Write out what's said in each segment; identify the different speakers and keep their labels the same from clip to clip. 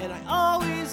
Speaker 1: And I always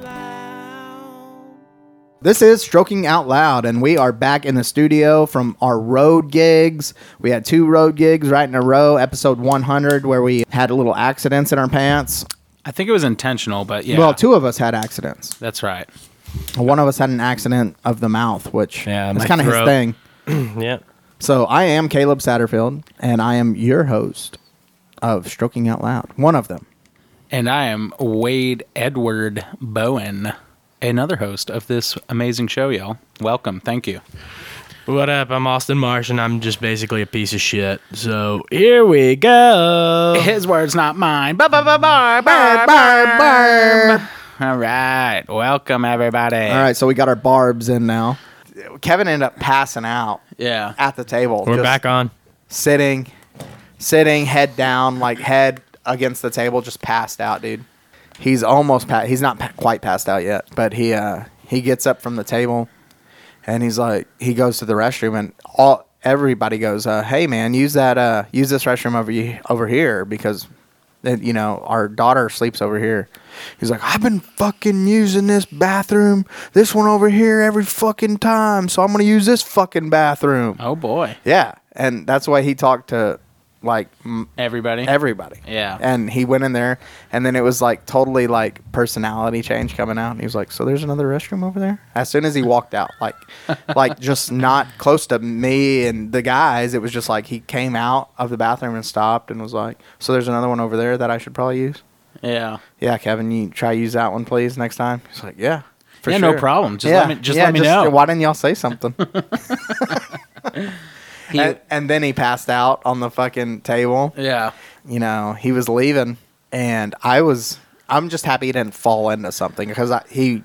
Speaker 1: loud.
Speaker 2: This is Stroking Out Loud, and we are back in the studio from our road gigs. We had two road gigs right in a row, episode 100, where we had little accidents in our pants.
Speaker 3: I think it was intentional, but yeah.
Speaker 2: Well, two of us had accidents.
Speaker 3: That's right.
Speaker 2: One of us had an accident of the mouth, which
Speaker 4: Yeah,
Speaker 2: is
Speaker 4: my
Speaker 2: kind of his
Speaker 4: throat.
Speaker 2: thing.
Speaker 4: Yeah.
Speaker 2: So I am Caleb Satterfield, and I am your host of Stroking Out Loud, one of them.
Speaker 3: And I am Wade Edward Bowen, another host of this amazing show, y'all. Welcome. Thank you.
Speaker 4: What up? I'm Austin Marsh, and I'm just basically a piece of shit. So here we go.
Speaker 3: His words, not mine. Ba, ba, ba, ba, ba,
Speaker 2: Barb,
Speaker 3: ba.
Speaker 2: barb.
Speaker 3: All right. Welcome, everybody.
Speaker 2: All right, so we got our barbs in now. Kevin ended up passing out
Speaker 3: Yeah.
Speaker 2: at the table.
Speaker 4: We're
Speaker 2: just
Speaker 4: back on.
Speaker 2: sitting, sitting, head down, like head against the table, just passed out, dude. He's almost pa He's not pa- quite passed out yet, but he uh, he gets up from the table, and he's like, he goes to the restroom, and all everybody goes, uh, "Hey, man, use that, uh, use this restroom over you over here because." that, You know, our daughter sleeps over here. He's like, I've been fucking using this bathroom, this one over here every fucking time. So I'm going to use this fucking bathroom.
Speaker 3: Oh, boy.
Speaker 2: Yeah, and that's why he talked to like m-
Speaker 3: Everybody.
Speaker 2: everybody.
Speaker 3: Yeah.
Speaker 2: and he went in there, and then it was like totally like personality change coming out. And he was like, "So there's another restroom over there." As soon as he walked out, like, like just not close to me and the guys. It was just like he came out of the bathroom and stopped and was like, "So there's another one over there that I should probably use."
Speaker 3: yeah.
Speaker 2: Yeah, Kevin, you try use that one please next time. He's like, "Yeah." For
Speaker 3: Yeah, no
Speaker 2: sure."
Speaker 3: problem. Just let me- just let me know.
Speaker 2: Why didn't y'all say something?
Speaker 3: He-
Speaker 2: and, and then he passed out on the fucking table.
Speaker 3: yeah.
Speaker 2: You know, he was leaving, and I was. I'm just happy he didn't fall into something because I, he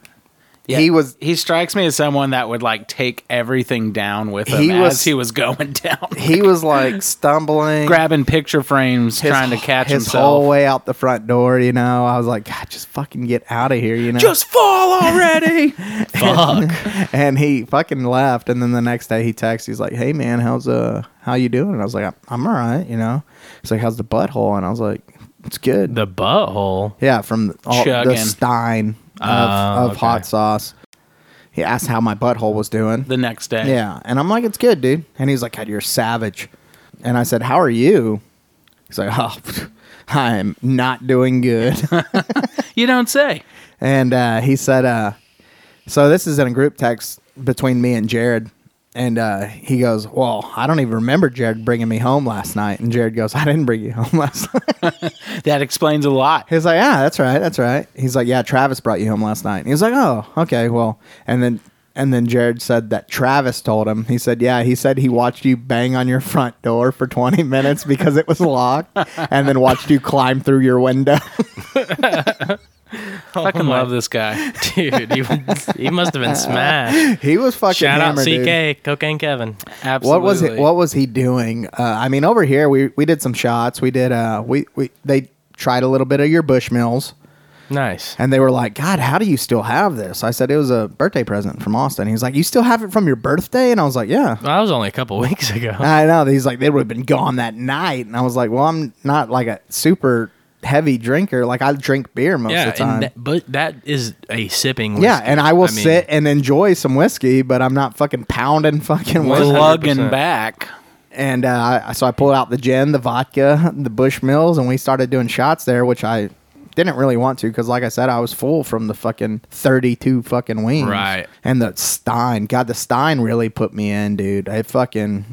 Speaker 3: Yeah.
Speaker 2: he was
Speaker 3: He strikes me as someone that would like take everything down with him
Speaker 2: He
Speaker 3: as
Speaker 2: was-
Speaker 3: he was going down,
Speaker 2: he was like stumbling,
Speaker 3: grabbing picture frames,
Speaker 2: his-
Speaker 3: trying to catch
Speaker 2: his
Speaker 3: himself.
Speaker 2: whole way out the front door. You know, I was like, God, just fucking get out of here. You know,
Speaker 3: Just fall already.
Speaker 4: Fuck.
Speaker 2: and he fucking left. And then the next day he texts, he's like, "Hey man, how's uh how you doing?" And I was like, "I'm, I'm all right." You know, he's like, "How's the butthole?" And I was like, "It's good."
Speaker 4: the butthole.
Speaker 2: Yeah, from all, the
Speaker 3: Chugging. Ah,
Speaker 2: stein of,
Speaker 4: Oh,
Speaker 2: of
Speaker 4: okay.
Speaker 2: hot sauce. He asked how my butthole was doing.
Speaker 3: the next day.
Speaker 2: yeah, and I'm like, it's good, dude. And he's like, God, you're savage. And I said, How are you? He's like, Oh, I am not doing good.
Speaker 3: You don't say.
Speaker 2: and uh, he said, uh, So this is in a group text between me and Jared. And uh, he goes, Well, I don't even remember Jared bringing me home last night. And Jared goes, I didn't bring you home last night.
Speaker 3: That explains a lot.
Speaker 2: He's like, yeah, that's right, that's right. He's like, yeah, Travis brought you home last night. He was like, oh, okay, well, and then and then Jared said that Travis told him. He said, yeah, he said he watched you bang on your front door for 20 minutes because it was locked, and then watched you climb through your window. Oh
Speaker 3: Fucking love this guy.
Speaker 4: Dude, he, he must have been smashed.
Speaker 2: he was fucking
Speaker 4: Shout out
Speaker 2: hammered,
Speaker 4: CK,
Speaker 2: dude.
Speaker 4: Cocaine Kevin.
Speaker 3: Absolutely.
Speaker 2: What was it? What was he doing? Uh, I mean, over here we we did some shots. We did uh we we they tried a little bit of your Bushmills.
Speaker 4: Nice.
Speaker 2: And they were like, God, how do you still have this? I said, it was a birthday present from Austin. He's like, You still have it from your birthday? And I was like, Yeah.
Speaker 4: Well, that was only a couple weeks ago.
Speaker 2: I know. He's like, They would have been gone that night. And I was like, Well, I'm not like a super heavy drinker. Like, I drink beer most
Speaker 4: yeah,
Speaker 2: of the time.
Speaker 4: and that, but that is a sipping. Whiskey.
Speaker 2: yeah. And I will
Speaker 4: mean,
Speaker 2: sit and enjoy some whiskey, but I'm not fucking pounding fucking whiskey.
Speaker 3: Plugging
Speaker 4: 100%.
Speaker 3: back.
Speaker 2: And uh, I- so I pulled out the gin, the vodka, the Bushmills, and we started doing shots there, which I didn't really want to because, like I said, I was full from the fucking 32 fucking wings.
Speaker 4: Right.
Speaker 2: And the Stein. God, the Stein really put me in, dude. It fucking.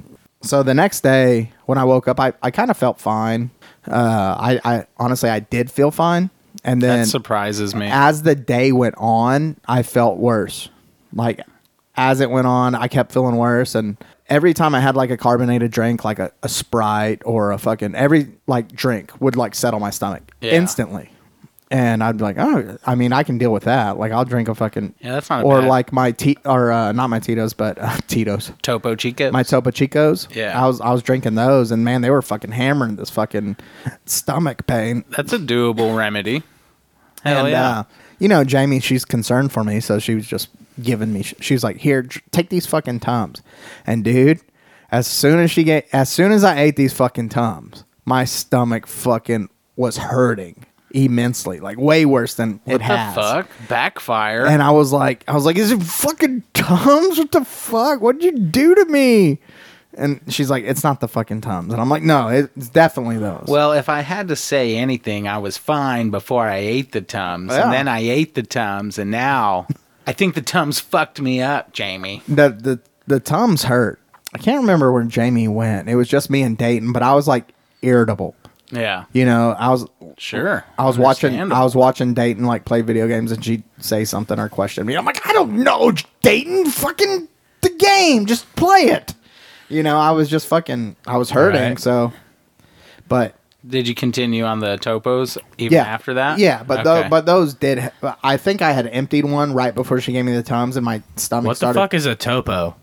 Speaker 2: So the next day when I woke up, I, I kind of felt fine. Uh, I, I honestly, I did feel fine. And then
Speaker 3: That surprises me.
Speaker 2: as the day went on, I felt worse. Like as it went on, I kept feeling worse and every time I had like a carbonated drink, like a, a Sprite or a fucking every like drink would like settle my stomach
Speaker 3: Yeah.
Speaker 2: instantly. and I'd be like, oh, I mean, I can deal with that. Like, I'll drink a fucking
Speaker 3: Yeah, that's not a
Speaker 2: or
Speaker 3: bad-
Speaker 2: like my te- or uh, not my Tito's, but uh, Tito's,
Speaker 3: Topo Chico.
Speaker 2: my Topo Chicos.
Speaker 3: Yeah.
Speaker 2: I was I was drinking those, and man, they were fucking hammering this fucking stomach pain.
Speaker 3: that's a doable remedy. Hell
Speaker 2: and
Speaker 3: yeah.
Speaker 2: uh, you know, Jamie, she's concerned for me, so she was just giving me. She was like, "Here, dr- take these fucking tums," and dude, as soon as she get, as soon as I ate these fucking tums, my stomach fucking was hurting immensely, like way worse than it
Speaker 3: what the
Speaker 2: has.
Speaker 3: fuck? Backfire.
Speaker 2: And I was like, I was like, is it fucking Tums? What the fuck? What'd you do to me? And she's like, it's not the fucking Tums. And I'm like, no, it's definitely those.
Speaker 3: well, if I had to say anything, I was fine before I ate the Tums.
Speaker 2: Yeah.
Speaker 3: And then I ate the Tums, and now I think the Tums fucked me up, Jamie.
Speaker 2: the the the Tums hurt. I can't remember where Jamie went. It was just me and Dayton, but I was like irritable.
Speaker 3: Yeah.
Speaker 2: You know, I was
Speaker 3: Sure.
Speaker 2: I was watching
Speaker 3: Understandable.
Speaker 2: I was watching Dayton like play video games and she'd say something or question me. I'm like, I don't know, Dayton, fucking the game. Just play it. You know, I was just fucking I was hurting,
Speaker 3: Right.
Speaker 2: so but
Speaker 3: Did you continue on the topos even
Speaker 2: yeah,
Speaker 3: after that?
Speaker 2: yeah, but tho-
Speaker 3: Okay.
Speaker 2: but those did. I think I had emptied one right before she gave me the tums, and my stomach
Speaker 4: What the
Speaker 2: started.
Speaker 4: fuck is a topo?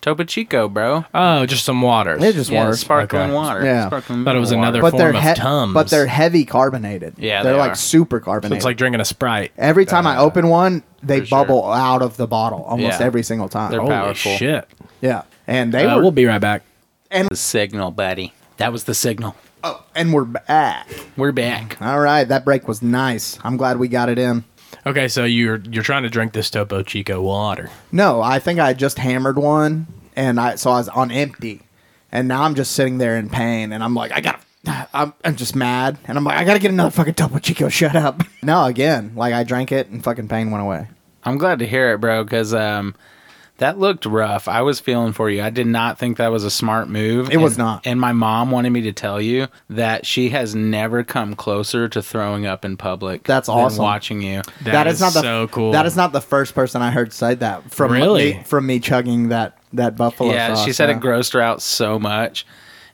Speaker 3: Topo Chico, bro.
Speaker 4: Oh, just some water.
Speaker 2: It just
Speaker 3: Yeah,
Speaker 2: worked.
Speaker 3: sparkling
Speaker 4: Okay.
Speaker 3: water.
Speaker 2: Yeah.
Speaker 3: Sparkling
Speaker 4: Thought it was
Speaker 3: water.
Speaker 4: another-
Speaker 2: but they're
Speaker 4: form of Tums.
Speaker 2: but they're heavy carbonated.
Speaker 3: Yeah,
Speaker 2: they're
Speaker 3: they
Speaker 2: like
Speaker 3: are.
Speaker 2: super carbonated.
Speaker 4: It's like drinking a Sprite.
Speaker 2: every time I open one, they
Speaker 3: for sure.
Speaker 2: bubble out of the bottle almost
Speaker 3: Yeah.
Speaker 2: every single time.
Speaker 3: They're
Speaker 4: Holy
Speaker 3: powerful.
Speaker 4: shit.
Speaker 2: yeah, and they
Speaker 4: Uh,
Speaker 2: were
Speaker 4: we'll be right back.
Speaker 3: The signal, buddy. That was the signal.
Speaker 2: oh, and we're back.
Speaker 3: We're back.
Speaker 2: All right, that break was nice. I'm glad we got it in.
Speaker 4: Okay, so you're you're trying to drink this Topo Chico water.
Speaker 2: No, I think I just hammered one, and I so I was on empty, and now I'm just sitting there in pain, and I'm like, I gotta, I'm, I'm just mad, and I'm like, I gotta get another fucking Topo Chico. Shut up. no, again, like I drank it, and fucking pain went away.
Speaker 3: I'm glad to hear it, bro, because um, that looked rough. I was feeling for you. I did not think that was a smart move.
Speaker 2: It was
Speaker 3: And-
Speaker 2: not.
Speaker 3: And my mom wanted me to tell you that she has never come closer to throwing up in public.
Speaker 2: That's
Speaker 3: than
Speaker 2: awesome.
Speaker 3: Watching you.
Speaker 2: that is, not the,
Speaker 4: so cool.
Speaker 2: That is not the first person I heard say that from
Speaker 4: Really?
Speaker 2: me, from me chugging that that buffalo.
Speaker 3: yeah, she
Speaker 2: sauce,
Speaker 3: said
Speaker 2: yeah.
Speaker 3: it grossed her out so much,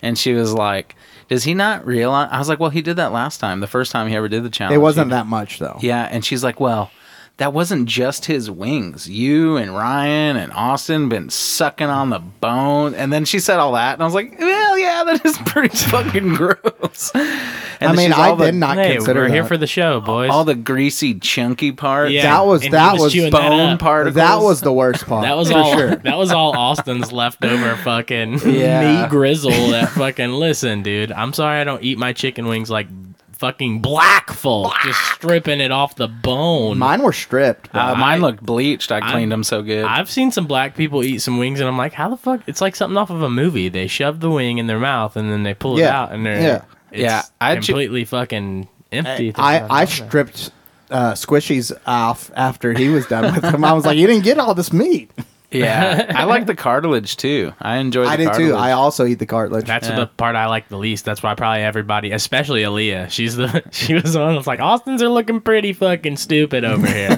Speaker 3: and she was like, "Does he not realize?" I was like, "Well, he did that last time. The first time he ever did the challenge.
Speaker 2: It wasn't
Speaker 3: He-
Speaker 2: that much though.
Speaker 3: Yeah, and she's like, "Well." That wasn't just his wings. You and Ryan and Austin been sucking on the bone, and then she said all that, and I was like, "Well, yeah, that is pretty fucking gross." And
Speaker 2: I
Speaker 3: then
Speaker 2: mean,
Speaker 3: she's
Speaker 2: I
Speaker 3: all the-
Speaker 2: did not
Speaker 4: Hey,
Speaker 2: consider
Speaker 4: we're
Speaker 2: that.
Speaker 4: here for the show, boys.
Speaker 3: all the greasy, chunky parts.
Speaker 4: Yeah,
Speaker 2: that was-
Speaker 4: and he
Speaker 2: that was
Speaker 4: chewing that
Speaker 3: bone
Speaker 4: up.
Speaker 3: particles.
Speaker 2: that was the worst part.
Speaker 4: That was
Speaker 2: for
Speaker 4: all.
Speaker 2: sure.
Speaker 4: That was all Austin's leftover fucking
Speaker 3: Yeah.
Speaker 4: meat grizzle. That fucking listen, dude. I'm sorry I don't eat my chicken wings like fucking black folk, just stripping it off the bone.
Speaker 2: Mine were stripped.
Speaker 3: Uh, mine looked bleached. I cleaned them so good.
Speaker 4: I've seen some black people eat some wings, and I'm like, how the fuck? It's like something off of a movie. They shove the wing in their mouth, and then they pull it
Speaker 2: Yeah.
Speaker 4: out, and they're
Speaker 2: Yeah.
Speaker 4: it's
Speaker 3: Yeah, I ju-
Speaker 4: completely fucking empty.
Speaker 2: I I stripped uh, Squishy's off after he was done with him. I was like, you didn't get all this meat.
Speaker 3: yeah, I like the cartilage too. I enjoy. The
Speaker 2: I did
Speaker 3: cartilage.
Speaker 2: too. I also eat the cartilage.
Speaker 4: That's the part I like the least. That's why probably everybody, especially Aaliyah, she's the she was the one that's like Austin's are looking pretty fucking stupid over here.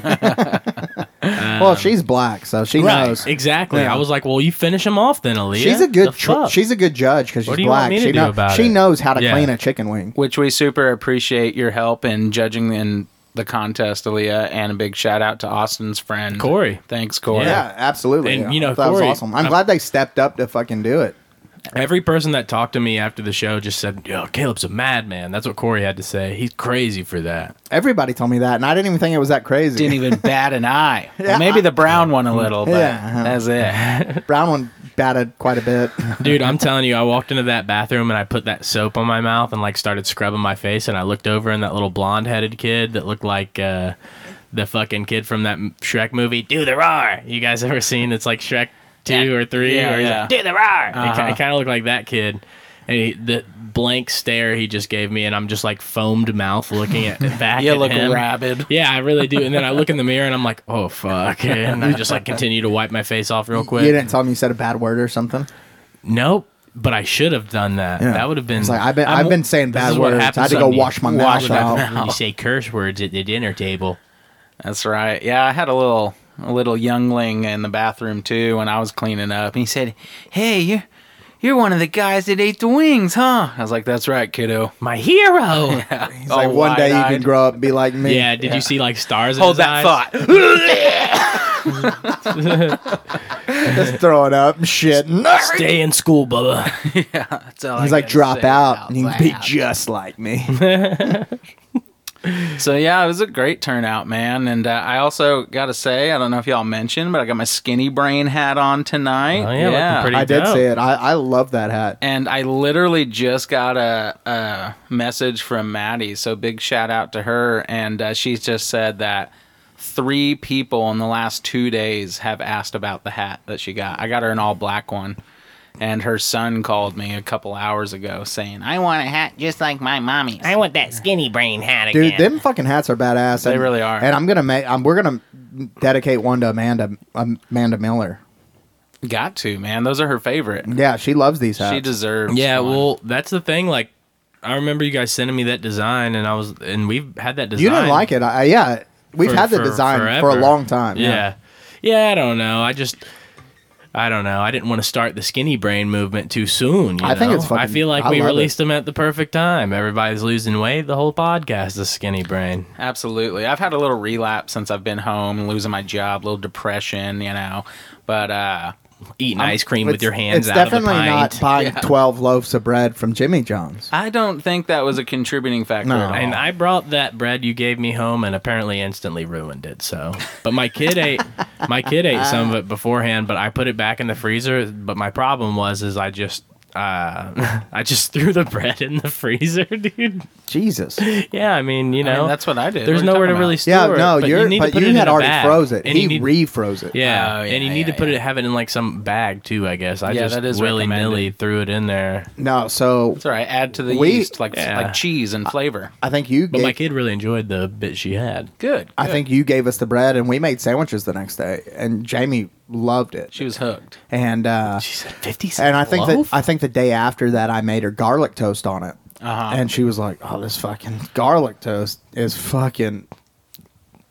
Speaker 2: well, she's black, so she knows.
Speaker 4: exactly.
Speaker 2: Yeah.
Speaker 4: I was like, well, you finish him off then, Aaliyah.
Speaker 2: She's a
Speaker 4: The
Speaker 2: good tr-
Speaker 4: fuck?
Speaker 2: she's a good judge because she's
Speaker 4: What do you want
Speaker 2: black.
Speaker 4: me to
Speaker 2: She,
Speaker 4: do
Speaker 2: know-
Speaker 4: about
Speaker 2: she
Speaker 4: it?
Speaker 2: knows how to
Speaker 4: Yeah.
Speaker 2: clean a chicken wing.
Speaker 3: which we super appreciate your help in judging in the contest, Aaliyah, and a big shout out to Austin's friend
Speaker 4: Corey.
Speaker 3: Thanks, Corey.
Speaker 2: Yeah, absolutely.
Speaker 4: And, you know,
Speaker 2: that was
Speaker 4: Corey-
Speaker 2: awesome. I'm
Speaker 4: I'm-
Speaker 2: glad they stepped up to fucking do it.
Speaker 4: Every person that talked to me after the show just said, "Yo, Caleb's a madman." That's what Corey had to say. He's crazy for that.
Speaker 2: Everybody told me that, and I didn't even think it was that crazy.
Speaker 3: Didn't even bat an eye. Well, maybe the brown one a little, but
Speaker 2: Yeah.
Speaker 3: that's it.
Speaker 2: Brown one batted quite a bit.
Speaker 4: Dude, I'm telling you, I walked into that bathroom and I put that soap on my mouth and like started scrubbing my face. And I looked over and that little blonde headed kid that looked like uh, the fucking kid from that m- Shrek movie, Do the Roar. You guys ever seen it's like Shrek 2 or 3?
Speaker 3: Yeah,
Speaker 4: or he's
Speaker 3: yeah.
Speaker 4: like, Do the Roar. It,
Speaker 3: Uh-huh.
Speaker 4: ki- it kind of looked like that kid. And he, the blank stare he just gave me, and I'm just like foamed mouth looking at back.
Speaker 3: You
Speaker 4: at
Speaker 3: look
Speaker 4: him.
Speaker 3: rabid.
Speaker 4: Yeah, I really do. And then I look in the mirror and I'm like, oh fuck, and I just like continue to wipe my face off real quick.
Speaker 2: you didn't tell me you said a bad word or something.
Speaker 4: Nope. But I should have done that.
Speaker 2: Yeah.
Speaker 4: That would have been.
Speaker 2: It's like I've been
Speaker 4: I'm-
Speaker 2: I've been saying
Speaker 4: this
Speaker 2: bad
Speaker 4: is what
Speaker 2: words. I had
Speaker 4: happens
Speaker 2: to go
Speaker 4: when you
Speaker 2: wash my
Speaker 4: wash
Speaker 2: mouth out.
Speaker 4: when you say curse words at the dinner table.
Speaker 3: That's right. Yeah, I had a little a little youngling in the bathroom too when I was cleaning up, and he said, "Hey, you're You're one of the guys that ate the wings, huh? I was like, That's right, kiddo.
Speaker 4: My hero.
Speaker 2: He's
Speaker 3: Oh,
Speaker 2: like, one day you could
Speaker 3: wide-eyed.
Speaker 2: grow up and be like me.
Speaker 4: Yeah, did you see like stars? in
Speaker 3: Hold
Speaker 4: his
Speaker 3: that
Speaker 4: eyes?
Speaker 3: thought.
Speaker 2: Just throwing up and shit.
Speaker 4: Stay in school, Bubba.
Speaker 3: That's all I
Speaker 2: He's like,
Speaker 3: gotta
Speaker 2: drop
Speaker 3: say
Speaker 2: out and you
Speaker 3: out
Speaker 2: can be
Speaker 3: loud."
Speaker 2: just like me.
Speaker 3: So yeah, it was a great turnout, man. And uh, I also got to say, I don't know if y'all mentioned, but I got my skinny brain hat on tonight.
Speaker 4: Oh, yeah, looking pretty-
Speaker 2: I did
Speaker 4: dope.
Speaker 2: see it. I, I love that hat.
Speaker 3: And I literally just got a, a message from Maddie, so big shout out to her. And uh, she just said that three people in the last two days have asked about the hat that she got. I got her an all black one. And her son called me a couple hours ago saying, I want a hat just like my mommy's.
Speaker 1: I want that skinny brain hat again.
Speaker 2: Dude, them fucking hats are badass.
Speaker 3: They
Speaker 2: and-
Speaker 3: really are.
Speaker 2: And I'm gonna make. Um, we're gonna dedicate one to Amanda. Um, Amanda Miller.
Speaker 3: Got to, man. Those are her favorite.
Speaker 2: Yeah, she loves these hats.
Speaker 3: She deserves
Speaker 4: Yeah,
Speaker 3: one.
Speaker 4: well, that's the thing. Like, I remember you guys sending me that design, and I was, and we've had that design.
Speaker 2: you didn't like it. I, yeah, we've
Speaker 4: for-
Speaker 2: had the
Speaker 4: for
Speaker 2: design for
Speaker 4: forever.
Speaker 2: a long time.
Speaker 4: Yeah. yeah, I don't know. I just, I don't know. I didn't want to start the skinny brain movement too soon. you
Speaker 2: I think
Speaker 4: know?
Speaker 2: it's fucking-
Speaker 4: I feel like
Speaker 2: I
Speaker 4: we
Speaker 2: love it.
Speaker 4: released them at the perfect time. Everybody's losing weight. The whole podcast is skinny brain.
Speaker 3: Absolutely. I've had a little relapse since I've been home, losing my job, little depression, you know. But uh
Speaker 4: Eating ice cream
Speaker 2: It's-
Speaker 4: with your hands
Speaker 2: It's
Speaker 4: out
Speaker 2: definitely
Speaker 4: of the pint.
Speaker 2: not buying
Speaker 3: Yeah.
Speaker 2: twelve loaves of bread from Jimmy John's.
Speaker 3: I don't think that was a contributing factor.
Speaker 2: No.
Speaker 3: at all.
Speaker 4: And I brought that bread you gave me home and apparently instantly ruined it. So, but my kid ate my kid ate some of it beforehand, but I put it back in the freezer, but my problem was is I just uh, I just threw the bread in the freezer, dude.
Speaker 2: Jesus.
Speaker 4: Yeah, I mean, you
Speaker 3: I
Speaker 4: know,
Speaker 3: mean, that's what I did. What
Speaker 4: there's
Speaker 3: are you
Speaker 4: nowhere to
Speaker 3: talking
Speaker 4: really
Speaker 3: about?
Speaker 4: store
Speaker 2: Yeah,
Speaker 4: it.
Speaker 2: no,
Speaker 4: but
Speaker 2: you're,
Speaker 4: need to
Speaker 2: but
Speaker 4: put
Speaker 2: you
Speaker 4: it in
Speaker 2: had
Speaker 4: a
Speaker 2: already
Speaker 4: bag.
Speaker 2: froze it.
Speaker 4: And
Speaker 2: he
Speaker 4: you need-
Speaker 2: refroze it.
Speaker 4: yeah,
Speaker 3: Oh, yeah,
Speaker 4: and you
Speaker 3: yeah,
Speaker 4: need to put
Speaker 3: yeah.
Speaker 4: it have it in like some bag too. I guess I
Speaker 3: Yeah,
Speaker 4: just
Speaker 3: that is
Speaker 4: willy
Speaker 3: recommended.
Speaker 4: nilly threw it in there.
Speaker 2: No, so
Speaker 3: It's all right. Add to the
Speaker 2: We-
Speaker 3: yeast like
Speaker 4: Yeah.
Speaker 3: like cheese and flavor.
Speaker 2: I think you
Speaker 4: But
Speaker 2: gave
Speaker 4: my kid really enjoyed the bit she had.
Speaker 3: Good.
Speaker 2: I
Speaker 3: good.
Speaker 2: think you gave us the bread and we made sandwiches the next day and Jamie loved it.
Speaker 3: she was hooked.
Speaker 2: and uh
Speaker 4: She said fifty.
Speaker 2: and I think
Speaker 4: loaf?
Speaker 2: that I think the day after that I made her garlic toast on it.
Speaker 3: Uh-huh.
Speaker 2: And she was like, "Oh, this fucking garlic toast is fucking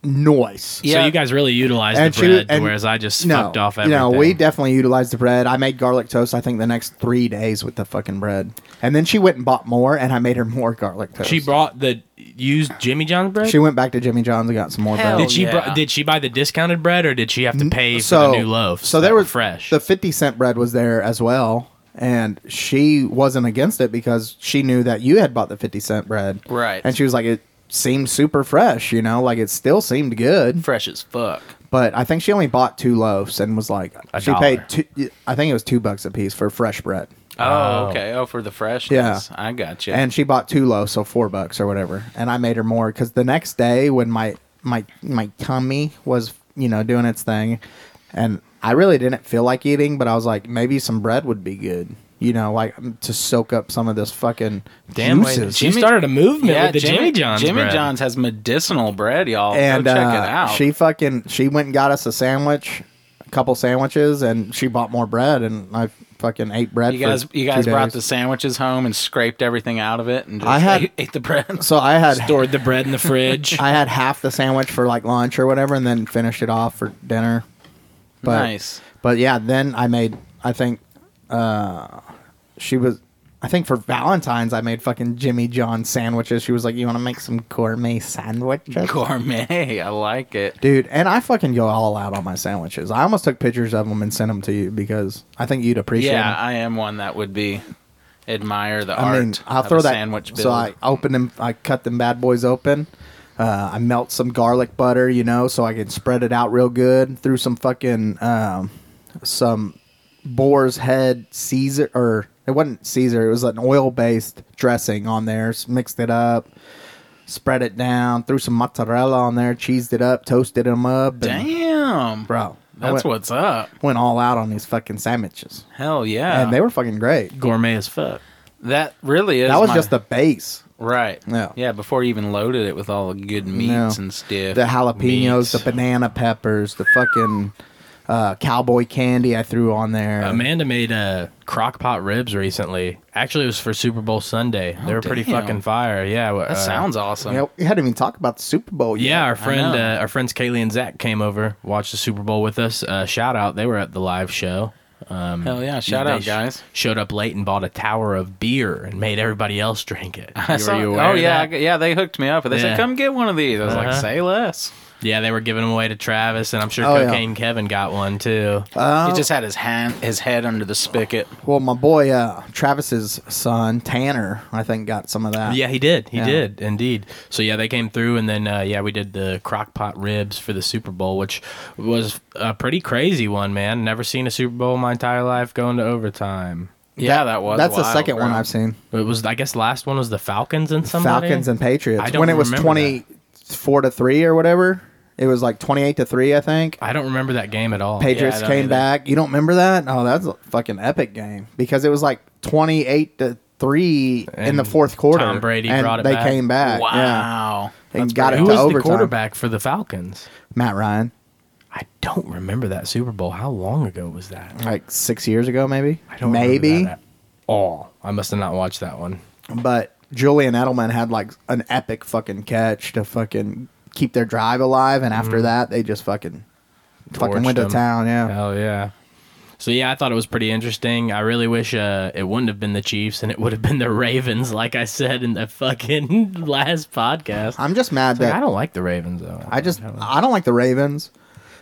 Speaker 2: noise."
Speaker 4: So
Speaker 3: Yeah.
Speaker 4: you guys really utilized
Speaker 2: And
Speaker 4: the
Speaker 2: she-
Speaker 4: bread,
Speaker 2: and-
Speaker 4: whereas I just
Speaker 2: No,
Speaker 4: fucked off
Speaker 2: you
Speaker 4: everything.
Speaker 2: know, we definitely utilized the bread. I made garlic toast. I think the next three days with the fucking bread, and then she went and bought more, and I made her more garlic toast.
Speaker 4: she brought the used Jimmy John's bread.
Speaker 2: She went back to Jimmy John's and got some more
Speaker 3: Hell
Speaker 2: bread.
Speaker 4: did she
Speaker 3: yeah.
Speaker 4: br- did she buy the discounted bread or did she have to pay for the new loaves?
Speaker 2: So
Speaker 4: that
Speaker 2: there
Speaker 4: were
Speaker 2: was
Speaker 4: fresh.
Speaker 2: The fifty cent bread was there as well, and she wasn't against it because she knew that you had bought the fifty cent bread,
Speaker 3: Right.
Speaker 2: And she was like, it seemed super fresh, you know, like it still seemed good.
Speaker 3: Fresh as fuck.
Speaker 2: But I think she only bought two loaves and was like,
Speaker 4: A
Speaker 2: she
Speaker 4: dollar.
Speaker 2: paid two. I think it was two bucks a piece for fresh bread,
Speaker 3: Oh,
Speaker 4: Oh.
Speaker 3: okay. Oh, for the freshness.
Speaker 2: Yeah.
Speaker 3: I got you.
Speaker 2: and she bought two loaves, so four bucks or whatever. And I made her more because the next day when my my my tummy was you know doing its thing, and I really didn't feel like eating, but I was like maybe some bread would be good, you know, like to soak up some of this fucking
Speaker 4: Damn, wait,
Speaker 2: juices.
Speaker 4: she started a movement
Speaker 3: yeah,
Speaker 4: with the Jimmy, John's.
Speaker 3: Jimmy
Speaker 4: bread.
Speaker 3: John's has medicinal bread, y'all.
Speaker 2: and
Speaker 3: Go check
Speaker 2: uh,
Speaker 3: it out.
Speaker 2: she fucking she went and got us a sandwich, a couple sandwiches, and she bought more bread, and I fucking ate bread.
Speaker 3: You
Speaker 2: for
Speaker 3: guys, you
Speaker 2: two
Speaker 3: guys brought
Speaker 2: days.
Speaker 3: the sandwiches home and scraped everything out of it, and just
Speaker 2: I had-
Speaker 3: ate, ate the bread.
Speaker 2: So I had
Speaker 4: stored the bread in the fridge.
Speaker 2: I had half the sandwich for like lunch or whatever, and then finished it off for dinner. But,
Speaker 3: nice.
Speaker 2: But yeah, then I made. I think uh, she was. I think for Valentine's, I made fucking Jimmy John sandwiches. She was like, "You want to make some gourmet sandwiches?"
Speaker 3: Gourmet. I like it.
Speaker 2: Dude, and I fucking go all out on my sandwiches. I almost took pictures of them and sent them to you because I think you'd appreciate
Speaker 3: Yeah,
Speaker 2: 'em.
Speaker 3: I am one that would be admire the
Speaker 2: I
Speaker 3: art.
Speaker 2: mean, I'll
Speaker 3: of
Speaker 2: throw
Speaker 3: a
Speaker 2: that
Speaker 3: sandwich. Build.
Speaker 2: So I open them. I cut them bad boys open. Uh, I melt some garlic butter, you know, so I can spread it out real good. Threw some fucking um, some boar's head Caesar or it wasn't Caesar. It was an oil based dressing on there. s- Mixed it up, spread it down. Threw some mozzarella on there. Cheesed it up. Toasted them up. and-
Speaker 3: Damn,
Speaker 2: bro. I
Speaker 3: that's
Speaker 2: went,
Speaker 3: what's up.
Speaker 2: went all out on these fucking sandwiches,
Speaker 3: Hell yeah,
Speaker 2: and they were fucking great.
Speaker 4: Gourmet as fuck.
Speaker 3: that really is.
Speaker 2: That was
Speaker 3: my-
Speaker 2: just the base.
Speaker 3: right.
Speaker 2: Yeah.
Speaker 3: yeah. Before you even loaded it with all the good meats
Speaker 2: No.
Speaker 3: and stuff.
Speaker 2: the jalapenos, the
Speaker 3: meats.
Speaker 2: banana peppers, the fucking uh, cowboy candy I threw on there.
Speaker 4: Amanda made uh, crock pot ribs recently. Actually, it was for Super Bowl Sunday. they were pretty
Speaker 3: damn.
Speaker 4: fucking fire. Yeah, uh,
Speaker 3: that sounds awesome.
Speaker 2: You, know, we hadn't even talked about the Super Bowl yet.
Speaker 4: Yeah, our friend,
Speaker 3: know.
Speaker 4: uh, our friends Kaylee and Zach came over, watched the Super Bowl with us. Uh, shout out, they were at the live show.
Speaker 3: Hell yeah! Shout
Speaker 4: They
Speaker 3: out,
Speaker 4: sh-
Speaker 3: guys.
Speaker 4: Showed up late and bought a tower of beer and made everybody else drink it.
Speaker 3: I saw- oh yeah, I g- yeah. They hooked me up. They
Speaker 4: Yeah.
Speaker 3: said, "Come get one of these." I was like,
Speaker 4: Uh-huh.
Speaker 3: "Say less."
Speaker 4: yeah, they were giving them away to Travis, and I'm sure
Speaker 2: Oh, yeah. Uh,
Speaker 4: Cocaine Kevin got one too.
Speaker 3: he
Speaker 2: Um,
Speaker 3: just had his hand, his head under the spigot.
Speaker 2: Well, my boy uh, Travis's son Tanner, I think, got some of that.
Speaker 4: Yeah, he did. He
Speaker 2: Yeah.
Speaker 4: did indeed. So yeah, they came through, and then uh, yeah, we did the crock pot ribs for the Super Bowl, which was a pretty crazy one, man. Never seen a Super Bowl in my entire life going to overtime.
Speaker 3: Yeah, that was.
Speaker 2: That's the
Speaker 3: wild,
Speaker 2: second
Speaker 3: bro.
Speaker 2: one I've seen.
Speaker 4: It was, I guess, last one was the Falcons and somebody.
Speaker 2: Falcons and Patriots.
Speaker 4: I don't
Speaker 2: when it was
Speaker 4: remember that.
Speaker 2: twenty-four to three or whatever, it was like twenty-eight to three, I think.
Speaker 4: I don't remember that game at all.
Speaker 2: Patriots
Speaker 3: I don't
Speaker 2: came
Speaker 3: either.
Speaker 2: back. You don't remember that? Oh, that's a fucking epic game because it was like twenty-eight to three in the
Speaker 4: And
Speaker 2: fourth quarter.
Speaker 4: Tom Brady
Speaker 2: and
Speaker 4: brought it
Speaker 2: they
Speaker 4: back.
Speaker 2: came back. Yeah,
Speaker 3: Wow.
Speaker 2: and got it
Speaker 4: Who
Speaker 2: to
Speaker 4: was the
Speaker 2: overtime.
Speaker 4: quarterback for the Falcons?
Speaker 2: Matt Ryan,
Speaker 4: I don't remember that Super Bowl. How long ago was that?
Speaker 2: like six years ago, maybe.
Speaker 4: I don't remember
Speaker 2: maybe.
Speaker 4: that at all. I must have not watched that one.
Speaker 2: but Julian Edelman had like an epic fucking catch to fucking keep their drive alive, and after that, they just fucking fucking
Speaker 4: Mm-hmm. Torched
Speaker 2: went to
Speaker 4: them.
Speaker 2: town. Yeah,
Speaker 4: Hell yeah. So yeah, I thought it was pretty interesting. I really wish uh, it wouldn't have been the Chiefs and it would have been the Ravens, like I said in the fucking last podcast.
Speaker 2: I'm just mad
Speaker 4: Like,
Speaker 2: that
Speaker 4: I don't like the Ravens though.
Speaker 2: I just I don't like the Ravens,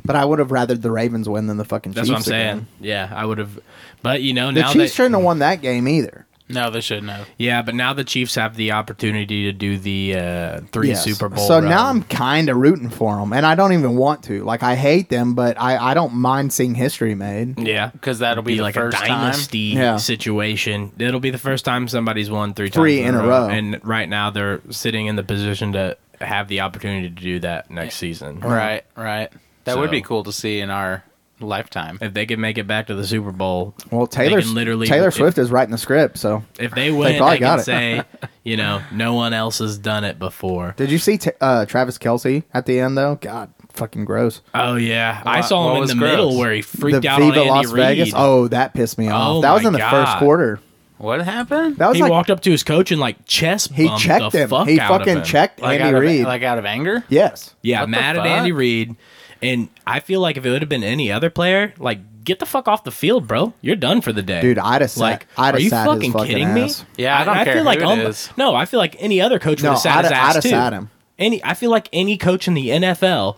Speaker 2: but I would have rather the Ravens win than the fucking
Speaker 4: that's
Speaker 2: Chiefs.
Speaker 4: what I'm saying.
Speaker 2: again.
Speaker 4: Yeah, I would have, but you know
Speaker 2: The
Speaker 4: now
Speaker 2: Chiefs
Speaker 4: that,
Speaker 2: shouldn't have won that game either.
Speaker 3: No, they shouldn't have.
Speaker 4: yeah, but now the Chiefs have the opportunity to do the uh, three
Speaker 2: Yes.
Speaker 4: Super Bowl.
Speaker 2: So
Speaker 4: run.
Speaker 2: now I'm kind of rooting for them, and I don't even want to. Like I hate them, but I I don't mind seeing history made.
Speaker 4: yeah,
Speaker 3: Because that'll be,
Speaker 4: be
Speaker 3: the
Speaker 4: like a
Speaker 3: first time.
Speaker 4: dynasty
Speaker 2: Yeah.
Speaker 4: situation. It'll be the first time somebody's won three times
Speaker 2: Three in a row.
Speaker 4: and right now they're sitting in the position to have the opportunity to do that next season.
Speaker 2: Mm.
Speaker 3: Right, right. That would be
Speaker 4: So-
Speaker 3: cool to see in our lifetime.
Speaker 4: If they can make it back to the Super Bowl,
Speaker 2: Well,
Speaker 4: They
Speaker 2: Taylor
Speaker 4: can literally-
Speaker 2: Taylor
Speaker 4: if-
Speaker 2: Swift is writing the script. So
Speaker 4: if they win, they,
Speaker 2: probably
Speaker 4: can
Speaker 2: got it.
Speaker 4: say, you know, no one else has done it before.
Speaker 2: did you see t- uh, Travis Kelsey at the end though? God, fucking gross.
Speaker 4: Oh yeah, I
Speaker 3: What-
Speaker 4: saw
Speaker 3: what
Speaker 4: him in
Speaker 3: was
Speaker 4: the
Speaker 3: gross?
Speaker 4: middle where he freaked
Speaker 2: the
Speaker 4: out
Speaker 2: Viva
Speaker 4: on Andy
Speaker 2: Las Vegas.
Speaker 4: Reid.
Speaker 2: Oh, that pissed me off.
Speaker 4: Oh
Speaker 2: that was
Speaker 4: my
Speaker 2: in the first
Speaker 4: God.
Speaker 2: quarter.
Speaker 3: What happened?
Speaker 2: That was
Speaker 4: he
Speaker 2: like
Speaker 4: walked up to his coach and like chest.
Speaker 2: he
Speaker 4: bumped
Speaker 2: checked
Speaker 4: the
Speaker 2: him.
Speaker 4: Fuck
Speaker 2: He
Speaker 4: out of
Speaker 2: fucking
Speaker 4: him.
Speaker 2: checked
Speaker 3: like out
Speaker 2: Andy
Speaker 3: of,
Speaker 2: Reid.
Speaker 3: Like out of anger?
Speaker 2: yes.
Speaker 4: Yeah,
Speaker 3: What the
Speaker 4: mad at
Speaker 3: fuck?
Speaker 4: Andy Reid. And I feel like if it would have been any other player, like get the fuck off the field, bro. You're done for the day,
Speaker 2: Dude, I'd have sat-
Speaker 4: like,
Speaker 2: I'd have
Speaker 4: are you
Speaker 2: sat his
Speaker 4: fucking
Speaker 2: fucking
Speaker 4: kidding
Speaker 2: ass.
Speaker 4: me?
Speaker 3: Yeah, I don't care
Speaker 4: feel
Speaker 3: who
Speaker 4: like
Speaker 3: it
Speaker 4: um,
Speaker 3: is.
Speaker 4: No, I feel like any other coach would
Speaker 2: No,
Speaker 4: have sat
Speaker 2: I'd-
Speaker 4: his ass
Speaker 2: I'd have
Speaker 4: too.
Speaker 2: sat him.
Speaker 4: Any, I feel like any coach in the NFL,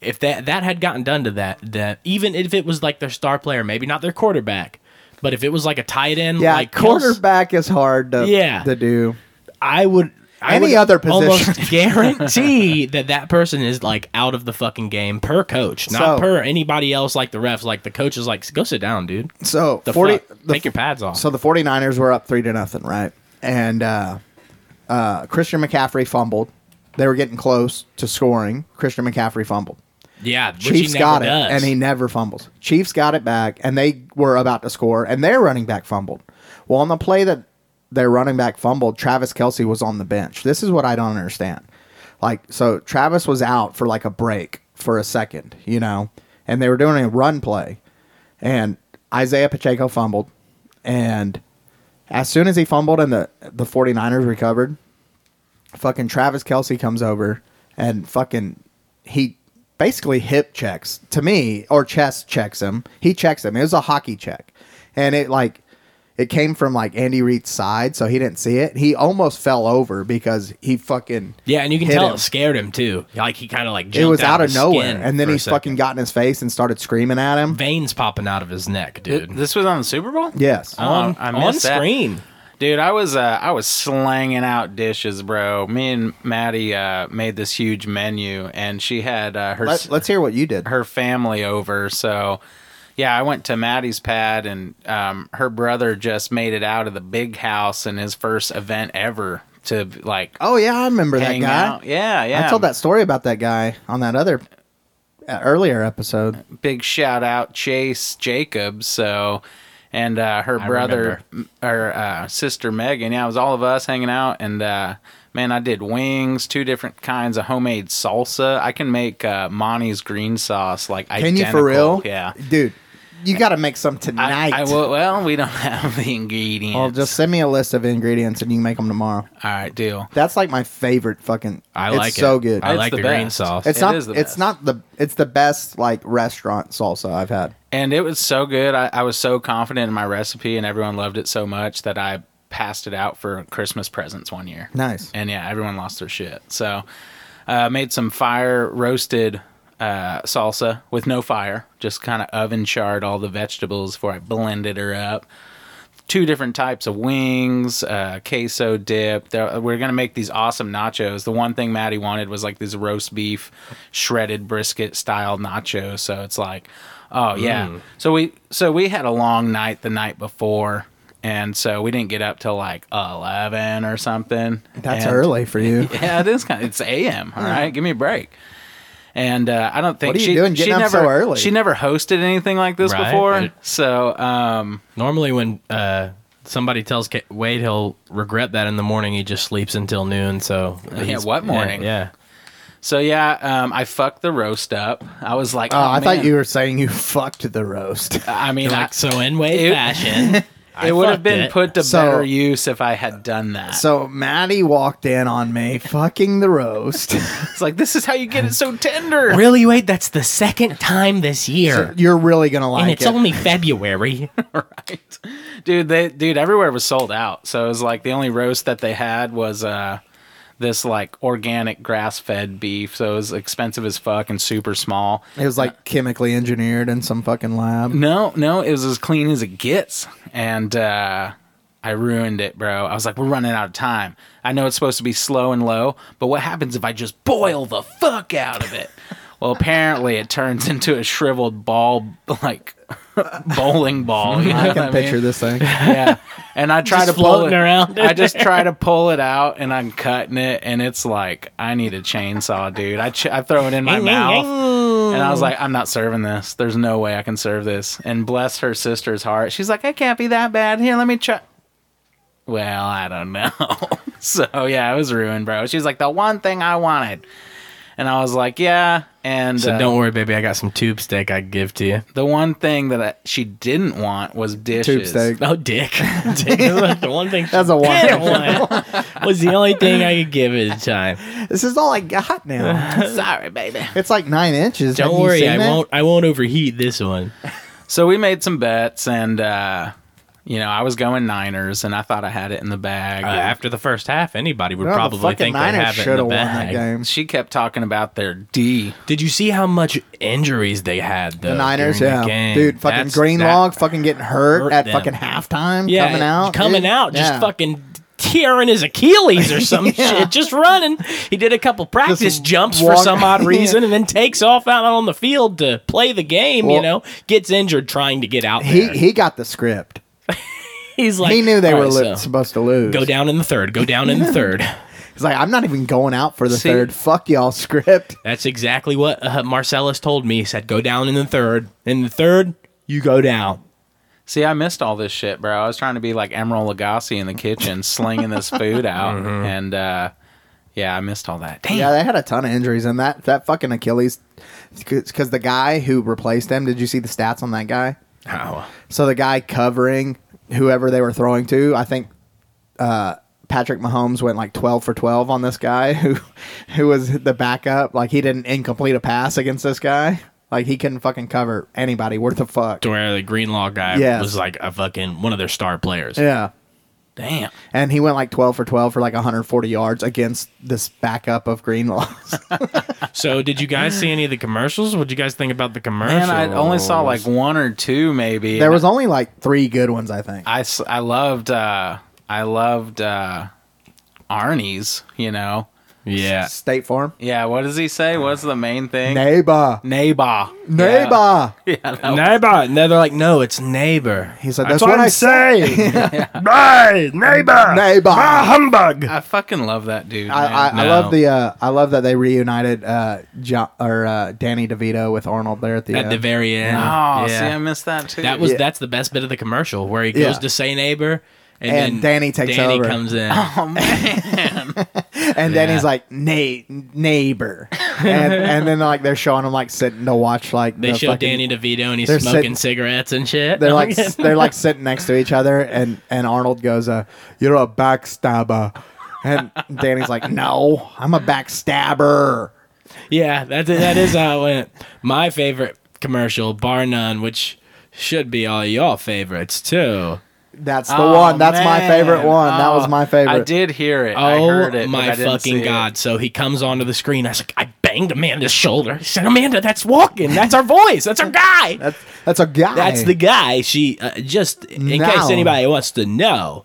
Speaker 4: if that that had gotten done to that, that even if it was like their star player, maybe not their quarterback, but if it was like a tight end,
Speaker 2: Yeah,
Speaker 4: like Kels-
Speaker 2: quarterback is hard to
Speaker 4: Yeah.
Speaker 2: to do.
Speaker 4: I would. I
Speaker 2: Any
Speaker 4: would
Speaker 2: other position.
Speaker 4: almost guarantee that that person is like out of the fucking game per coach,
Speaker 2: So-
Speaker 4: not per anybody else. Like the refs, like the coach is like, go sit down, dude.
Speaker 2: So
Speaker 4: The
Speaker 2: 40
Speaker 4: fuck?
Speaker 2: the
Speaker 4: take your pads off.
Speaker 2: So the 49ers were up 3 to nothing, right? And uh, uh, Christian McCaffrey fumbled. They were getting close to scoring. Christian McCaffrey fumbled.
Speaker 4: yeah, which
Speaker 2: Chiefs
Speaker 4: he never
Speaker 2: got it,
Speaker 4: does.
Speaker 2: and he never fumbles. Chiefs got it back, and they were about to score, and their running back fumbled. Well, on the play that their running back fumbled, Travis Kelsey was on the bench. This is what I don't understand. Like, so Travis was out for like a break for a second, you know, and they were doing a run play, and Isaiah Pacheco fumbled, and as soon as he fumbled and the the 49ers recovered, fucking Travis Kelsey comes over and fucking he basically hip checks to me or chest checks him. He checks him. It was a hockey check. And it like it came from like Andy Reid's side, so he didn't see it. He almost fell over because he fucking
Speaker 4: yeah, and you can
Speaker 2: hit
Speaker 4: tell
Speaker 2: him.
Speaker 4: it scared him too. Like he kind of like jumped
Speaker 2: it was out of
Speaker 4: his
Speaker 2: nowhere.
Speaker 4: skin
Speaker 2: And then
Speaker 4: for a
Speaker 2: he fucking
Speaker 4: second.
Speaker 2: got in his face and started screaming at him.
Speaker 4: veins popping out of his neck,
Speaker 3: Th-
Speaker 4: dude.
Speaker 3: This was on the Super Bowl?
Speaker 2: Yes.
Speaker 3: Oh,
Speaker 4: on
Speaker 3: I
Speaker 4: on
Speaker 3: missed that.
Speaker 4: screen.
Speaker 3: Dude, I was uh, I was slanging out dishes, bro. Me and Maddie uh, made this huge menu, and she had uh, her
Speaker 2: Let, us hear what you did.
Speaker 3: her family over. So, yeah, I went to Maddie's pad, and um, her brother just made it out of the big house in his first event ever to like
Speaker 2: Oh yeah, I remember that
Speaker 3: hang
Speaker 2: guy.
Speaker 3: out. Yeah, yeah.
Speaker 2: I told that story about that guy on that other uh, earlier episode.
Speaker 3: big shout out Chase Jacobs. So, and uh, her
Speaker 4: I
Speaker 3: brother or uh, sister Megan. Yeah, it was all of us hanging out, and uh, man, I did wings, two different kinds of homemade salsa. I can make uh, Monty's green sauce like
Speaker 2: Can
Speaker 3: identical.
Speaker 2: you for real?
Speaker 3: Yeah.
Speaker 2: dude. you got to make some
Speaker 3: I,
Speaker 2: tonight.
Speaker 3: I will, well, we don't have the ingredients.
Speaker 2: Well, just send me a list of ingredients and you can make them tomorrow.
Speaker 3: all right, deal.
Speaker 2: That's like my favorite fucking.
Speaker 4: I
Speaker 2: it's
Speaker 4: like it.
Speaker 2: So good.
Speaker 4: I
Speaker 3: It's
Speaker 4: like
Speaker 3: the
Speaker 4: the, green
Speaker 3: best.
Speaker 4: sauce.
Speaker 2: it's
Speaker 3: it
Speaker 2: not.
Speaker 3: is the
Speaker 2: it's
Speaker 3: best.
Speaker 2: not the. It's the best like restaurant salsa I've had.
Speaker 3: And it was so good. I, I was so confident in my recipe, and everyone loved it so much that I passed it out for Christmas presents one year.
Speaker 2: Nice.
Speaker 3: And yeah, everyone lost their shit. So uh, made some fire roasted uh, salsa with no fire, just kind of oven charred all the vegetables before I blended her up. Two different types of wings, uh, queso dip. There, we're gonna make these awesome nachos. The one thing Maddie wanted was like these roast beef, shredded brisket style nachos. So it's like, oh yeah.
Speaker 2: Mm.
Speaker 3: So we so we had a long night the night before, and so we didn't get up till like eleven or something.
Speaker 2: That's
Speaker 3: And-
Speaker 2: early for you.
Speaker 3: yeah, it is kind of. It's AM. All right, give me a break. And uh, I don't think
Speaker 2: What are you
Speaker 3: she
Speaker 2: doing
Speaker 3: she
Speaker 2: getting up
Speaker 3: never
Speaker 2: so early?
Speaker 3: she never hosted anything like this
Speaker 4: Right.
Speaker 3: before.
Speaker 4: It-
Speaker 3: So um,
Speaker 4: Normally, when uh, somebody tells K- Wade he'll regret that in the morning, he just sleeps until noon. So he's-
Speaker 3: what
Speaker 4: yeah,
Speaker 3: morning?
Speaker 4: Yeah,
Speaker 3: so yeah, um, I fucked the roast up. I was like, oh,
Speaker 2: Oh, I thought
Speaker 3: man."
Speaker 2: you were saying you fucked the roast.
Speaker 3: I mean, I-
Speaker 4: like so in Wade
Speaker 3: It-
Speaker 4: fashion. I
Speaker 3: it would have
Speaker 4: fucked
Speaker 3: been
Speaker 4: it.
Speaker 3: put to
Speaker 2: So-
Speaker 3: better use if I had done that.
Speaker 2: So Maddie walked in on me fucking the roast.
Speaker 3: it's like this is how you get it so tender.
Speaker 4: Really, Wade? That's the second time this year,
Speaker 2: You're really gonna like
Speaker 4: and it's
Speaker 2: it.
Speaker 4: only February.
Speaker 3: right dude they dude everywhere was sold out so it was like the only roast that they had was uh this like organic grass-fed beef so it was expensive as fuck and super small
Speaker 2: it was like chemically engineered in some fucking lab.
Speaker 3: no no it was as clean as it gets and uh I ruined it, bro. I was like, we're running out of time. I know it's supposed to be slow and low, but what happens if I just boil the fuck out of it? well, apparently it turns into a shriveled ball, like bowling ball. You know
Speaker 2: I
Speaker 3: what
Speaker 2: can
Speaker 3: mean?
Speaker 2: picture this thing.
Speaker 3: yeah. And I try
Speaker 4: Just
Speaker 3: to pull it
Speaker 4: floating around in
Speaker 3: I just try to pull it out, and I'm cutting it, and it's like I need a chainsaw, dude. I ch- I throw it in my mouth, and I was like, I'm not serving this. There's no way I can serve this. And bless her sister's heart, she's like, it can't be that bad. Here, let me try. Well, I don't know. so yeah, it was ruined, bro. She's like the one thing I wanted, and I was like, yeah. And
Speaker 4: So
Speaker 3: uh,
Speaker 4: don't worry, baby. I got some tube steak I could give to you.
Speaker 3: the one thing that I, she didn't want was dishes.
Speaker 2: Tube steak.
Speaker 4: Oh, dick. dick was the one thing.
Speaker 2: That's a
Speaker 4: didn't
Speaker 2: one.
Speaker 4: want was the only thing I could give at the time.
Speaker 2: this is all I got now.
Speaker 3: Sorry, baby.
Speaker 2: It's like nine inches.
Speaker 4: Don't
Speaker 2: Haven't you
Speaker 4: worry,
Speaker 2: seen
Speaker 4: I
Speaker 2: it?
Speaker 4: won't. I won't overheat this one.
Speaker 3: So we made some bets, and uh, you know, I was going Niners, and I thought I had it in the bag.
Speaker 2: Oh,
Speaker 4: Uh, after the first half, anybody would
Speaker 2: No, the
Speaker 4: probably
Speaker 2: fucking
Speaker 4: think they
Speaker 2: Niners
Speaker 4: have it in
Speaker 2: should
Speaker 4: the
Speaker 2: have won that
Speaker 4: bag.
Speaker 2: game.
Speaker 3: she kept talking about their D.
Speaker 4: Did you see how much injuries they had? Though,
Speaker 2: The Niners,
Speaker 4: during
Speaker 2: yeah,
Speaker 4: the game?
Speaker 2: dude, fucking
Speaker 4: That's-
Speaker 2: Greenlaw,
Speaker 4: that-
Speaker 2: fucking getting hurt,
Speaker 4: hurt
Speaker 2: at
Speaker 4: them.
Speaker 2: fucking halftime,
Speaker 4: yeah,
Speaker 2: coming out,
Speaker 4: coming
Speaker 2: dude.
Speaker 4: out, just
Speaker 2: Yeah.
Speaker 4: fucking tearing his Achilles or some shit, just running. He did a couple practice jumps for
Speaker 2: walk-
Speaker 4: some odd
Speaker 2: Yeah.
Speaker 4: reason, and then takes off out on the field to play the game.
Speaker 2: Well-
Speaker 4: you know, gets injured trying to get out
Speaker 2: He
Speaker 4: there.
Speaker 2: he got the script.
Speaker 4: He's like,
Speaker 2: he knew they
Speaker 4: "All
Speaker 2: were
Speaker 4: right,
Speaker 2: li-
Speaker 4: so
Speaker 2: supposed to lose.
Speaker 4: Go down in the third. Go down in the third.
Speaker 2: He's like, I'm not even going out for the
Speaker 3: See-
Speaker 2: third. Fuck y'all script.
Speaker 4: That's exactly what uh, Marcellus told me. He said, "Go down in the third. In the third, you go down."
Speaker 3: See, I missed all this shit, bro. I was trying to be like Emerald Lagasse in the kitchen, slinging this food out,
Speaker 2: Mm-hmm.
Speaker 3: and uh, yeah, I missed all that. Damn.
Speaker 2: Yeah, they had a ton of injuries, and that that fucking Achilles, because the guy who replaced him. Did you see the stats on that guy?
Speaker 4: How?
Speaker 2: So the guy covering whoever they were throwing to, I think uh, Patrick Mahomes went like twelve for twelve on this guy who who was the backup. Like he didn't incomplete a pass against this guy. Like he couldn't fucking cover anybody worth a fuck.
Speaker 4: To where the Greenlaw guy
Speaker 2: Yes.
Speaker 4: was like a fucking one of their star players.
Speaker 2: Yeah.
Speaker 3: Damn.
Speaker 2: And he went like 12 for 12 for like 140 yards against this backup of Greenlaw.
Speaker 4: So, did you guys see any of the commercials? What would you guys think about the
Speaker 3: Man,
Speaker 4: commercials?
Speaker 3: I only saw like one or two, maybe.
Speaker 2: there was only like three good ones, I think.
Speaker 3: I, s- I loved uh, I loved uh, Arnie's. You know.
Speaker 4: yeah.
Speaker 2: State Farm.
Speaker 3: Yeah. What does he say? What's the main thing?
Speaker 2: Neighbor.
Speaker 3: Neighbor.
Speaker 2: Neighbor.
Speaker 4: Neighbor, and they're like, no, it's neighbor.
Speaker 2: He said, "That's what I
Speaker 4: saying. Bye, neighbor.
Speaker 2: Neighbor.
Speaker 4: humbug.
Speaker 3: I fucking love that dude.
Speaker 2: I,
Speaker 3: man.
Speaker 2: I, I
Speaker 4: No.
Speaker 2: love the uh, I love that they reunited uh, jo- or uh, Danny DeVito with Arnold there at the
Speaker 4: At the
Speaker 2: end.
Speaker 4: very end.
Speaker 3: Oh, see,
Speaker 4: Yeah.
Speaker 3: I missed that too.
Speaker 4: That was
Speaker 2: Yeah.
Speaker 4: that's the best bit of the commercial where he
Speaker 2: Yeah.
Speaker 4: goes to say neighbor
Speaker 2: And Danny takes
Speaker 4: Danny
Speaker 2: over.
Speaker 4: comes in.
Speaker 3: Oh man,
Speaker 2: And then he's
Speaker 4: Yeah.
Speaker 2: like, "Nay, neighbor," and, and then like they're showing him like sitting to watch like
Speaker 4: They
Speaker 2: the
Speaker 4: show
Speaker 2: fucking-
Speaker 4: Danny DeVito and he's
Speaker 2: they're
Speaker 4: smoking
Speaker 2: sitting-
Speaker 4: cigarettes and shit.
Speaker 2: They're like s- they're like sitting next to each other, and and Arnold goes, uh, "You're a backstabber," and Danny's like, "No, I'm a backstabber."
Speaker 4: yeah, that's it. That is how it went. My favorite commercial, bar none, which should be all y'all favorites too.
Speaker 2: That's the
Speaker 3: Oh,
Speaker 2: one. That's my
Speaker 3: man.
Speaker 2: favorite one. that was
Speaker 3: Oh,
Speaker 2: my favorite.
Speaker 3: I did hear it. I
Speaker 4: Oh
Speaker 3: heard it, but I
Speaker 4: my
Speaker 3: didn't see
Speaker 4: fucking
Speaker 3: it.
Speaker 4: god! So he comes onto the screen. I was like, I banged Amanda's shoulder. He said, Amanda, that's walking. That's our voice. That's our guy.
Speaker 2: That's that's a guy.
Speaker 4: That's the guy. She uh, just in
Speaker 2: No.
Speaker 4: case anybody wants to know,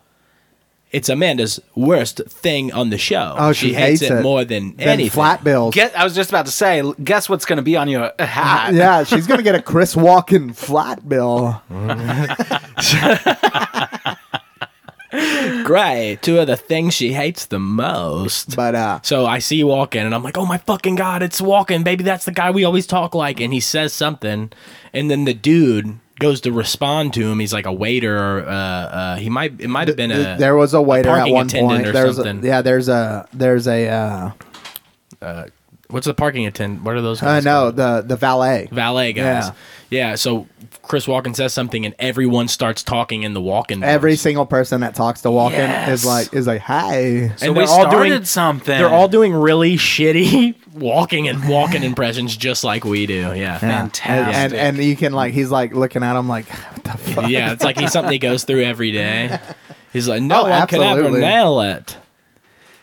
Speaker 4: it's Amanda's worst thing on the show.
Speaker 2: Oh, she hates it.
Speaker 4: more than
Speaker 2: Then
Speaker 4: anything.
Speaker 2: flat bills. Uh,
Speaker 3: Guess, I was just about to say. l- Guess what's going to be on your hat?
Speaker 2: yeah, she's gonna get a Chris Walken flat bill.
Speaker 4: Gray, two of the things she hates the most.
Speaker 2: But uh,
Speaker 4: So I see walking, and I'm like, "Oh my fucking god, it's walking, baby! That's the guy we always talk like." And he says something, and then the dude goes to respond to him. He's like a waiter, or uh, uh, he might it might have been a
Speaker 2: there was a waiter at
Speaker 4: parking
Speaker 2: one
Speaker 4: attendant
Speaker 2: point.
Speaker 4: or
Speaker 2: There's a,
Speaker 4: something.
Speaker 2: yeah, there's a there's a uh,
Speaker 4: what's the parking attendant? What are those?
Speaker 2: uh
Speaker 4: guys
Speaker 2: no
Speaker 4: called?
Speaker 2: the the valet.
Speaker 4: valet guys.
Speaker 2: Yeah.
Speaker 4: Yeah. So Chris Walken says something, and everyone starts talking in the walking.
Speaker 2: Every single person that talks to Walken is
Speaker 3: Yes.
Speaker 2: like is like hi.
Speaker 3: So
Speaker 4: And
Speaker 3: we
Speaker 4: they're all
Speaker 3: started
Speaker 4: doing-
Speaker 3: something.
Speaker 4: They're all doing really shitty walking and walking impressions, just like we do. Yeah.
Speaker 2: And
Speaker 3: fantastic.
Speaker 2: and you can like he's like looking at him like what the fuck.
Speaker 4: Yeah, it's like he's something he goes through every day. He's like, no
Speaker 2: Oh,
Speaker 4: one can ever
Speaker 2: absolutely. Oh,
Speaker 4: nail it.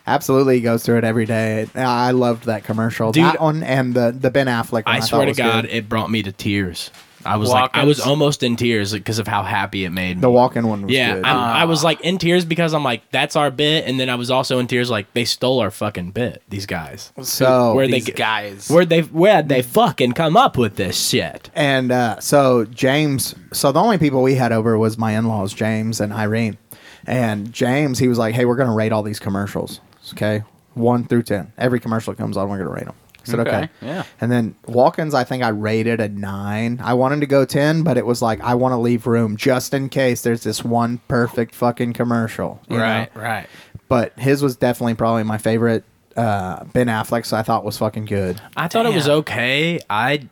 Speaker 2: Absolutely, he goes through it every day. Uh, I loved that commercial,
Speaker 4: Dude-
Speaker 2: that one and the the Ben Affleck. One
Speaker 4: I,
Speaker 2: thought
Speaker 4: swear to
Speaker 2: was good.
Speaker 4: God, it brought me to tears. I was like, I was
Speaker 3: Walkins.
Speaker 4: almost in tears because of how happy it made me.
Speaker 2: the Walken one was
Speaker 4: yeah,
Speaker 2: good.
Speaker 4: I, I
Speaker 3: Ah.
Speaker 4: was like in tears because I'm like, that's our bit, and then I was also in tears like they stole our fucking bit. These guys,
Speaker 2: so
Speaker 4: where they
Speaker 3: these
Speaker 4: get-
Speaker 3: guys.
Speaker 4: where they where they fucking come up with this shit?
Speaker 2: And uh, so James, so the only people we had over was my in laws, James and Irene. And James, he was like, hey, we're going to rate all these commercials. Okay. One through 10. Every commercial that comes on, we're going to rate them. I said, okay.
Speaker 3: Okay, yeah.
Speaker 2: And then Walkins, I think I rated a nine. I wanted to go 10, but it was like, I want to leave room just in case there's this one perfect fucking commercial. you know?
Speaker 4: right.
Speaker 2: But his was definitely probably my favorite. Uh, ben Affleck's I thought was fucking good.
Speaker 4: I thought it was
Speaker 3: Damn.
Speaker 4: okay. I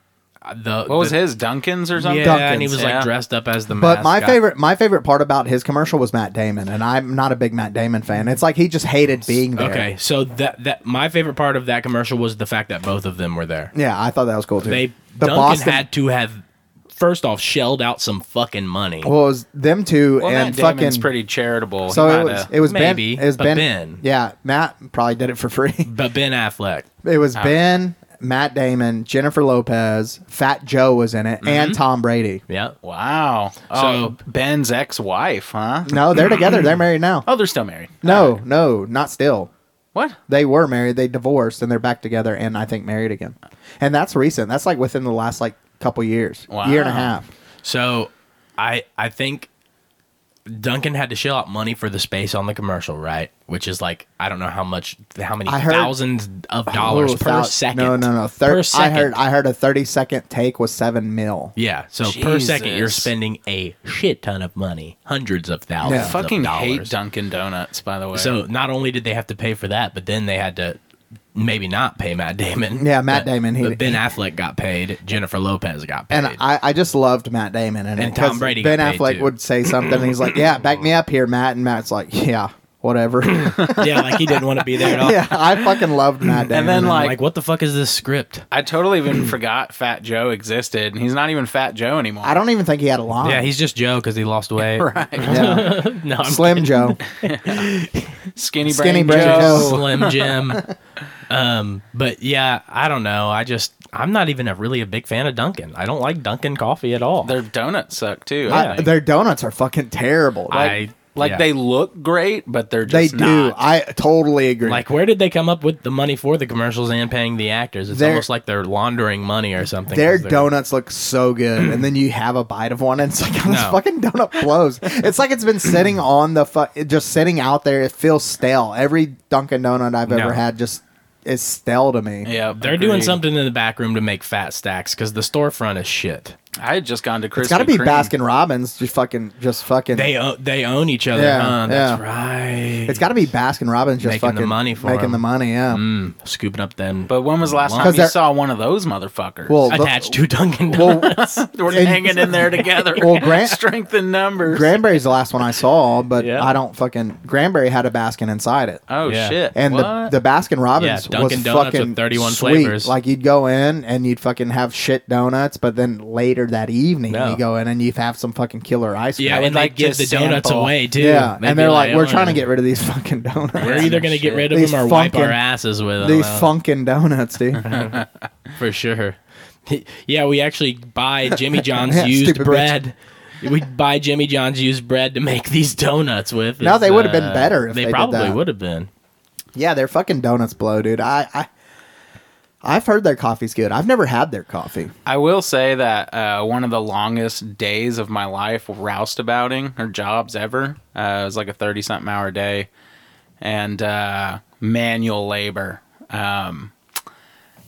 Speaker 4: the
Speaker 3: What was
Speaker 4: the-
Speaker 3: his? Duncan's or something?
Speaker 4: Yeah, and he
Speaker 2: Duncan's,
Speaker 4: was
Speaker 3: yeah.
Speaker 4: like dressed up as the.
Speaker 2: But my
Speaker 4: mascot.
Speaker 2: favorite, my favorite part about his commercial was Matt Damon, and I'm not a big Matt Damon fan. It's like he just hated being there.
Speaker 4: Okay, so that that my favorite part of that commercial was the fact that both of them were there.
Speaker 2: Yeah, I thought that was cool too.
Speaker 4: They
Speaker 2: the
Speaker 4: Duncan
Speaker 2: Boston,
Speaker 4: had to have first off shelled out some fucking money.
Speaker 2: well, it was them two
Speaker 3: Well,
Speaker 2: and
Speaker 3: Matt Damon's
Speaker 2: fucking.
Speaker 3: pretty uh, charitable. He
Speaker 2: so it
Speaker 3: might
Speaker 2: was,
Speaker 3: have-
Speaker 2: it was Ben.
Speaker 4: maybe,
Speaker 2: It was
Speaker 4: but
Speaker 2: ben,
Speaker 4: Ben.
Speaker 2: Yeah, Matt probably did it for free.
Speaker 4: but Ben Affleck,
Speaker 2: It
Speaker 4: Ah.
Speaker 2: was Ben, Matt Damon, Jennifer Lopez, Fat Joe was in it, and
Speaker 4: Mm-hmm.
Speaker 2: Tom Brady.
Speaker 4: yeah,
Speaker 3: wow. Oh, Ben's ex-wife, huh?
Speaker 2: No, they're together. They're married now.
Speaker 3: Oh, they're still married.
Speaker 2: No, no, not still.
Speaker 3: What?
Speaker 2: They were married. They divorced, and they're back together, and I think married again. And that's recent. That's like within the last like couple years,
Speaker 3: Wow.
Speaker 2: year and a half.
Speaker 4: So I I think Duncan had to shell out money for the space on the commercial, right? Which is like I don't know how much how many
Speaker 2: I heard-
Speaker 4: thousands of dollars
Speaker 2: Oh,
Speaker 4: per
Speaker 2: thou-
Speaker 4: second.
Speaker 2: No, no, no. Thir-
Speaker 4: per second.
Speaker 2: I heard. I heard a thirty second take was seven mil.
Speaker 4: yeah, so per second you're
Speaker 3: Jesus.
Speaker 4: spending a shit ton of money, hundreds of thousands.
Speaker 2: Yeah.
Speaker 4: of
Speaker 3: Fucking hate
Speaker 4: dollars.
Speaker 3: Dunkin' Donuts, by the way.
Speaker 4: So not only did they have to pay for that, but then they had to maybe not pay Matt Damon.
Speaker 2: Yeah, Matt Damon, he-
Speaker 4: but Ben Affleck got paid. Jennifer Lopez got paid.
Speaker 2: And I, I just loved Matt Damon in it
Speaker 4: And Tom
Speaker 2: 'cause
Speaker 4: Brady
Speaker 2: Ben
Speaker 4: got paid,
Speaker 2: Affleck
Speaker 4: too.
Speaker 2: would say something, and he's like, "Yeah, back me up here, Matt." And Matt's like, "Yeah, whatever."
Speaker 4: yeah, like he didn't want to be there at all.
Speaker 2: yeah, I fucking loved Matt Damon.
Speaker 3: and then
Speaker 2: in it.
Speaker 4: Like,
Speaker 3: like,
Speaker 4: what the fuck is this script?
Speaker 3: I totally even forgot Fat Joe existed, and he's not even Fat Joe anymore.
Speaker 2: I don't even think he had a line.
Speaker 4: Yeah, he's just Joe because he lost weight.
Speaker 3: right.
Speaker 2: Yeah.
Speaker 4: No, I'm
Speaker 2: Slim Joe. Skinny
Speaker 3: Skinny, Skinny
Speaker 2: Brain
Speaker 3: Brain
Speaker 2: Joe.
Speaker 3: Joe.
Speaker 4: Slim Jim. um, but yeah, I don't know. I just I'm not even a really a big fan of Dunkin'. I don't like Dunkin' coffee at all.
Speaker 3: Their donuts suck too. I
Speaker 2: I-
Speaker 3: think.
Speaker 2: their donuts are fucking terrible. Like,
Speaker 4: I
Speaker 3: like
Speaker 4: yeah.
Speaker 3: they look great, but they're
Speaker 2: they
Speaker 3: just
Speaker 2: do.
Speaker 3: not.
Speaker 2: I totally agree.
Speaker 4: like where did they come up with the money for the commercials and paying the actors? It's
Speaker 2: Their-
Speaker 4: almost like they're laundering money or something. 'cause
Speaker 2: Their
Speaker 4: they're-
Speaker 2: donuts look so good, and then you have a bite of one, and it's like oh, this
Speaker 4: No.
Speaker 2: fucking donut blows. it's like it's been sitting on the fu- just sitting out there. It feels stale. Every Dunkin' Donut I've
Speaker 4: No.
Speaker 2: ever had just is stale to me.
Speaker 3: yeah,
Speaker 4: They're doing
Speaker 3: agreed.
Speaker 4: something in the back room to make fat stacks because the storefront is shit.
Speaker 3: I had just gone to Krispy
Speaker 2: It's got to be
Speaker 3: Kreme.
Speaker 2: Baskin Robbins. Just fucking, just fucking.
Speaker 4: They own, they own each other.
Speaker 2: Yeah,
Speaker 4: huh? That's
Speaker 2: yeah.
Speaker 4: right.
Speaker 2: it's got to be Baskin Robbins. Just
Speaker 4: Making the
Speaker 2: fucking
Speaker 4: money for
Speaker 2: making
Speaker 4: 'em.
Speaker 2: the money. Yeah.
Speaker 4: Mm, scooping up them.
Speaker 3: But when was the last
Speaker 4: Well,
Speaker 3: time
Speaker 2: 'cause
Speaker 3: you
Speaker 2: they're-
Speaker 3: saw one of those motherfuckers?
Speaker 2: Well,
Speaker 4: attached to Dunkin'
Speaker 2: Well,
Speaker 4: Donuts.
Speaker 3: we're
Speaker 2: and-
Speaker 3: hanging in there together.
Speaker 2: Well, Grant-
Speaker 3: strength in numbers.
Speaker 2: Granberry's the last one I saw, but
Speaker 3: Yeah.
Speaker 2: I don't fucking. Granberry had a Baskin inside it.
Speaker 3: oh
Speaker 4: Yeah.
Speaker 3: shit!
Speaker 2: And the,
Speaker 3: What?
Speaker 2: the Baskin Robbins
Speaker 4: Yeah,
Speaker 2: was
Speaker 4: Dunkin' Donuts
Speaker 2: fucking
Speaker 4: with 31
Speaker 2: sweet.
Speaker 4: flavors.
Speaker 2: Like you'd go in and you'd fucking have shit donuts, but then later that evening
Speaker 4: Yeah.
Speaker 2: you go in and you have some fucking killer ice cream.
Speaker 4: yeah,
Speaker 3: would
Speaker 4: and they
Speaker 3: like to
Speaker 4: give the donuts
Speaker 3: sample-
Speaker 4: away too.
Speaker 2: yeah.
Speaker 4: They'd
Speaker 2: And
Speaker 4: be
Speaker 2: they're like, we're
Speaker 4: "Oh,
Speaker 2: trying to get rid of these fucking
Speaker 4: We're
Speaker 2: donuts,
Speaker 4: either gonna get
Speaker 3: Shit.
Speaker 4: rid of
Speaker 2: These
Speaker 4: them or wipe our
Speaker 2: funkin-
Speaker 4: asses with
Speaker 2: these
Speaker 4: them
Speaker 2: funkin' donuts, dude.
Speaker 4: for sure. Yeah, we actually buy Jimmy John's
Speaker 2: Yeah,
Speaker 4: used
Speaker 2: stupid bitch.
Speaker 4: bread. We buy Jimmy John's used bread to make these donuts with.
Speaker 2: No,
Speaker 4: It's,
Speaker 2: they would've been
Speaker 4: uh,
Speaker 2: better if they did
Speaker 4: probably
Speaker 2: that.
Speaker 4: would have been.
Speaker 2: yeah, their fucking donuts blow, dude. I, I I've heard their coffee's good. I've never had their coffee.
Speaker 3: I will say that uh, one of the longest days of my life, roustabouting or jobs ever, uh, it was like a 30 something hour day and uh, manual labor. Um,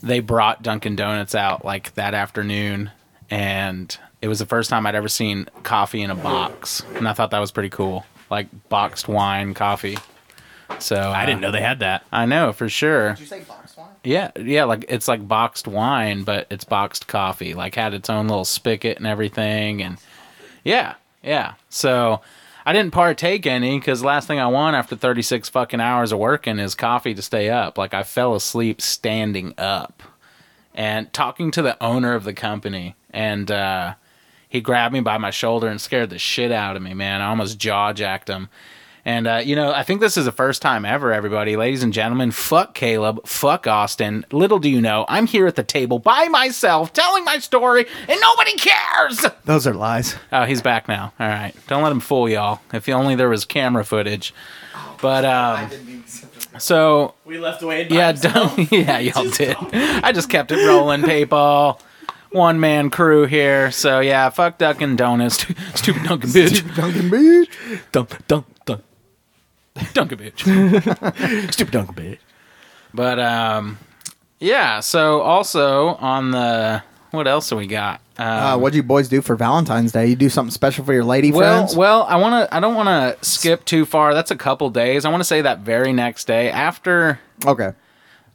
Speaker 3: they brought Dunkin' Donuts out like that afternoon, and it was the first time I'd ever seen coffee in a box. And I thought that was pretty cool like boxed wine coffee. So uh,
Speaker 4: I didn't know they had that.
Speaker 3: I know for sure.
Speaker 2: you say box wine?
Speaker 3: Yeah, yeah, like it's like boxed wine, but it's boxed coffee. Like had its own little spigot and everything, and yeah, yeah. So I didn't partake any because last thing I want after thirty six fucking hours of working is coffee to stay up. Like I fell asleep standing up, and talking to the owner of the company, and uh, he grabbed me by my shoulder and scared the shit out of me, man. I almost jaw jacked him. And uh, you know, I think this is the first time ever, everybody, ladies and gentlemen. Fuck Caleb, fuck Austin. Little do you know, I'm here at the table by myself, telling my story, and nobody cares.
Speaker 2: Those are lies.
Speaker 3: Oh, he's back now. All right, don't let him fool y'all. If only there was camera footage. But um, so
Speaker 4: We left away.
Speaker 3: yeah, don't, yeah, y'all did. I just kept it rolling, people. One man crew here. So yeah, fuck Dunkin' Donuts, stupid Dunkin' bitch,
Speaker 2: Dunkin' bitch.
Speaker 4: dunk, dunk, dunk,
Speaker 3: Dunkin' bitch.
Speaker 4: stupid dunk, bitch.
Speaker 3: But um, yeah. So also on the what else do we got?
Speaker 2: Uh,
Speaker 4: Um,
Speaker 2: what'd you boys do for Valentine's Day? You do something special for your lady
Speaker 3: Well,
Speaker 2: friends?
Speaker 3: well, I want to. I don't want to skip too far. That's a couple days. I want to say that very next day after.
Speaker 2: okay.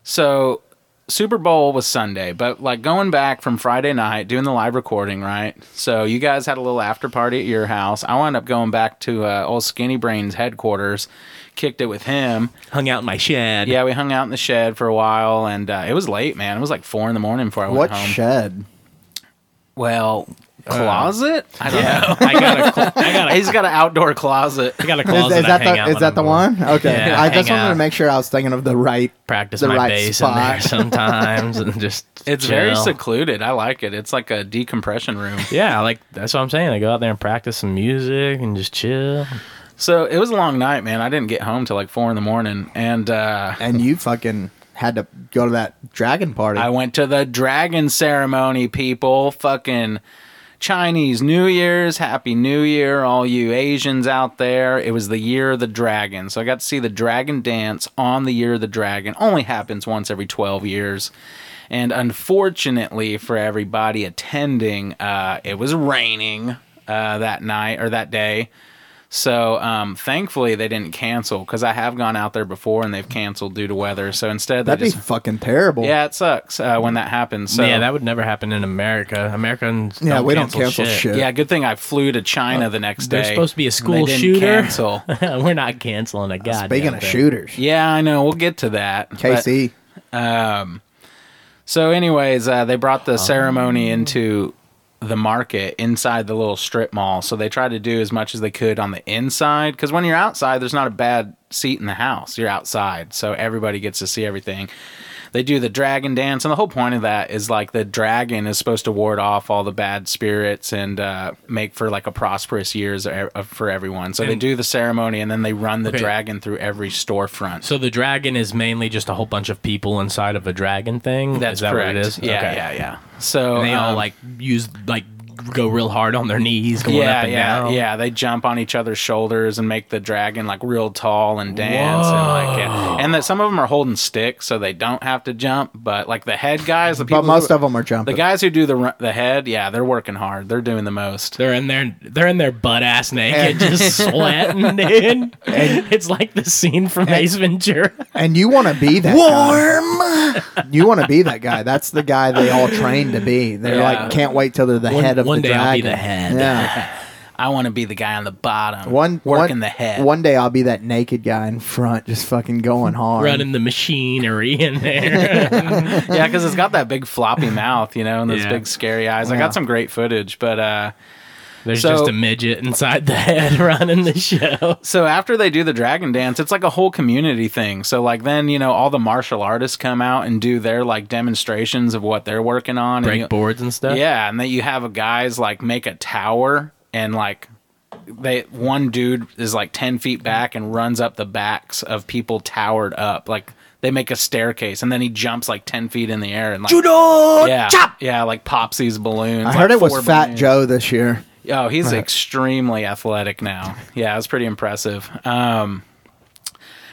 Speaker 3: So Super Bowl was Sunday, but like going back from Friday night, doing the live recording, right? So you guys had a little after party at your house. I wound up going back to uh, old Skinny Brain's headquarters, kicked it with him.
Speaker 4: Hung out in my shed.
Speaker 3: Yeah, we hung out in the shed for a while, and uh, it was late, man. It was like four in the morning before I went
Speaker 2: What
Speaker 3: home.
Speaker 2: shed?
Speaker 3: Well, closet? I don't know.
Speaker 4: I got a, cl- I got a,
Speaker 3: He's got an outdoor closet.
Speaker 4: I got a
Speaker 2: Is,
Speaker 4: closet.
Speaker 2: is
Speaker 4: I
Speaker 2: that
Speaker 4: hang out
Speaker 2: the is
Speaker 4: when
Speaker 2: that
Speaker 4: I'm
Speaker 2: the
Speaker 4: bored.
Speaker 2: one? Okay,
Speaker 4: Yeah,
Speaker 2: I
Speaker 4: hang
Speaker 2: just wanted
Speaker 4: out.
Speaker 2: to make sure I was thinking of the right.
Speaker 4: Practice
Speaker 2: the
Speaker 4: my
Speaker 2: right
Speaker 4: bass in
Speaker 2: spot.
Speaker 4: there sometimes and just.
Speaker 3: It's very
Speaker 4: chill.
Speaker 3: secluded. I like it. It's like a decompression room.
Speaker 4: Yeah, like that's what I'm saying. I go out there and practice some music and just chill.
Speaker 3: So it was a long night, man. I didn't get home till like four in the morning, and uh,
Speaker 2: And you fucking had to go to that dragon party.
Speaker 3: I went to the dragon ceremony. People, fucking Chinese New Year's, Happy New Year, all you Asians out there. It was the year of the dragon, so I got to see the dragon dance on the year of the dragon. Only happens once every twelve years. And unfortunately for everybody attending, uh, it was raining uh, that night or that day. So um, thankfully they didn't cancel because I have gone out there before and they've canceled due to weather. So instead they
Speaker 2: That'd
Speaker 3: just
Speaker 2: be fucking terrible.
Speaker 3: yeah, it sucks uh, when that happens. So
Speaker 4: yeah, that would never happen in America. Americans.
Speaker 2: Yeah,
Speaker 4: don't
Speaker 2: we don't
Speaker 4: cancel
Speaker 2: cancel
Speaker 4: shit.
Speaker 2: shit.
Speaker 3: yeah. Good thing I flew to China the next day.
Speaker 4: There's supposed to be a
Speaker 3: They
Speaker 4: school
Speaker 3: didn't
Speaker 4: shooter.
Speaker 3: Cancel.
Speaker 4: We're not canceling a goddamn.
Speaker 2: Speaking of
Speaker 4: thing.
Speaker 2: shooters,
Speaker 3: yeah, I know. We'll get to that. But-
Speaker 2: KC.
Speaker 3: so, anyways, uh, they brought
Speaker 4: Oh.
Speaker 3: the ceremony into the market inside the little strip mall. So they tried to do as much as they could on the inside because when you're outside, there's not a bad seat in the house. You're outside, so everybody gets to see everything. They do the dragon dance, and the whole point of that is like the dragon is supposed to ward off all the bad spirits and uh, make for like a prosperous years e- for everyone. So they
Speaker 4: And-
Speaker 3: do the ceremony, and then they run the
Speaker 4: Okay.
Speaker 3: dragon through every storefront.
Speaker 4: So the dragon is mainly just a whole bunch of people inside of a dragon thing.
Speaker 3: That's
Speaker 4: is that
Speaker 3: correct.
Speaker 4: what it is?
Speaker 3: Yeah,
Speaker 4: Okay.
Speaker 3: yeah, yeah. So
Speaker 4: And they all
Speaker 3: um,
Speaker 4: like use like go real hard on their knees going
Speaker 3: yeah,
Speaker 4: up and
Speaker 3: yeah,
Speaker 4: down.
Speaker 3: yeah. They jump on each other's shoulders and make the dragon like real tall and dance and like. Yeah. And that some of them are holding sticks, so they don't have to jump. But like the head guys, the people,
Speaker 2: but most
Speaker 3: who,
Speaker 2: of them are
Speaker 3: the
Speaker 2: jumping.
Speaker 3: guys who do the ru- the head, yeah, they're working hard. They're doing the most.
Speaker 4: They're in their they're in their butt ass naked, just sweating, dude. it's like the scene from Ace Ventura.
Speaker 2: and you want to be that warm. You want to be that guy. That's the guy they all train to be. They're
Speaker 3: Yeah.
Speaker 2: like, can't wait till they're the
Speaker 4: One-
Speaker 2: head of
Speaker 4: one
Speaker 2: the
Speaker 4: day
Speaker 2: dragon.
Speaker 4: I'll be the head.
Speaker 2: Yeah.
Speaker 3: I want to be the guy on the bottom,
Speaker 2: One
Speaker 3: working
Speaker 2: one-
Speaker 3: the head.
Speaker 2: One day I'll be that naked guy in front, just fucking going hard.
Speaker 4: running the machinery in there.
Speaker 3: yeah, because it's got that big floppy mouth, you know, and those
Speaker 4: Yeah.
Speaker 3: big scary eyes. I
Speaker 2: Yeah.
Speaker 3: got some great footage, but uh,
Speaker 4: There's
Speaker 3: So-
Speaker 4: just a midget inside the head running the show.
Speaker 3: so after they do the dragon dance, it's like a whole community thing. So like then you know all the martial artists come out and do their like demonstrations of what they're working on. and you-
Speaker 4: Break boards and stuff.
Speaker 3: Yeah, and then you have a guys like make a tower and like they one dude is like ten feet back and runs up the backs of people towered up. Like they make a staircase and then he jumps like ten feet in the air and like
Speaker 2: Judo
Speaker 3: yeah,
Speaker 2: chop.
Speaker 3: yeah, like pops these balloons.
Speaker 2: I
Speaker 3: like,
Speaker 2: heard it was
Speaker 3: four
Speaker 2: Fat
Speaker 3: balloons.
Speaker 2: Joe this year.
Speaker 3: Oh, he's extremely athletic now. Yeah, it's pretty impressive. Um,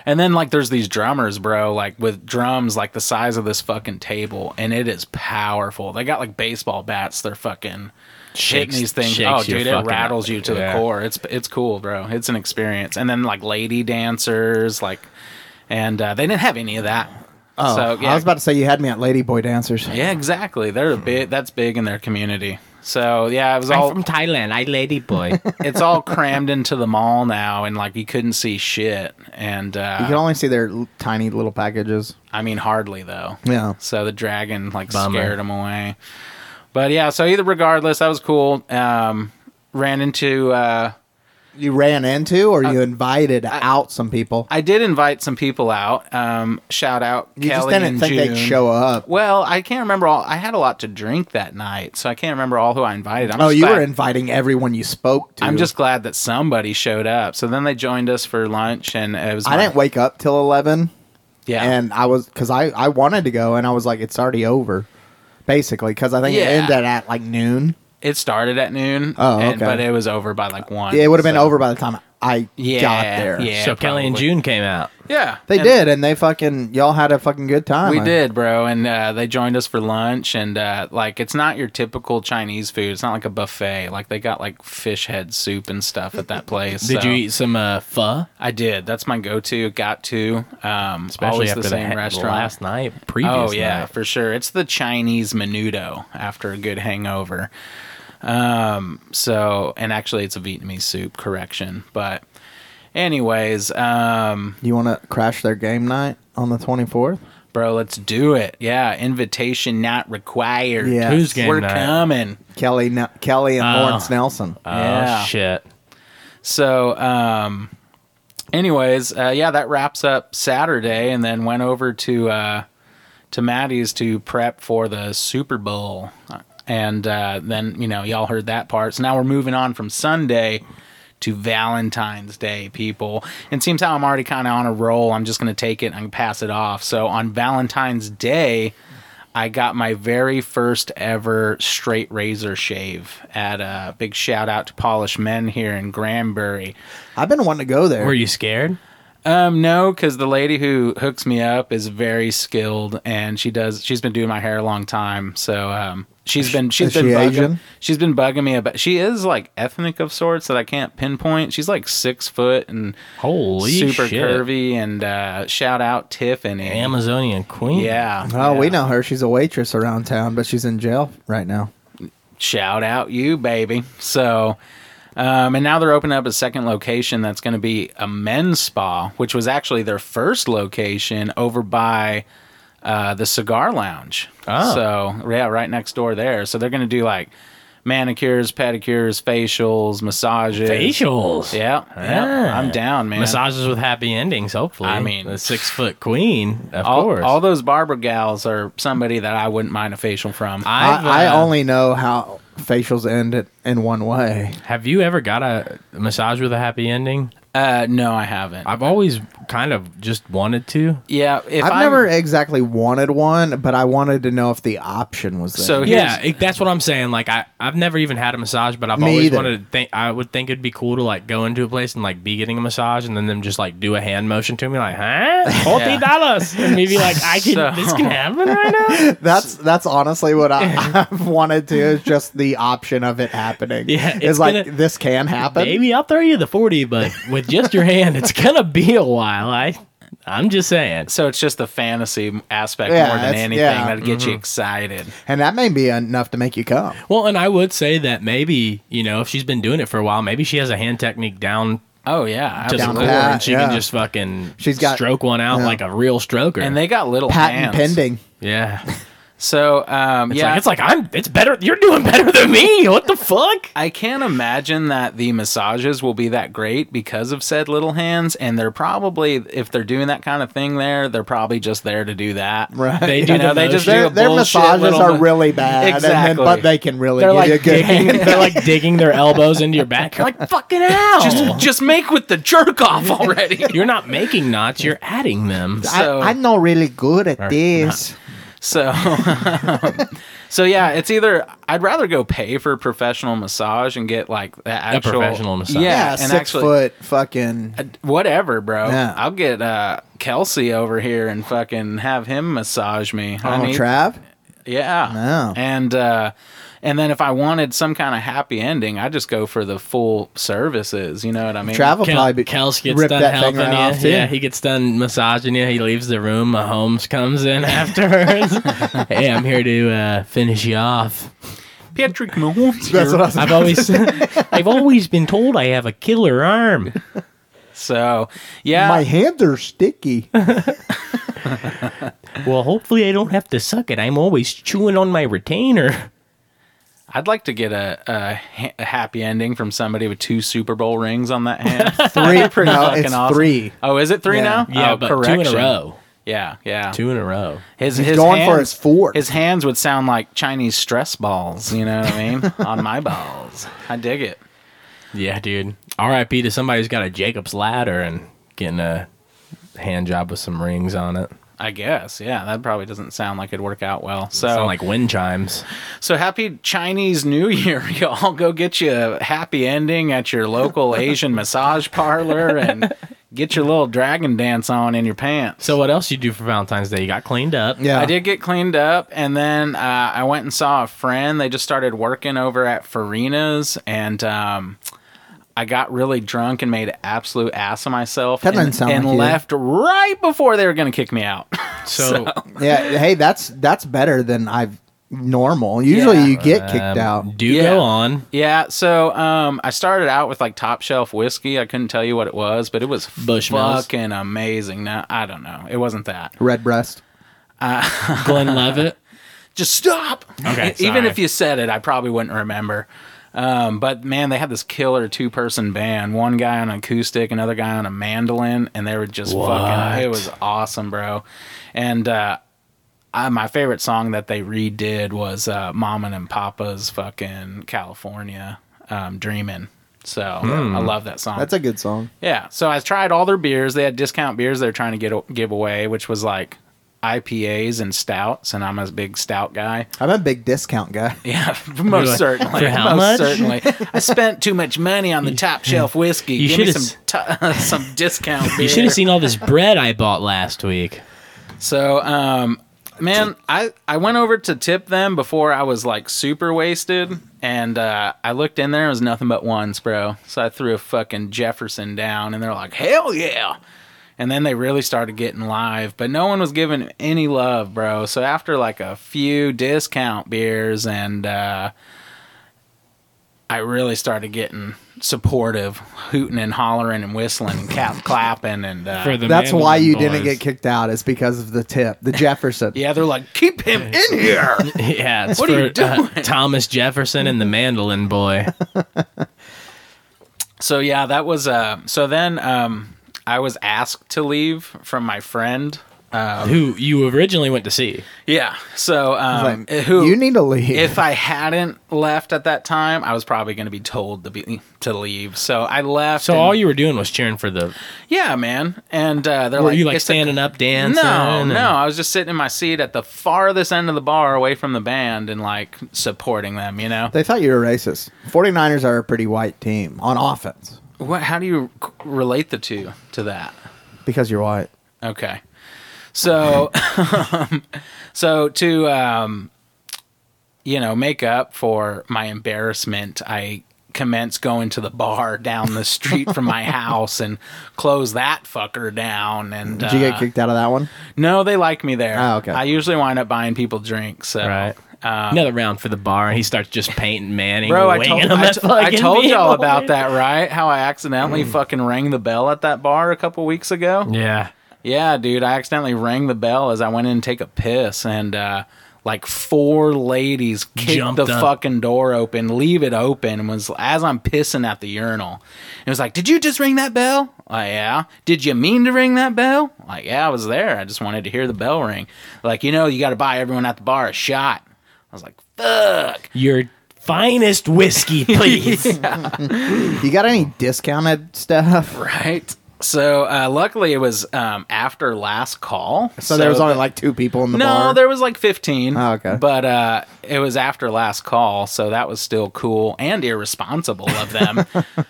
Speaker 3: and then like there's these drummers, bro, like with drums like the size of this fucking table, and it is powerful. They got like baseball bats. They're fucking
Speaker 4: Shakes-
Speaker 3: hitting these things.
Speaker 4: shakes
Speaker 3: Oh,
Speaker 4: your
Speaker 3: dude, it
Speaker 4: fucking-
Speaker 3: rattles you to
Speaker 4: yeah.
Speaker 3: the core. It's it's cool, bro. It's an experience. And then like lady dancers, like, and uh, they didn't have any of that.
Speaker 2: Oh,
Speaker 3: so,
Speaker 2: I
Speaker 3: yeah,
Speaker 2: was about to say you had me at Ladyboy Dancers.
Speaker 3: yeah, exactly. They're a big. That's big in their community. So yeah, it was all
Speaker 4: Thailand. I lady boy.
Speaker 3: it's all crammed into the mall now, and like you couldn't see shit. And uh,
Speaker 2: You can only see their l- tiny little packages.
Speaker 3: I mean, hardly though.
Speaker 2: Yeah.
Speaker 3: So the dragon like
Speaker 4: Bummer.
Speaker 3: scared him away. But yeah, so either regardless, that was cool. Um, ran into. Uh,
Speaker 2: You ran into or you invited out some people.
Speaker 3: I did invite some people out. Um, shout out
Speaker 2: you
Speaker 3: Kelly
Speaker 2: just didn't
Speaker 3: and
Speaker 2: think
Speaker 3: June.
Speaker 2: they'd show up.
Speaker 3: Well, I can't remember all. I had a lot to drink that night, so I can't remember all who I invited. I'm
Speaker 2: Oh,
Speaker 3: just
Speaker 2: you
Speaker 3: glad-
Speaker 2: were inviting everyone you spoke to.
Speaker 3: I'm just glad that somebody showed up. So then they joined us for lunch, and it was.
Speaker 2: I
Speaker 3: my-
Speaker 2: didn't wake up till eleven,
Speaker 3: Yeah.
Speaker 2: and I was because I I wanted to go, and I was like, it's already over, basically, because I think
Speaker 3: Yeah.
Speaker 2: it ended at like noon.
Speaker 3: It started at noon.
Speaker 2: Oh,
Speaker 3: and-
Speaker 2: okay.
Speaker 3: but it was over by like one.
Speaker 2: Yeah, it would have been
Speaker 3: so-
Speaker 2: over by the time I
Speaker 3: Yeah,
Speaker 2: got there.
Speaker 3: yeah.
Speaker 4: so Kelly and
Speaker 3: probably.
Speaker 4: June came out.
Speaker 3: Yeah,
Speaker 2: They
Speaker 3: and
Speaker 2: did, and they fucking y'all had a fucking good time.
Speaker 3: We
Speaker 2: I-
Speaker 3: did, bro, and uh, they joined us for lunch, and uh, like it's not your typical Chinese food. It's not like a buffet. Like they got like fish head soup and stuff at that place.
Speaker 4: Did
Speaker 3: so-
Speaker 4: you eat some uh, pho?
Speaker 3: I did. That's my go-to. Got to. Um,
Speaker 4: Especially
Speaker 3: always
Speaker 4: after
Speaker 3: the same
Speaker 4: he-
Speaker 3: restaurant.
Speaker 4: last night,
Speaker 3: oh
Speaker 4: previous
Speaker 3: yeah,
Speaker 4: night.
Speaker 3: for sure. It's the Chinese menudo after a good hangover. Um, so and actually, it's a Vietnamese soup. Correction, but anyways, um,
Speaker 2: You want to crash their game night on the twenty fourth?
Speaker 3: bro, let's do it. Yeah, invitation not required.
Speaker 2: Yeah.
Speaker 4: Who's game
Speaker 3: we're
Speaker 4: night?
Speaker 3: coming.
Speaker 2: Kelly, N- Kelly, and
Speaker 3: Ah.
Speaker 4: Oh.
Speaker 2: Lawrence Nelson.
Speaker 4: Oh
Speaker 3: Yeah.
Speaker 4: shit.
Speaker 3: So, um, anyways, uh, yeah, that wraps up Saturday, and then went over to uh, to Maddie's to prep for the Super Bowl, and uh, then you know y'all heard that part. So now we're moving on from Sunday to Valentine's Day, people. And seems how I'm already kind of on a roll. I'm just gonna take it and pass it off. So on Valentine's Day. I got my very first ever straight razor shave at a big shout out to Polish Men here in Granbury.
Speaker 2: I've been wanting to go there.
Speaker 4: Were you scared?
Speaker 3: Um, no, because the lady who hooks me up is very skilled, and she does. She's been doing my hair a long time, so um, she's been she's
Speaker 2: is
Speaker 3: been
Speaker 2: she
Speaker 3: bugging,
Speaker 2: Asian?
Speaker 3: she's been bugging me about. She is like ethnic of sorts that I can't pinpoint. She's like six foot and
Speaker 4: Holy
Speaker 3: super
Speaker 4: shit.
Speaker 3: curvy, and uh, shout out Tiffany.
Speaker 4: Amazonian queen.
Speaker 3: yeah.
Speaker 2: Oh, we
Speaker 3: yeah.
Speaker 2: know her. She's a waitress around town, but she's in jail right now.
Speaker 3: shout out you baby so um, and now they're opening up a second location that's going to be a men's spa which was actually their first location over by uh, the cigar lounge
Speaker 4: Oh.
Speaker 3: so yeah right next door there so they're going to do like manicures pedicures facials massages
Speaker 4: Facials.
Speaker 3: yeah, yeah
Speaker 4: Ah.
Speaker 3: i'm down man
Speaker 4: Massages with happy endings, hopefully.
Speaker 3: I mean-
Speaker 4: the six foot queen, of
Speaker 3: all,
Speaker 4: course.
Speaker 3: all those barber gals are somebody that i wouldn't mind a facial from
Speaker 4: I've,
Speaker 2: I,
Speaker 4: uh,
Speaker 2: I only know how facials end it in one way.
Speaker 4: Have you ever got a massage with a happy ending?
Speaker 3: uh, no i haven't
Speaker 4: I've always kind of just wanted to.
Speaker 3: Yeah, if
Speaker 2: I've
Speaker 3: I'm-
Speaker 2: never exactly wanted one, but I wanted to know if the option was there.
Speaker 3: So-
Speaker 4: Yeah, it, that's what I'm saying. Like I, I've never even had a massage, but I've
Speaker 2: Me
Speaker 4: always
Speaker 2: either.
Speaker 4: wanted to think. I would think it'd be cool to like go into a place and like be getting a massage, and then them just like do a hand motion to me, like huh, forty dollars, and me be like, I can,
Speaker 3: So-
Speaker 4: this can happen right now.
Speaker 2: that's that's honestly what I, I've wanted to is just the option of it happening.
Speaker 4: Yeah,
Speaker 2: it's,
Speaker 4: it's
Speaker 2: like
Speaker 4: gonna-
Speaker 2: this can happen.
Speaker 4: Maybe I'll throw you the forty, but with just your hand, it's gonna be a while. I, I'm just saying.
Speaker 3: So it's just the fantasy aspect
Speaker 2: Yeah,
Speaker 3: more than
Speaker 2: it's-
Speaker 3: anything
Speaker 2: yeah.
Speaker 3: that gets you excited.
Speaker 2: and that may be enough to make you come.
Speaker 4: Well, and I would say that maybe you know if she's been doing it for a while, maybe she has a hand technique down
Speaker 3: Oh yeah,
Speaker 4: to the
Speaker 2: Down
Speaker 4: core,
Speaker 2: pat,
Speaker 4: and she
Speaker 2: yeah.
Speaker 4: can just fucking
Speaker 2: She's got-
Speaker 4: stroke one out
Speaker 2: yeah.
Speaker 4: like a real stroker.
Speaker 3: and they got little
Speaker 2: Patent
Speaker 3: hands.
Speaker 2: pending.
Speaker 4: yeah.
Speaker 3: So um,
Speaker 4: It's
Speaker 3: yeah,
Speaker 4: like it's like I'm. It's better. You're doing better than me. What the fuck?
Speaker 3: I can't imagine that the massages will be that great because of said little hands, and they're probably if they're doing that kind of thing there, they're probably just there to do that.
Speaker 2: Right.
Speaker 4: They do
Speaker 3: You know,
Speaker 4: the
Speaker 3: they just
Speaker 4: motion.
Speaker 3: do
Speaker 2: Their,
Speaker 3: a
Speaker 2: their
Speaker 3: bullshit
Speaker 2: massages
Speaker 3: little-
Speaker 2: are really bad, and then-
Speaker 3: Exactly.
Speaker 2: but they can really
Speaker 3: They're
Speaker 2: give
Speaker 3: like
Speaker 2: you a good
Speaker 4: digging,
Speaker 2: hand.
Speaker 4: they're like digging their elbows into your back. You're like fucking hell.
Speaker 3: just, just make with the jerk off already.
Speaker 4: you're not making knots. You're adding them.
Speaker 3: so-
Speaker 2: I, I'm not really good at this.
Speaker 3: So, so yeah, it's either I'd rather go pay for a professional massage and get like the actual
Speaker 4: professional massage.
Speaker 2: Yeah,
Speaker 3: yeah, and
Speaker 2: six
Speaker 3: actually
Speaker 2: foot fucking.
Speaker 3: whatever, bro.
Speaker 2: Yeah.
Speaker 3: I'll get uh, Kelsey over here and fucking have him massage me.
Speaker 2: Donald
Speaker 3: honey.
Speaker 2: Trav.
Speaker 3: Yeah.
Speaker 2: Oh, No.
Speaker 3: And uh and then if I wanted some kind of happy ending, I just go for the full services, you know what I mean?
Speaker 2: Trav will
Speaker 4: Kel-
Speaker 2: probably be,
Speaker 4: Kels gets
Speaker 2: rip
Speaker 4: done
Speaker 2: that
Speaker 4: helping
Speaker 2: thing right
Speaker 4: you.
Speaker 2: off too.
Speaker 4: Yeah, he gets done massaging you. He leaves the room. Mahomes comes in afterwards. hey, I'm here to uh, finish you off.
Speaker 3: Patrick Mahomes.
Speaker 2: That's what I was
Speaker 4: I've always, I've always been told I have a killer arm.
Speaker 3: So, yeah.
Speaker 2: My hands are sticky.
Speaker 4: Well, hopefully I don't have to suck it. I'm always chewing on my retainer.
Speaker 3: I'd like to get a, a, ha- a happy ending from somebody with two Super Bowl rings on that hand.
Speaker 2: Three.
Speaker 3: Pretty
Speaker 2: no,
Speaker 3: fucking
Speaker 2: it's
Speaker 3: awesome.
Speaker 2: three.
Speaker 3: Oh, is it three
Speaker 2: Yeah.
Speaker 3: now?
Speaker 4: Yeah,
Speaker 3: oh,
Speaker 4: Uh, but two in
Speaker 3: correction.
Speaker 4: a row.
Speaker 3: Yeah, yeah.
Speaker 4: Two in a row.
Speaker 3: His,
Speaker 2: He's going for his fourth.
Speaker 3: His hands would sound like Chinese stress balls, you know what I mean? on my balls. I dig it.
Speaker 4: Yeah, dude. R.I.P. to somebody who's got a Jacob's ladder and getting a hand job with some rings on it.
Speaker 3: I guess, yeah. That probably doesn't sound like it'd work out well. So,
Speaker 4: Sound like wind chimes.
Speaker 3: so happy Chinese New Year, y'all. Go get you a happy ending at your local Asian massage parlor and get your little dragon dance on in your pants.
Speaker 4: So what else you do for Valentine's Day? You got cleaned up.
Speaker 2: Yeah.
Speaker 3: I did get cleaned up, and then uh, I went and saw a friend. They just started working over at Farina's, and um, I got really drunk and made an absolute ass of myself,
Speaker 2: That
Speaker 3: and,
Speaker 2: doesn't sound
Speaker 3: and
Speaker 2: like you.
Speaker 3: left right before they were going to kick me out.
Speaker 4: So,
Speaker 2: Yeah. Hey, that's that's better than I've normal. Usually
Speaker 3: Yeah.
Speaker 2: you get kicked
Speaker 4: um,
Speaker 2: out.
Speaker 4: Do
Speaker 3: Yeah.
Speaker 4: go on.
Speaker 3: Yeah, so um, I started out with like top shelf whiskey. I couldn't tell you what it was, but it was
Speaker 4: Bushmills.
Speaker 3: fucking amazing. Now I don't know. It wasn't that.
Speaker 2: Red breast.
Speaker 4: Glenn Levitt.
Speaker 3: Just stop.
Speaker 4: Okay,
Speaker 3: Even
Speaker 4: sorry.
Speaker 3: if you said it, I probably wouldn't remember. Um, but man, they had this killer two person band. One guy on acoustic, another guy on a mandolin, and they were just fucking. It was awesome, bro. And uh, I, my favorite song that they redid was uh, Mama and Papa's fucking California um, Dreamin'. So
Speaker 4: Hmm.
Speaker 3: I love that song.
Speaker 2: That's a good song.
Speaker 3: Yeah. So I tried all their beers. They had discount beers they were trying to get give away, which was like IPAs and stouts, and I'm a big stout guy.
Speaker 2: I'm a big discount guy.
Speaker 3: Yeah, most
Speaker 4: like,
Speaker 3: certainly.
Speaker 4: "For how
Speaker 3: most
Speaker 4: much?"
Speaker 3: certainly. I spent too much money on the top shelf whiskey.
Speaker 4: You
Speaker 3: give me
Speaker 4: should've
Speaker 3: some t- some discount beer.
Speaker 4: You should have seen all this bread I bought last week.
Speaker 3: So, um, man, I, I went over to tip them before I was like super wasted, and uh, I looked in there, it was nothing but ones, bro. So I threw a fucking Jefferson down, and they're like, hell yeah. And then they really started getting live, but no one was giving any love, bro. So after like a few discount beers and uh, I really started getting supportive, hooting and hollering and whistling and cap clapping and uh,
Speaker 4: For the
Speaker 2: That's why
Speaker 4: Mandolin
Speaker 2: you
Speaker 4: Boys.
Speaker 2: didn't get kicked out. Is because of the tip, the Jefferson.
Speaker 3: Yeah, they're like, keep him in here.
Speaker 4: Yeah, it's
Speaker 3: What
Speaker 4: for
Speaker 3: are you
Speaker 4: uh,
Speaker 3: doing?
Speaker 4: Thomas Jefferson and the Mandolin Boy.
Speaker 3: so yeah, that was uh so then um I was asked to leave from my friend
Speaker 4: who you originally went to see.
Speaker 3: Yeah. So um,
Speaker 2: Like,
Speaker 3: who
Speaker 2: you need to leave.
Speaker 3: if I hadn't left at that time, I was probably going to be told to be to leave. So I left.
Speaker 4: So
Speaker 3: and-
Speaker 4: all you were doing was cheering for the.
Speaker 3: yeah, man. And uh, they're
Speaker 4: Were
Speaker 3: like,
Speaker 4: you like
Speaker 3: "It's a-
Speaker 4: standing up, dancing?
Speaker 3: No,
Speaker 4: and-
Speaker 3: no. I was just sitting in my seat at the farthest end of the bar, away from the band, and like supporting them. You know,
Speaker 2: They thought you were racist. 49ers are a pretty white team on offense
Speaker 3: what? How do you c- relate the two to that?
Speaker 2: because you're white.
Speaker 3: Okay. So, so to um, you know, make up for my embarrassment, I commence going to the bar down the street from my house and close that fucker down. And
Speaker 2: Did you
Speaker 3: uh,
Speaker 2: get kicked out of that one?
Speaker 3: No, they like me there.
Speaker 2: Oh, okay.
Speaker 3: I usually wind up buying people drinks. So.
Speaker 4: Right. Another round for the bar, and he starts just painting Manning.
Speaker 3: Uh, Bro, I
Speaker 4: winging
Speaker 3: told,
Speaker 4: him
Speaker 3: I,
Speaker 4: at
Speaker 3: t- I
Speaker 4: fucking
Speaker 3: told y'all
Speaker 4: people.
Speaker 3: about that, right? How I accidentally
Speaker 2: Mm.
Speaker 3: fucking rang the bell at that bar a couple weeks ago.
Speaker 4: Yeah.
Speaker 3: Yeah, dude, I accidentally rang the bell as I went in to take a piss, and uh, like four ladies kicked
Speaker 4: Jumped
Speaker 3: the
Speaker 4: up.
Speaker 3: fucking door open, leave it open, and was as I'm pissing at the urinal. It was like, "Did you just ring that bell?" Like, yeah. Did you mean to ring that bell? Like, yeah, I was there. I just wanted to hear the bell ring. Like, you know, you got to buy everyone at the bar a shot. I was like, "Fuck."
Speaker 4: Your finest whiskey, please.
Speaker 2: You got any discounted stuff?
Speaker 3: Right. So uh, luckily, it was um, after last call.
Speaker 2: So, there was only
Speaker 3: the-
Speaker 2: like two people in the
Speaker 3: no,
Speaker 2: bar.
Speaker 3: there was like fifteen.
Speaker 2: Oh, okay.
Speaker 3: but uh, it was after last call, so that was still cool and irresponsible of them.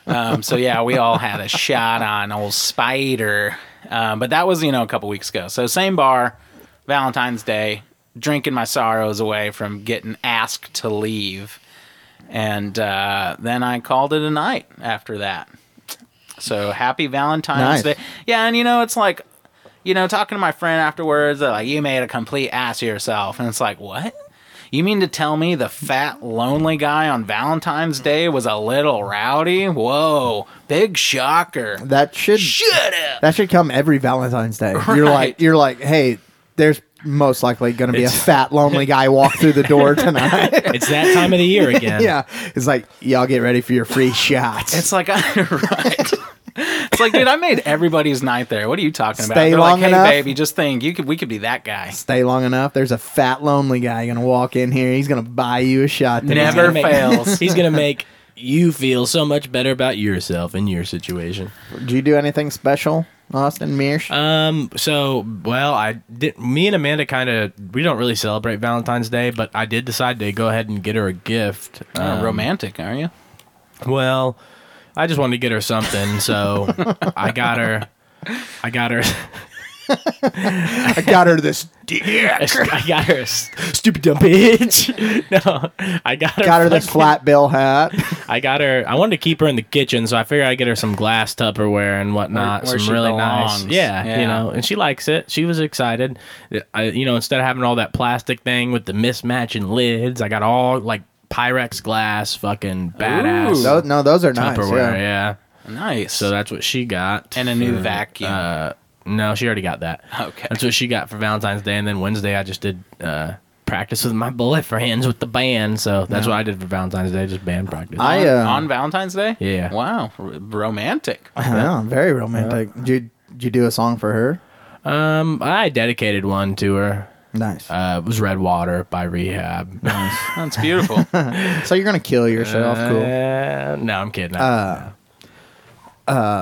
Speaker 3: um, so yeah, we all had a shot on old Spider, um, but that was you know a couple weeks ago. So same bar, Valentine's Day, drinking my sorrows away from getting asked to leave, and uh, then I called it a night after that. So happy
Speaker 2: Nice.
Speaker 3: Valentine's Day. Yeah, and you know, it's like, you know, talking to my friend afterwards, they're like, you made a complete ass of yourself. And it's like, what? You mean to tell me the fat, lonely guy on Valentine's Day was a little rowdy? Whoa, big shocker.
Speaker 2: that should
Speaker 3: Shut up.
Speaker 2: that should come every Valentine's Day. You're
Speaker 3: Right.
Speaker 2: like you're like, hey, there's most likely going to be a
Speaker 4: It's-
Speaker 2: fat lonely guy walk through the door tonight.
Speaker 4: it's that time of the year again.
Speaker 2: yeah, it's like y'all get ready for your free shots.
Speaker 3: It's like, I, right. It's like, dude, I made everybody's night there. What are you talking about?
Speaker 2: Stay
Speaker 3: They're
Speaker 2: long
Speaker 3: like, hey,
Speaker 2: enough?
Speaker 3: baby, just think, you could, we could be that guy.
Speaker 2: Stay long enough. There's a fat lonely guy going to walk in here. He's going to buy you a shot. tonight.
Speaker 3: Never
Speaker 4: He's gonna make-
Speaker 3: fails.
Speaker 4: He's gonna make you feel so much better about yourself and your situation.
Speaker 2: Did you do anything special, Austin Mears?
Speaker 4: Um. So, well, I did. Me and Amanda kind of we don't really celebrate Valentine's Day, but I did decide to go ahead and get her a gift.
Speaker 3: Uh,
Speaker 4: Um,
Speaker 3: romantic, are you?
Speaker 4: Well, I just wanted to get her something, so I got her. I got her.
Speaker 2: I got her this.
Speaker 4: I got her. a s- Stupid dumb bitch. No, I got her.
Speaker 2: Got her this
Speaker 4: fucking-
Speaker 2: flat bill hat.
Speaker 4: I got her. I wanted to keep her in the kitchen, so I figured I'd get her some glass Tupperware and whatnot,
Speaker 3: Where- where she
Speaker 4: some really
Speaker 3: belongs.
Speaker 4: nice. Yeah,
Speaker 3: Yeah.
Speaker 4: you know, and she likes it. She was excited. I, you know, instead of having all that plastic thing with the mismatching lids, I got all like Pyrex glass, fucking badass
Speaker 2: Those, no, those are nice.
Speaker 4: Tupperware.
Speaker 2: Yeah.
Speaker 4: yeah.
Speaker 3: Nice.
Speaker 4: So that's what she got,
Speaker 3: and a new
Speaker 4: for-
Speaker 3: vacuum.
Speaker 4: Uh, no, she already got that.
Speaker 3: Okay.
Speaker 4: That's what she got for Valentine's Day, and then Wednesday I just did. Uh, Practice with my bullet friends with the band, so that's what I did for Valentine's Day, just band practice.
Speaker 2: I-
Speaker 3: on,
Speaker 2: uh,
Speaker 3: on Valentine's Day?
Speaker 4: Yeah.
Speaker 3: Wow. R- romantic.
Speaker 2: Yeah, very romantic. Did, you, did you do a song for her?
Speaker 4: Um, I dedicated one to her.
Speaker 2: Nice.
Speaker 4: Uh, it was Red Water by Rehab.
Speaker 3: That's beautiful.
Speaker 2: so you're gonna kill yourself. cool.
Speaker 4: Uh, no, I'm kidding.
Speaker 2: Uh,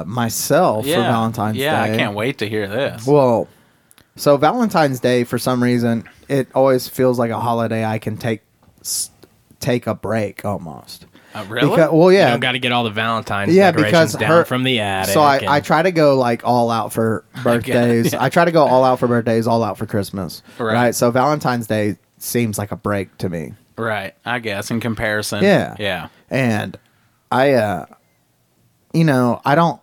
Speaker 2: myself for Valentine's
Speaker 3: yeah,
Speaker 2: Day.
Speaker 3: I can't wait to hear this.
Speaker 2: Well, so Valentine's Day for some reason it always feels like a holiday I can take s- take a break almost.
Speaker 3: Uh, really?
Speaker 2: Because, well,
Speaker 4: yeah.
Speaker 2: yeah,
Speaker 4: You got to get all the Valentine's
Speaker 2: yeah,
Speaker 4: decorations
Speaker 2: because
Speaker 4: down
Speaker 2: her,
Speaker 4: from the attic.
Speaker 2: So I,
Speaker 4: and-
Speaker 2: I try to go like all out for birthdays. I try to go all out for birthdays, all out for Christmas.
Speaker 3: Right.
Speaker 2: Right. So Valentine's Day seems like a break to me,
Speaker 3: right. I guess in comparison.
Speaker 2: Yeah.
Speaker 3: Yeah.
Speaker 2: and I, uh, you know, I don't.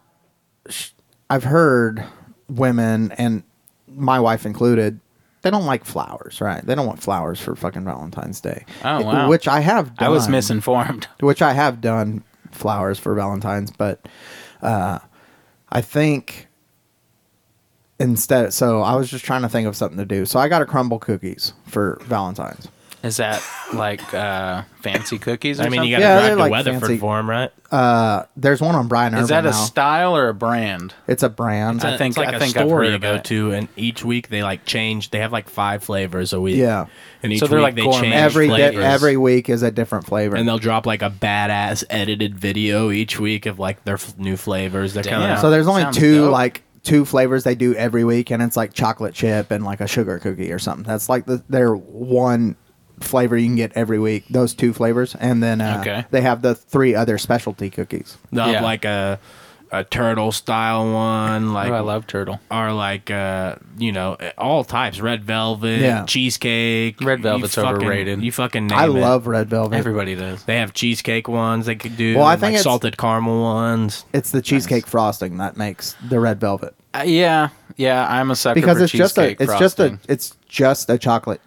Speaker 2: sh- I've heard women and my wife included. They don't like flowers, right? They don't want flowers for fucking Valentine's Day.
Speaker 3: Oh, wow.
Speaker 2: Which I have. Done
Speaker 3: I was misinformed.
Speaker 2: which I have done flowers for Valentine's, but uh, I think instead, so I was just trying to think of something to do. So I got a crumble cookies for Valentine's.
Speaker 3: Is that like uh, fancy cookies? Or
Speaker 4: I mean, you
Speaker 3: something?
Speaker 4: got to
Speaker 2: Yeah, they're
Speaker 4: drive to
Speaker 2: like
Speaker 4: Weatherford
Speaker 2: fancy.
Speaker 4: for them, right?
Speaker 2: There's one on Brian Irvin.
Speaker 3: Is that a
Speaker 2: now.
Speaker 3: style or a brand?
Speaker 2: It's a brand.
Speaker 3: I
Speaker 4: It's
Speaker 3: think-
Speaker 4: like
Speaker 3: I
Speaker 4: a
Speaker 3: think I've
Speaker 4: store
Speaker 3: heard
Speaker 4: you
Speaker 3: of
Speaker 4: go
Speaker 3: it.
Speaker 4: to, and each week they like change. They have like five flavors a week.
Speaker 2: Yeah.
Speaker 4: and each
Speaker 3: So they're
Speaker 4: week
Speaker 3: like
Speaker 4: they
Speaker 3: gourmet
Speaker 4: change
Speaker 2: every day,
Speaker 4: flavors.
Speaker 2: every week is a different flavor.
Speaker 4: and they'll drop like a badass edited video each week of like their f- new flavors. They're kind
Speaker 3: Damn.
Speaker 4: of
Speaker 2: so there's only
Speaker 3: Sounds
Speaker 2: two
Speaker 3: dope.
Speaker 2: like two flavors they do every week, and it's like chocolate chip and like a sugar cookie or something. That's like the, their one flavor you can get every week. Those two flavors, and then uh,
Speaker 3: Okay.
Speaker 2: they have the three other specialty cookies.
Speaker 4: they'll
Speaker 3: Yeah.
Speaker 4: have like a a turtle style one, like
Speaker 3: Oh, I love turtle.
Speaker 4: are like uh you know all types red velvet
Speaker 2: Yeah.
Speaker 4: cheesecake
Speaker 3: Red
Speaker 4: you
Speaker 3: velvet's
Speaker 4: fucking-
Speaker 3: overrated.
Speaker 4: you fucking name
Speaker 2: I
Speaker 4: it.
Speaker 2: love red velvet.
Speaker 3: Everybody does.
Speaker 4: they have cheesecake ones they could do
Speaker 2: Well, I
Speaker 4: and,
Speaker 2: think
Speaker 4: like
Speaker 2: it's-
Speaker 4: salted caramel ones
Speaker 2: It's the cheesecake frosting that makes the red velvet
Speaker 3: Uh, yeah, yeah. I'm a sucker
Speaker 2: because
Speaker 3: for
Speaker 2: it's just a
Speaker 3: cheesecake
Speaker 2: it's just a
Speaker 3: frosting.
Speaker 2: it's just a chocolate.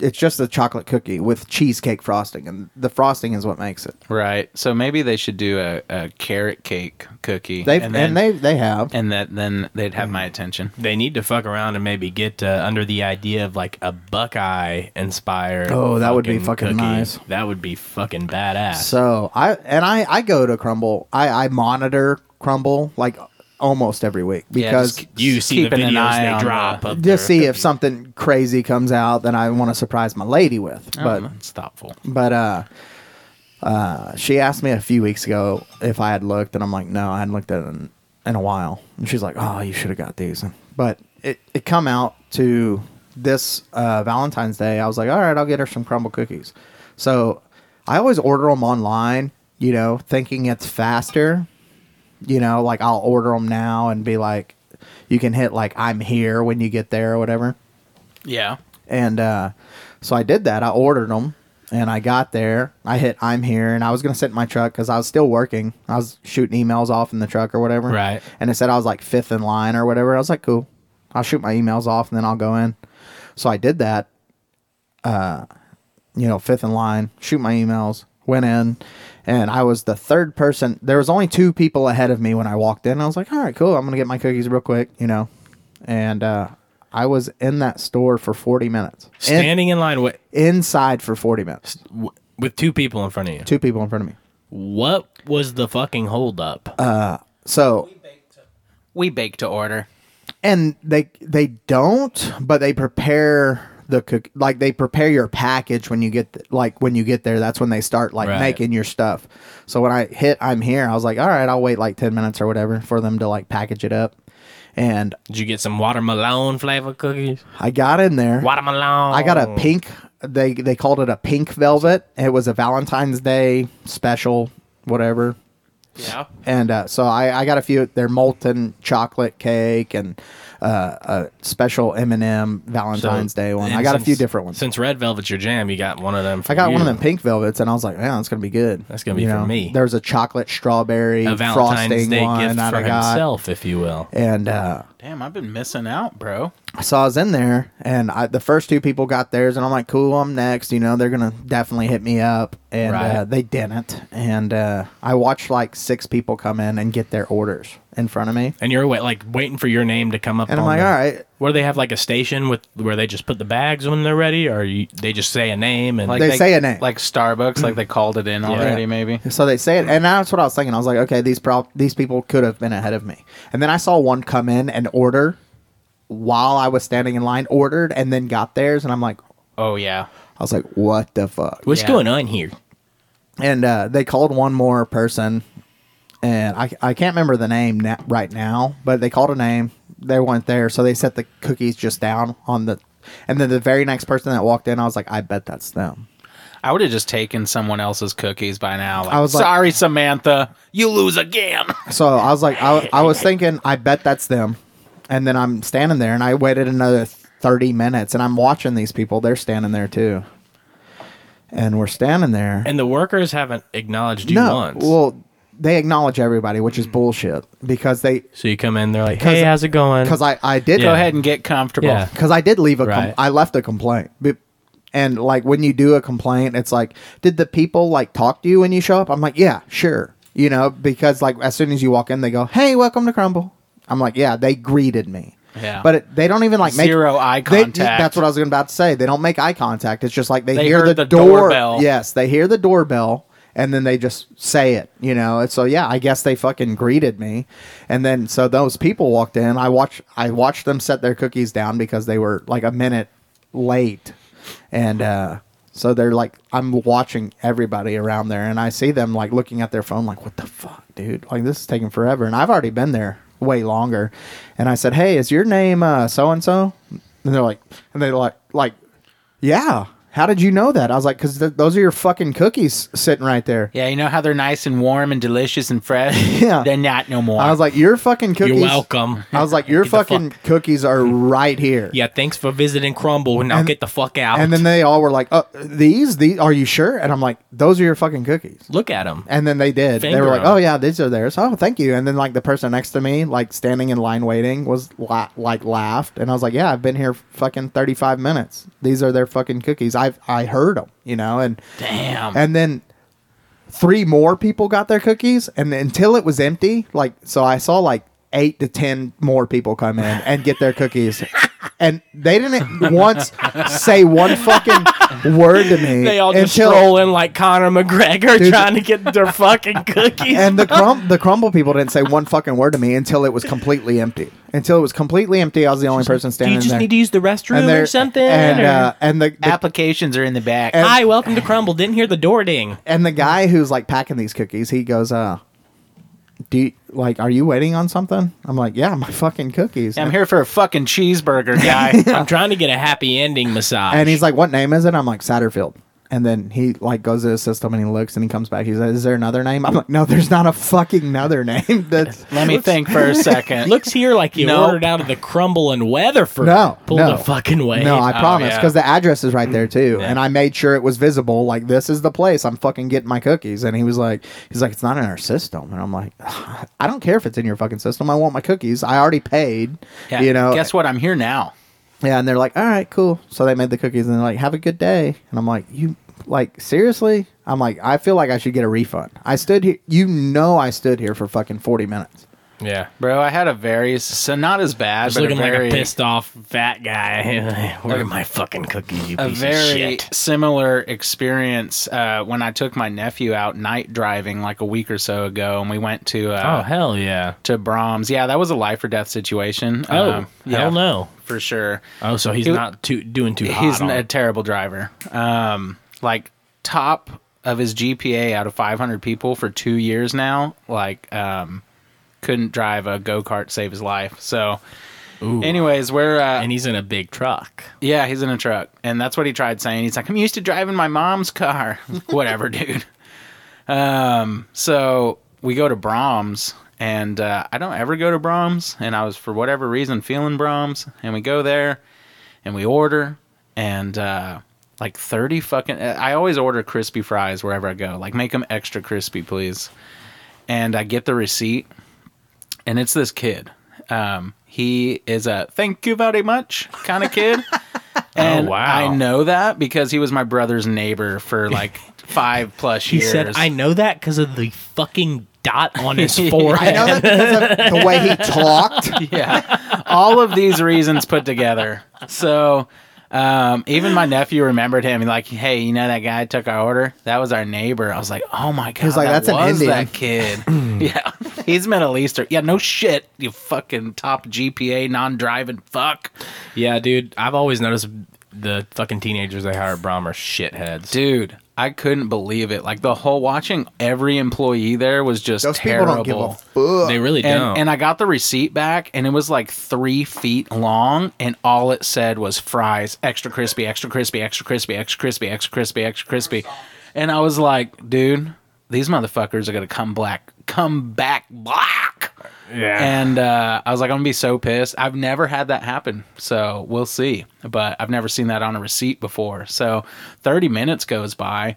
Speaker 2: It's just a chocolate cookie with cheesecake frosting, and the frosting is what makes it.
Speaker 3: right. So maybe they should do a, a carrot cake cookie.
Speaker 2: They've
Speaker 3: and
Speaker 2: and,
Speaker 3: then,
Speaker 2: they they have
Speaker 3: and that then they'd have my attention.
Speaker 4: they need to fuck around and maybe get uh, under the idea of like a buckeye inspired
Speaker 2: Oh, that would be fucking nice.
Speaker 4: that would be fucking badass
Speaker 2: So I and I I go to Crumble. I I monitor Crumble like almost every week because
Speaker 3: just
Speaker 2: just,
Speaker 4: you see the
Speaker 3: keeping an
Speaker 4: videos
Speaker 3: eye on
Speaker 4: they drop
Speaker 3: the-
Speaker 4: of their
Speaker 2: see if
Speaker 4: cookies.
Speaker 2: something crazy comes out that I want to surprise my lady with.
Speaker 3: Oh,
Speaker 2: But
Speaker 3: that's thoughtful.
Speaker 2: but uh. Uh, she asked me a few weeks ago if I had looked, and I'm like, no, I hadn't looked at it in, in a while. And she's like, oh, you should have got these. But it, it come out to this uh, Valentine's Day. I was like, all right, I'll get her some crumble cookies. So I always order them online, you know, thinking it's faster. You know, like I'll order them now and be like, you can hit like I'm here when you get there or whatever.
Speaker 3: Yeah.
Speaker 2: And uh, so I did that. I ordered them and I got there. I hit I'm here and I was going to sit in my truck because I was still working. I was shooting emails off in the truck or whatever.
Speaker 4: Right.
Speaker 2: And it said I was like fifth in line or whatever. I was like, cool. I'll shoot my emails off and then I'll go in. So I did that. Uh, you know, fifth in line, shoot my emails, went in, and I was the third person. There was only two people ahead of me when I walked in. I was like, all right, cool. I'm gonna get my cookies real quick, you know. And uh, I was in that store for 40 minutes. In-
Speaker 4: standing in line with
Speaker 2: inside for 40 minutes.
Speaker 4: with two people in front of you
Speaker 2: Two people in front of me.
Speaker 4: what was the fucking holdup
Speaker 2: Uh, So,
Speaker 3: We bake to order.
Speaker 2: and they they don't, but they prepare the cook like they prepare your package when you get th- like when you get there. That's when they start like
Speaker 4: Right.
Speaker 2: making your stuff. So when I hit I'm here, I was like, all right, I'll wait like 10 minutes or whatever for them to like package it up. And
Speaker 4: did you get some watermelon flavor cookies
Speaker 2: I got in there.
Speaker 4: watermelon
Speaker 2: I got a pink. They they called it a pink velvet. It was a Valentine's Day special, whatever.
Speaker 3: Yeah.
Speaker 2: And uh, so I, I got a few. They're molten chocolate cake and uh, a special M and m Valentine's
Speaker 4: So-
Speaker 2: Day one.
Speaker 4: and
Speaker 2: I got a
Speaker 4: since-
Speaker 2: few different ones.
Speaker 4: Since red velvet's your jam, you got one of them. For
Speaker 2: I got one of
Speaker 4: you.
Speaker 2: them pink velvets, and I was like, "Yeah, that's gonna be good.
Speaker 4: That's gonna be for me.
Speaker 2: There was a chocolate strawberry
Speaker 4: A Valentine's
Speaker 2: frosting
Speaker 4: Day
Speaker 2: one
Speaker 4: gift
Speaker 2: that
Speaker 4: for
Speaker 2: I got,
Speaker 4: himself, if you will.
Speaker 2: and uh,
Speaker 3: Damn, I've been missing out, bro.
Speaker 2: so I was in there, and I, the first two people got theirs, and I'm like, cool, I'm next. You know, they're gonna definitely hit me up, and
Speaker 4: Right.
Speaker 2: uh, they didn't. And uh, I watched like six people come in and get their orders in front of me,
Speaker 4: And you're wait, like waiting for your name to come up.
Speaker 2: and I'm
Speaker 4: on
Speaker 2: like,
Speaker 4: the-
Speaker 2: all right.
Speaker 4: Where they have like a station with where they just put the bags when they're ready, or you, they just say a name and
Speaker 3: Like
Speaker 2: They say a name.
Speaker 3: Like Starbucks, like they called it in already, maybe.
Speaker 2: So they say it, and that's what I was thinking. I was like, okay, these prob- these people could have been ahead of me. And then I saw one come in and order while I was standing in line, ordered, and then got theirs, and I'm like,
Speaker 3: Oh yeah.
Speaker 2: I was like, what the fuck?
Speaker 4: what's
Speaker 3: yeah.
Speaker 4: going on here?
Speaker 2: and uh, they called one more person, and I, I can't remember the name na- right now, but they called a name. They weren't there, so they set the cookies just down on the, and then the very next person that walked in, I was like, I bet that's them.
Speaker 3: I would have just taken someone else's cookies by now. Like,
Speaker 2: I was like-
Speaker 3: sorry, Samantha, you lose again.
Speaker 2: So I was like, I, I was thinking, I bet that's them, and then I'm standing there, and I waited another thirty minutes, and I'm watching these people. They're standing there too, and we're standing there,
Speaker 4: And the workers haven't acknowledged you once.
Speaker 2: well, they acknowledge everybody, which is bullshit because they.
Speaker 4: so you come in, they're like, "Hey, how's it going?"
Speaker 2: Because I, I did
Speaker 4: Yeah.
Speaker 3: Go ahead and get comfortable.
Speaker 4: Yeah.
Speaker 2: because I did leave a com-
Speaker 4: Right.
Speaker 2: I left a complaint, Be- and like when you do a complaint, it's like, did the people like talk to you when you show up? I'm like, yeah, sure, you know, because like as soon as you walk in, they go, hey, welcome to Crumble. I'm like, yeah, they greeted me.
Speaker 3: Yeah.
Speaker 2: But it, they don't even like make
Speaker 3: Zero eye
Speaker 2: they-
Speaker 3: contact.
Speaker 2: that's what I was about to say. They don't make eye contact. It's just like they,
Speaker 3: They
Speaker 2: hear
Speaker 3: heard
Speaker 2: the,
Speaker 3: the
Speaker 2: door.
Speaker 3: doorbell.
Speaker 2: Yes, they hear the doorbell and then they just say it, you know. And so yeah, I guess they fucking greeted me. And then so those people walked in. I watched I watched them set their cookies down because they were like a minute late. And uh so they're like I'm watching everybody around there and I see them like looking at their phone like what the fuck, dude? Like this is taking forever and I've already been there way longer. And I said, "Hey, is your name uh so and so?" And they're like and they like like yeah. How did you know that? I was like, because th- those are your fucking cookies sitting right there.
Speaker 3: yeah, you know how they're nice and warm and delicious and fresh?
Speaker 2: Yeah.
Speaker 3: They're not no more.
Speaker 2: I was like, your fucking cookies.
Speaker 4: You're welcome.
Speaker 2: I was like, your
Speaker 4: Get the fuck-
Speaker 2: fucking cookies are right here.
Speaker 4: Yeah, thanks for visiting Crumble. Now
Speaker 2: And-
Speaker 4: get the fuck out.
Speaker 2: And then they all were like, oh, these, these, are you sure? And I'm like, those are your fucking cookies.
Speaker 4: look at him.
Speaker 2: And then they did. they
Speaker 4: Finger
Speaker 2: were like,
Speaker 4: 'em.
Speaker 2: oh yeah, these are theirs. Oh, thank you. And then like the person next to me, like standing in line waiting, was la- like laughed, and I was like, yeah, I've been here fucking 35 minutes. These are their fucking cookies. I've I heard them, you know, and.
Speaker 3: Damn.
Speaker 2: and then three more people got their cookies and until it was empty like so i saw like eight to ten more people come in and get their cookies and they didn't once say one fucking word to me
Speaker 4: They all just
Speaker 2: until-
Speaker 4: roll in like Conor McGregor
Speaker 2: Dude.
Speaker 4: trying to get their fucking cookies.
Speaker 2: and the crum- the crumble people didn't say one fucking word to me until it was completely empty until it was completely empty i was the only person
Speaker 4: Do
Speaker 2: standing
Speaker 4: you just
Speaker 2: there
Speaker 4: need to use the restroom
Speaker 2: they're-
Speaker 4: or something?
Speaker 2: and,
Speaker 4: or-
Speaker 2: uh, and the, the
Speaker 3: Applications are in the back.
Speaker 2: and-
Speaker 4: Hi, welcome to Crumble. Didn't hear the door ding.
Speaker 2: and the guy who's like packing these cookies, he goes, uh, do you, like, are you waiting on something? I'm like, yeah, my fucking cookies.
Speaker 3: I'm here for a fucking cheeseburger, guy.
Speaker 4: I'm trying to get a happy ending massage.
Speaker 2: And he's like, what name is it? I'm like, Satterfield. And then he like goes to the system and he looks and he comes back. He's like, is there another name? I'm like, no, there's not a fucking another name. That's
Speaker 3: Let me think for a second.
Speaker 4: looks here like you
Speaker 3: Nope.
Speaker 4: ordered out of the Crumble and Weatherford.
Speaker 2: no,
Speaker 4: pull
Speaker 2: no
Speaker 4: the fucking way.
Speaker 2: No, I
Speaker 4: Oh,
Speaker 2: promise,
Speaker 4: yeah.
Speaker 2: because the address is right there too, and I made sure it was visible. Like this is the place I'm fucking getting my cookies, and he was like, he's like, it's not in our system, and I'm like, I don't care if it's in your fucking system. I want my cookies. I already paid.
Speaker 3: Yeah,
Speaker 2: you know,
Speaker 3: Guess what? I'm here now.
Speaker 2: yeah, and they're like, all right, cool. So they made the cookies, and they're like, have a good day, and I'm like, you like seriously? I'm like, I feel like I should get a refund. I stood here, you know, I stood here for fucking forty minutes.
Speaker 4: yeah.
Speaker 3: Bro, I had a very so not as bad,
Speaker 4: Just
Speaker 3: but
Speaker 4: looking
Speaker 3: a very,
Speaker 4: like a pissed off fat guy. Where are my fucking cookies, you
Speaker 3: a
Speaker 4: piece of
Speaker 3: very
Speaker 4: shit?
Speaker 3: similar experience uh, when I took my nephew out night driving like a week or so ago, and we went to
Speaker 4: Oh
Speaker 3: uh,
Speaker 4: hell yeah!
Speaker 3: to Brahms. Yeah, that was a life or death situation.
Speaker 4: Oh
Speaker 3: Um, yeah,
Speaker 4: hell no!
Speaker 3: for sure.
Speaker 4: Oh, so he's
Speaker 3: He-
Speaker 4: not too doing too hot.
Speaker 3: He's
Speaker 4: on
Speaker 3: a
Speaker 4: it.
Speaker 3: terrible driver. Um, like top of his GPA out of 500 people for two years now. Like, um, couldn't drive a go kart, save his life. So, anyways, we're uh,
Speaker 4: and he's in a big truck.
Speaker 3: yeah, he's in a truck, and that's what he tried saying. He's like, I'm used to driving my mom's car. Whatever, dude. Um, so we go to Brahms, and uh, I don't ever go to Brahms, and I was for whatever reason feeling Brahms, and we go there, and we order, and uh, like thirty fucking. I always order crispy fries wherever I go. Like, make them extra crispy, please. And I get the receipt, and it's this kid. Um, he is a thank you very much kind of kid. and
Speaker 4: wow.
Speaker 3: I know that because he was my brother's neighbor for like five plus
Speaker 4: He
Speaker 3: years.
Speaker 4: said, "I know that because of the fucking dot on his forehead."
Speaker 2: I know that because of the way he talked.
Speaker 3: yeah. All of these reasons put together. So um, even my nephew remembered him. He's like, hey, you know that guy who took our order? That was our neighbor. I was like, oh my god,
Speaker 2: like,
Speaker 3: that
Speaker 2: "That's an
Speaker 3: was
Speaker 2: Indian."
Speaker 3: that kid. yeah, he's Middle Eastern. Yeah, no shit, you fucking top GPA non-driving fuck,
Speaker 4: Yeah, dude. I've always noticed the fucking teenagers they hire at Brom are shitheads.
Speaker 3: dude. I couldn't believe it. Like the whole watching every employee there was just
Speaker 2: Those
Speaker 3: terrible.
Speaker 2: people don't give a fuck.
Speaker 4: they really
Speaker 3: and,
Speaker 4: don't.
Speaker 3: and I got the receipt back, and it was like three feet long, and all it said was fries, extra crispy, extra crispy, extra crispy, extra crispy, extra crispy, extra crispy. And I was like, dude, these motherfuckers are gonna come black, come back black.
Speaker 4: yeah.
Speaker 3: And uh, I was like, I'm gonna be so pissed. I've never had that happen, so we'll see. But I've never seen that on a receipt before. So 30 minutes goes by,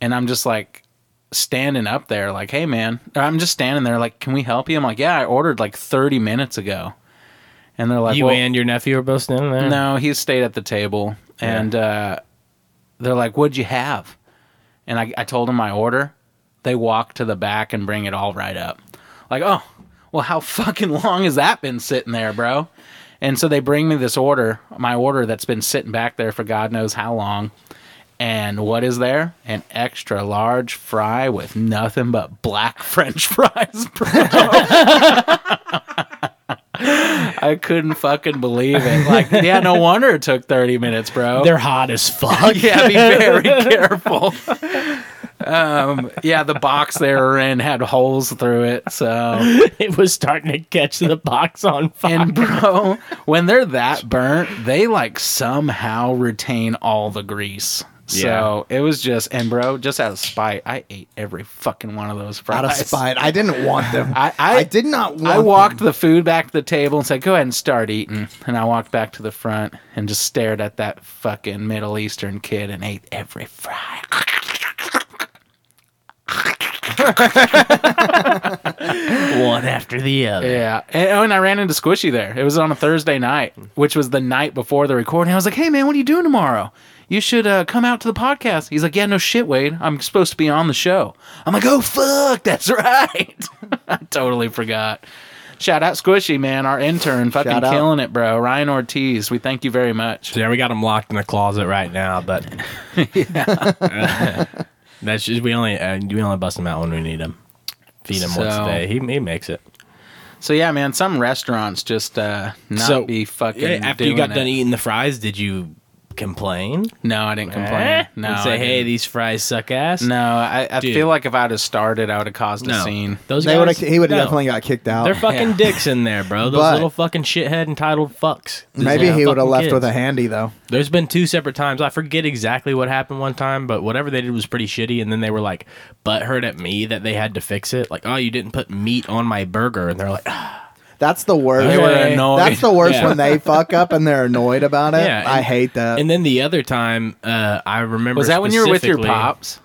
Speaker 3: and I'm just like standing up there, like, "Hey, man!" Or I'm just standing there, like, "Can we help you?" I'm like, "Yeah, I ordered like 30 minutes ago," and they're like,
Speaker 4: you
Speaker 3: well,
Speaker 4: and your nephew are both standing there.
Speaker 3: no, he stayed at the table, and uh, they're like, "What'd you have?" And I, I told him my order. They walk to the back and bring it all right up. Like, oh, well, how fucking long has that been sitting there, bro? And so they bring me this order, my order that's been sitting back there for God knows how long. And what is there? An extra large fry with nothing but black French fries, bro. I couldn't fucking believe it. Like, yeah, no wonder it took 30 minutes, bro.
Speaker 4: They're hot as fuck.
Speaker 3: Yeah, be very careful. um, yeah, the box they were in had holes through it. So,
Speaker 4: it was starting to catch the box on fire.
Speaker 3: and bro, when they're that burnt, they like somehow retain all the grease. So it was just, and bro, just out of spite, I ate every fucking one of those fries.
Speaker 2: Out of spite, I didn't want them.
Speaker 3: I-
Speaker 2: I,
Speaker 3: I-
Speaker 2: did not want.
Speaker 3: I walked
Speaker 2: them.
Speaker 3: the food back to the table and said, "Go ahead and start eating." And I walked back to the front and just stared at that fucking Middle Eastern kid and ate every fry.
Speaker 4: one after the other.
Speaker 3: Yeah. And, oh, and I ran into Squishy there. It was on a Thursday night, which was the night before the recording. I was like, hey, man, what are you doing tomorrow? You should uh, come out to the podcast. He's like, yeah, no shit, Wade. I'm supposed to be on the show. I'm like, oh, fuck, that's right. I totally forgot. Shout out Squishy, man, our intern, fucking
Speaker 2: Shout out.
Speaker 3: killing it, bro. Ryan Ortiz, we thank you very much.
Speaker 4: So yeah, we got him locked in the closet right now, but that's just we only uh, we only bust him out when we need him. Feed him once
Speaker 3: So-
Speaker 4: a day. He he makes it.
Speaker 3: So, yeah, man, some restaurants just uh, not
Speaker 4: So-
Speaker 3: be fucking.
Speaker 4: after you got
Speaker 3: doing
Speaker 4: done
Speaker 3: it.
Speaker 4: eating the fries, did you complain?
Speaker 3: No, I didn't complain.
Speaker 4: Eh?
Speaker 3: No.
Speaker 4: And
Speaker 3: I
Speaker 4: say hey,
Speaker 3: didn't.
Speaker 4: these fries suck ass.
Speaker 3: No, I, I
Speaker 4: Dude.
Speaker 3: feel like if I'd have started, I would have caused a
Speaker 4: no.
Speaker 3: scene.
Speaker 4: Those
Speaker 2: They would.
Speaker 4: guys,
Speaker 2: He would have
Speaker 4: no.
Speaker 2: definitely got kicked out.
Speaker 4: They're fucking
Speaker 3: Yeah.
Speaker 4: dicks in there, bro. Those
Speaker 2: But-
Speaker 4: little fucking shithead entitled fucks. These
Speaker 2: Maybe
Speaker 4: little
Speaker 2: he would have
Speaker 4: fucking
Speaker 2: left with
Speaker 4: kids.
Speaker 2: a handy though.
Speaker 4: There's been two separate times. I forget exactly what happened one time, but whatever they did was pretty shitty. And then they were like butthurt at me that they had to fix it. Like, oh, you didn't put meat on my burger. And they're like, "Ah,
Speaker 2: That's the worst.
Speaker 3: They were annoyed.
Speaker 2: That's the worst
Speaker 4: Yeah.
Speaker 2: when they fuck up and they're annoyed about it.
Speaker 4: Yeah, and-
Speaker 2: I hate that.
Speaker 4: and then the other time, uh, I remember.
Speaker 3: Was that when you were with your
Speaker 4: specifically-
Speaker 3: pops?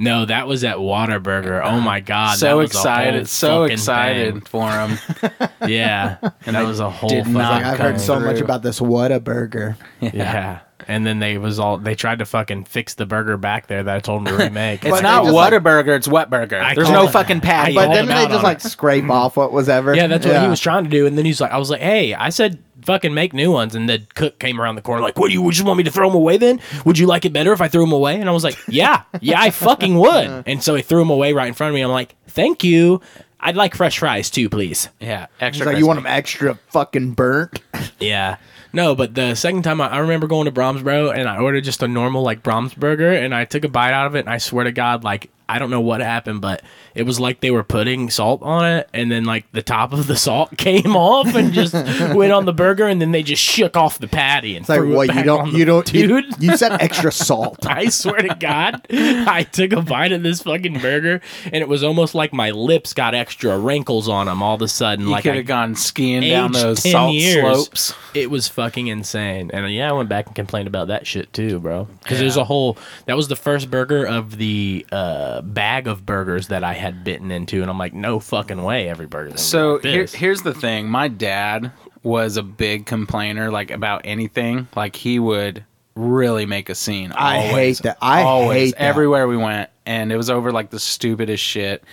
Speaker 4: No, that was at Waterburger. Oh my god! that
Speaker 3: so
Speaker 4: was a whole
Speaker 3: excited, so
Speaker 4: fucking
Speaker 3: excited for him.
Speaker 4: thing. Yeah, and that was a whole.
Speaker 3: did
Speaker 4: fucking
Speaker 3: not
Speaker 2: Like, I've heard
Speaker 4: thing.
Speaker 2: so much
Speaker 3: through.
Speaker 2: about this Whataburger.
Speaker 4: Yeah. And then they was all they tried to fucking fix the burger back there that I told them to remake.
Speaker 3: It's
Speaker 2: But
Speaker 3: not
Speaker 2: they just, like-
Speaker 3: Whataburger, it's Wet Burger.
Speaker 4: I
Speaker 3: There's
Speaker 4: call
Speaker 3: no
Speaker 4: it-
Speaker 3: fucking patty.
Speaker 4: I
Speaker 2: But
Speaker 4: call
Speaker 2: then
Speaker 4: him out
Speaker 2: they just
Speaker 4: on
Speaker 2: like
Speaker 4: it.
Speaker 2: scrape off what was ever.
Speaker 4: Yeah, that's what
Speaker 2: Yeah.
Speaker 4: he was trying to do. And then he's like, I was like, hey, I said fucking make new ones. And the cook came around the corner, like, what do you, would you want me to throw them away then? Would you like it better if I threw them away? And I was like, yeah, yeah, I fucking would. And so he threw them away right in front of me. I'm like, thank you. I'd like fresh fries too, please.
Speaker 3: yeah,
Speaker 2: He's
Speaker 3: extra.
Speaker 2: like, you want them extra fucking burnt?
Speaker 4: Yeah. No, but the second time I, I remember going to Brahms, bro, and I ordered just a normal like Brahms burger, and I took a bite out of it, and I swear to God, like I don't know what happened, but it was like they were putting salt on it, and then like the top of the salt came off and just went on the burger, and then they just shook off the patty and
Speaker 2: It's like,
Speaker 4: threw
Speaker 2: what you
Speaker 4: it back
Speaker 2: don't,
Speaker 4: on the-
Speaker 2: you don't, you-
Speaker 4: dude.
Speaker 2: you said extra salt.
Speaker 4: I swear to God, I took a bite of this fucking burger, and it was almost like my lips got extra wrinkles on them all of a sudden.
Speaker 3: You
Speaker 4: like
Speaker 3: could
Speaker 4: I
Speaker 3: have gone skiing down
Speaker 4: aged
Speaker 3: those
Speaker 4: 10
Speaker 3: salt
Speaker 4: years,
Speaker 3: slopes.
Speaker 4: It was fucking insane. And uh, yeah, I went back and complained about that shit too, bro. Because there's a whole that was the first burger of the uh, bag of burgers that I had bitten into, and I'm like, no fucking way, every burger.
Speaker 3: So here,
Speaker 4: this.
Speaker 3: here's the thing. My dad was a big complainer, like about anything. Like he would really make a scene.
Speaker 2: I hate
Speaker 3: always.
Speaker 2: that. I
Speaker 3: always
Speaker 2: hate that.
Speaker 3: everywhere we went, and it was over like the stupidest shit.